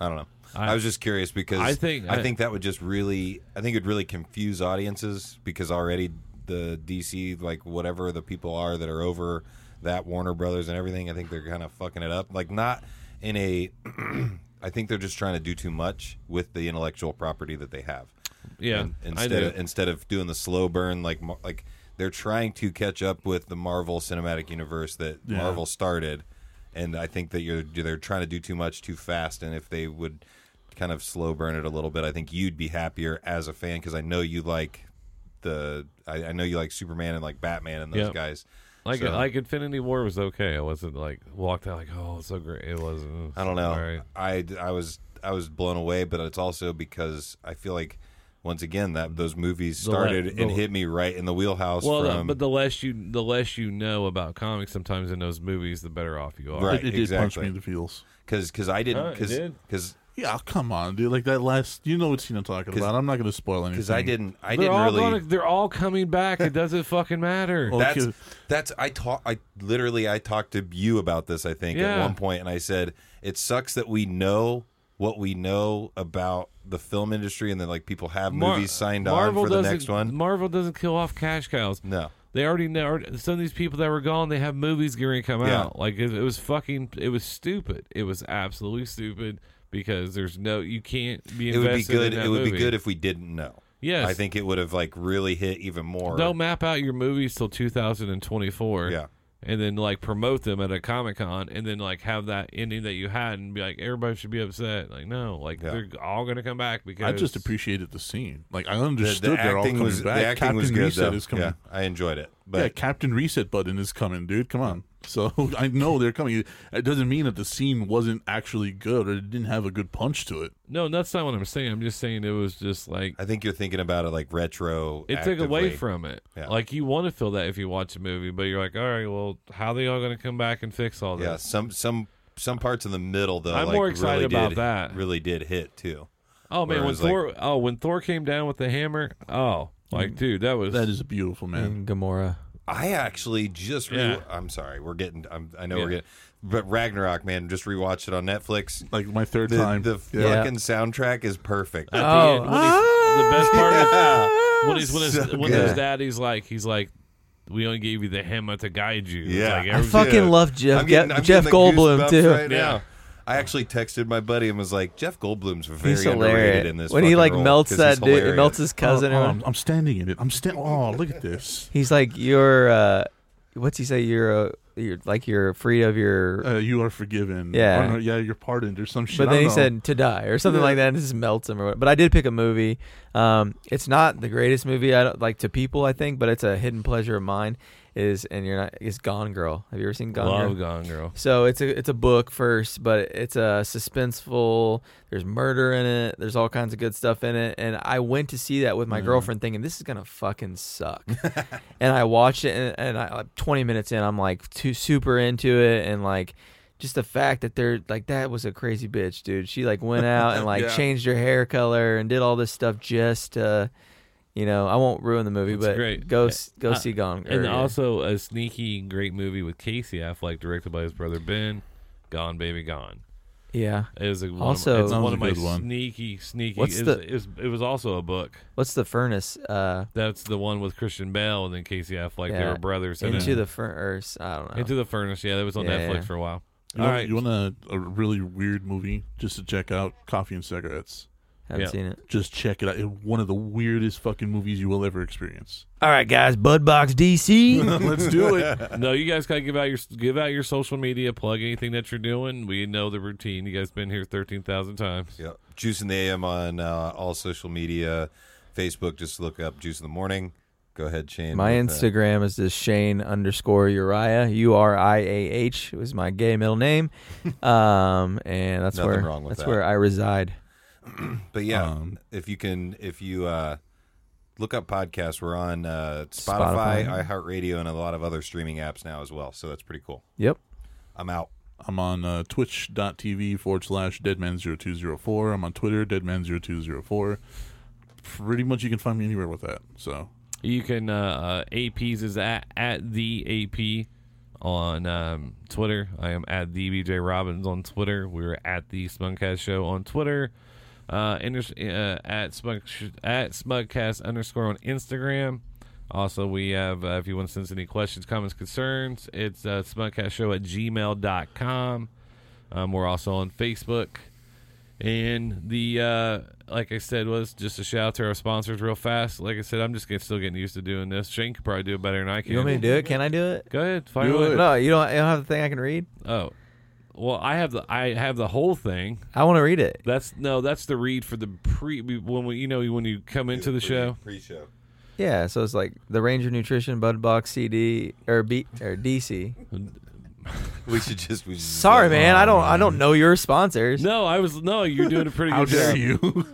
I don't know.
I-
I, was just curious because
I think-
I,
I-
think that would just really I think it'd really confuse audiences because already the DC like whatever the people are that are over that Warner Brothers and everything I think they're kind of fucking it up like not in a I think they're just trying to do too much with the intellectual property that they have.
Yeah,
In-
I
instead
do.
of instead of doing the slow burn like Mar- like they're trying to catch up with the Marvel Cinematic Universe that
Yeah.
Marvel started, and I think that you're they're trying to do too much too fast. And if they would kind of slow burn it a little bit, I think you'd be happier as a fan because I know you like the I, I know you like Superman and like Batman and those
Yeah.
guys.
Like
So,
like Infinity War was okay. I wasn't like walked out like oh it's so great. It wasn't.
I don't know.
All right.
I I was I was blown away, but it's also because I feel like. Once again, that those movies
The le-
started and
the-
hit me right in the wheelhouse.
Well,
from,
but the less you the less you know about comics, sometimes in those movies, the better off you are.
Right,
it, it did punch
exactly.
me in the feels.
because because I
Oh,
didn't
it
because
did?
because
Yeah, come on, dude. Like that last, you know what scene I'm talking about. I'm not going to spoil anything.
because I didn't I
They're
didn't
all
really.
gonna, they're all coming back. It doesn't fucking matter.
Well,
that's
Oh, Okay.
that's I talk I literally I talked to you about this I think at
Yeah.
one point and I said it sucks that we know what we know about the film industry and then like people have
Mar-
movies signed
Marvel
on for the
doesn't-
next one.
Marvel doesn't kill off cash cows.
No.
They already know some of these people that were gone. They have movies gearing to come
Yeah.
out. Like it, it was fucking. It was stupid. It was absolutely stupid because there's no. You can't be.
It would be
invested in
good.
that
It would be
movie.
good if we didn't know.
Yes.
I think it would have like really hit even more.
Don't map out your movies till 2024.
Yeah.
And then like promote them at a comic con, and then like have that ending that you had, and be like everybody should be upset. Like no, like
Yeah.
they're all gonna come back because
I just appreciated the scene. Like I
the,
understood
the
they're all
acting
coming
was
back.
the acting
Captain
was good
Reset
though.
is coming
Yeah, I enjoyed it. But
yeah, Captain Reset button is coming, dude. Come on. So I know they're coming. It doesn't mean that the scene wasn't actually good or it didn't have a good punch to it.
no, that's not what I'm saying. I'm just saying it was just like
I think you're thinking about it like retro.
it took away
actively.
from it.
Yeah.
Like you want to feel that if you watch a movie, but you're like, all right, well, how are they all going to come back and fix all this?
Yeah, some some some parts in the middle though.
I'm
like,
more excited
really
about
did,
that.
Really did hit too.
Oh man, when
Whereas, like-
Thor, oh when Thor came down with the hammer, oh
Mm.
like dude, that was
That is a beautiful man.
And Gamora.
I actually just re-
Yeah.
I'm sorry, we're getting. I'm, I know
Yeah.
we're getting, but Ragnarok, man, just rewatched it on Netflix.
Like my third
The,
time.
the
yeah.
fucking soundtrack is perfect.
at the
Oh.
end, when he's- the best part
Yeah.
is when he's when his
So
when his
good.
daddy's like he's like, we only gave you the hammer to guide you. It's
Yeah.
like,
I
I
every-
fucking
Dude,
love Jeff
I'm getting-
Ge-
I'm
Jeff
getting the
Goldblum
goosebumps
too.
right
Yeah.
now. I actually texted my buddy and was like, "Jeff Goldblum's very
He's
underrated
hilarious.
in this."
when he
fucking
like
role,
melts
'cause
that
he's
dude, it
hilarious.
melts his
Oh,
cousin.
oh,
or-
I'm, I'm standing in it. I'm standing. Oh, look at this.
he's like you're. Uh, what's he say? You're. Uh, you're like you're free of your.
Uh, you are forgiven.
Yeah.
Or no, yeah, you're pardoned or some shit.
but
I
then he
don't know.
said to die or something like that, and it just melts him. Or what. But I did pick a movie. Um, it's not the greatest movie I don't, like to people, I think, but it's a hidden pleasure of mine. Is and you're not is Gone Girl. Have you ever seen Gone Girl?
love Gone Girl.
So it's a it's a book first, but it's a suspenseful. There's murder in it. There's all kinds of good stuff in it. And I went to see that with
Mm.
my girlfriend, thinking this is gonna fucking suck. and I watched it, and, and I like 20 minutes in, I'm like too super into it, and like just the fact that they're like that was a crazy bitch, dude. She like went out and like
Yeah.
changed her hair color and did all this stuff just to. You know, I won't ruin the movie,
It's
but
great.
go s- go
Uh,
see Gone Girl.
And
yeah.
also a sneaky great movie with Casey Affleck, directed by his brother Ben. Gone, baby, gone.
yeah.
It was a, one
Also-
of, it's
That
was
one
a
of my
good one.
sneaky, sneaky.
What's
it, was,
the-
it, was, it was also a book.
What's the furnace? Uh,
That's the one with Christian Bale and then Casey Affleck. They
Yeah.
were brothers. and
into
then-
the furnace. I don't know.
into the furnace. Yeah, that was on
Yeah,
Netflix
yeah.
for a while.
You
All
want-
right.
You want a, a really weird movie just to check out? Coffee and Cigarettes.
Haven't
Yeah.
seen it.
Just check it out. It's one of the weirdest fucking movies you will ever experience.
All right, guys. Budbox DC.
Let's do it.
No, you guys gotta give out your give out your social media, plug anything that you're doing. We know the routine. You guys been here thirteen thousand times.
Yeah. Juice in the AM on uh, all social media. Facebook, just look up Juice in the Morning. Go ahead, Shane.
my
with, uh,
Instagram is just Shane underscore Uriah. U R I A H was my gay middle name, um, and that's
Nothing
where
wrong with
that's
that.
where I reside.
But yeah,
Um,
if you can, if you uh, look up podcasts, we're on uh, Spotify,
Spotify.
iHeartRadio, and a lot of other streaming apps now as well. So that's pretty cool.
Yep.
I'm out.
I'm on uh, twitch.tv forward slash deadman0204. I'm on Twitter, deadman0204. Pretty much you can find me anywhere with that. So
You can uh, uh APs is at at the AP on um, Twitter. I am at the BJ Robbins on Twitter. We're at the Smugcast Show on Twitter. Uh, inter- uh at smug at smugcast underscore on Instagram. Also, we have, uh, if you want to send us any questions, comments, concerns, it's uh, smugcastshow at gmail.com. Um, we're also on Facebook. And the uh like I said was just a shout out to our sponsors real fast. Like I said, I'm just get, still getting used to doing this. Shane could probably do it better than I can.
You want me to do it? Can I do it?
Go ahead, fire
Do
away.
it.
No, you don't. You don't have the thing I can read.
Oh, well, I have the I have the whole thing.
I want to read it.
That's no, that's the read for the pre when we, you know when you come into the show.
Pre-show.
Yeah, so it's like the Ranger Nutrition Bud Box CD or B or DC.
We should just. We should just
Sorry,
say-
man, I don't I don't know your sponsors.
No, I was no, you're doing a pretty good job.
you?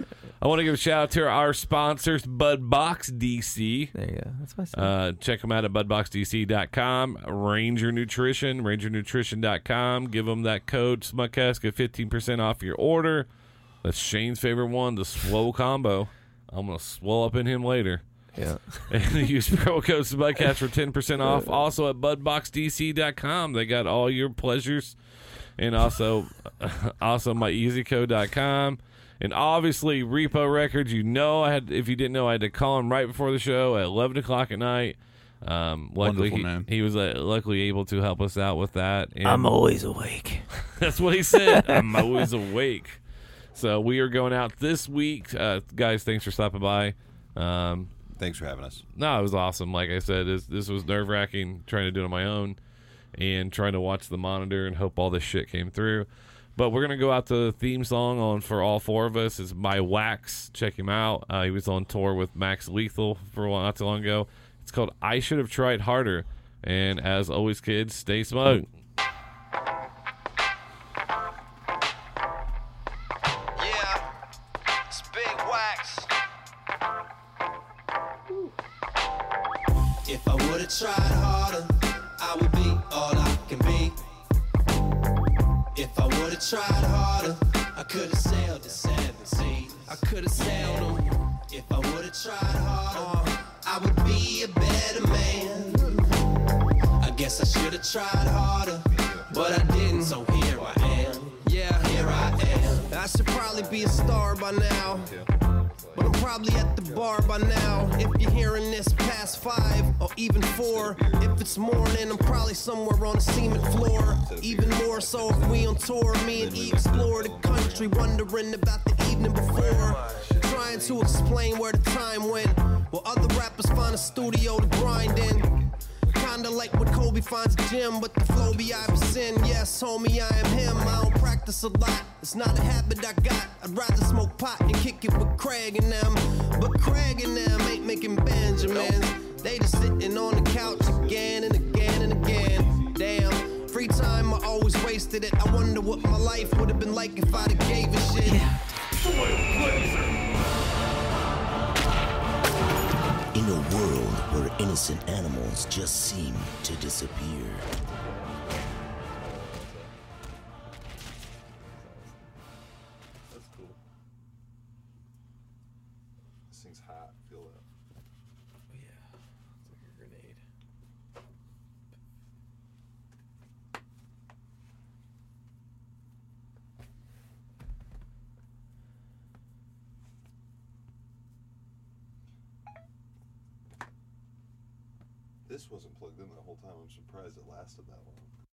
I want to give a shout out to our sponsors, Bud Box DC.
There you go. That's my son.
Uh, check them out at budboxdc.com, Ranger Nutrition, rangernutrition.com. Give them that code SMUCKCAST, get 15% off your order. That's Shane's favorite one, the Swole Combo. I'm going to swell up in him later.
yeah.
And use promo code SMUCKCAST for 10% off. Also at budboxdc.com. They got all your pleasures and also also myeasyco.com and obviously repo records you know i had if you didn't know i had to call him right before the show at 11 o'clock at night um luckily
Wonderful
he,
man.
he was uh, luckily able to help us out with that and
I'm always awake.
that's what he said i'm always awake so we are going out this week uh guys thanks for stopping by um
Thanks for having us.
no, it was awesome. Like I said, this, this was nerve wracking trying to do it on my own and trying to watch the monitor and hope all this shit came through. But we're gonna go out to the theme song on for all four of us. It's by Wax. Check him out. Uh, he was on tour with Max Lethal for a while, not too long ago. It's called "I Should Have Tried Harder." And as always, kids, stay smoked.
Yeah, it's big wax. If I would have tried harder, I would be all I can be. If I would have tried harder, I could have sailed the seven seas. I could have sailed them. If I would have tried harder, I would be a better man. I guess I should have tried harder, but I didn't, so here I am. Yeah, here I am. I should probably be a star by now. But I'm probably at the bar by now. If you're hearing this past five or even four, if it's morning, I'm probably somewhere on the cement floor. Even more so if we on tour, me and E explore the country, wondering about the evening before. Trying to explain where the time went, while other rappers find a studio to grind in. Kinda like what Kobe finds a gym, but the flow be I sin. Yes, homie, I am him. I don't practice a lot. It's not a habit I got. I'd rather smoke pot than kick it with Craig and them. But Craig and them ain't making Benjamins. They just sitting on the couch again and again and again. Damn, free time I always wasted it. I wonder what my life would have been like if I'd have gave a shit.
In a world where innocent animals just seem to disappear.
This thing's hot. Feel that. This wasn't plugged in the whole time. I'm surprised it lasted that long.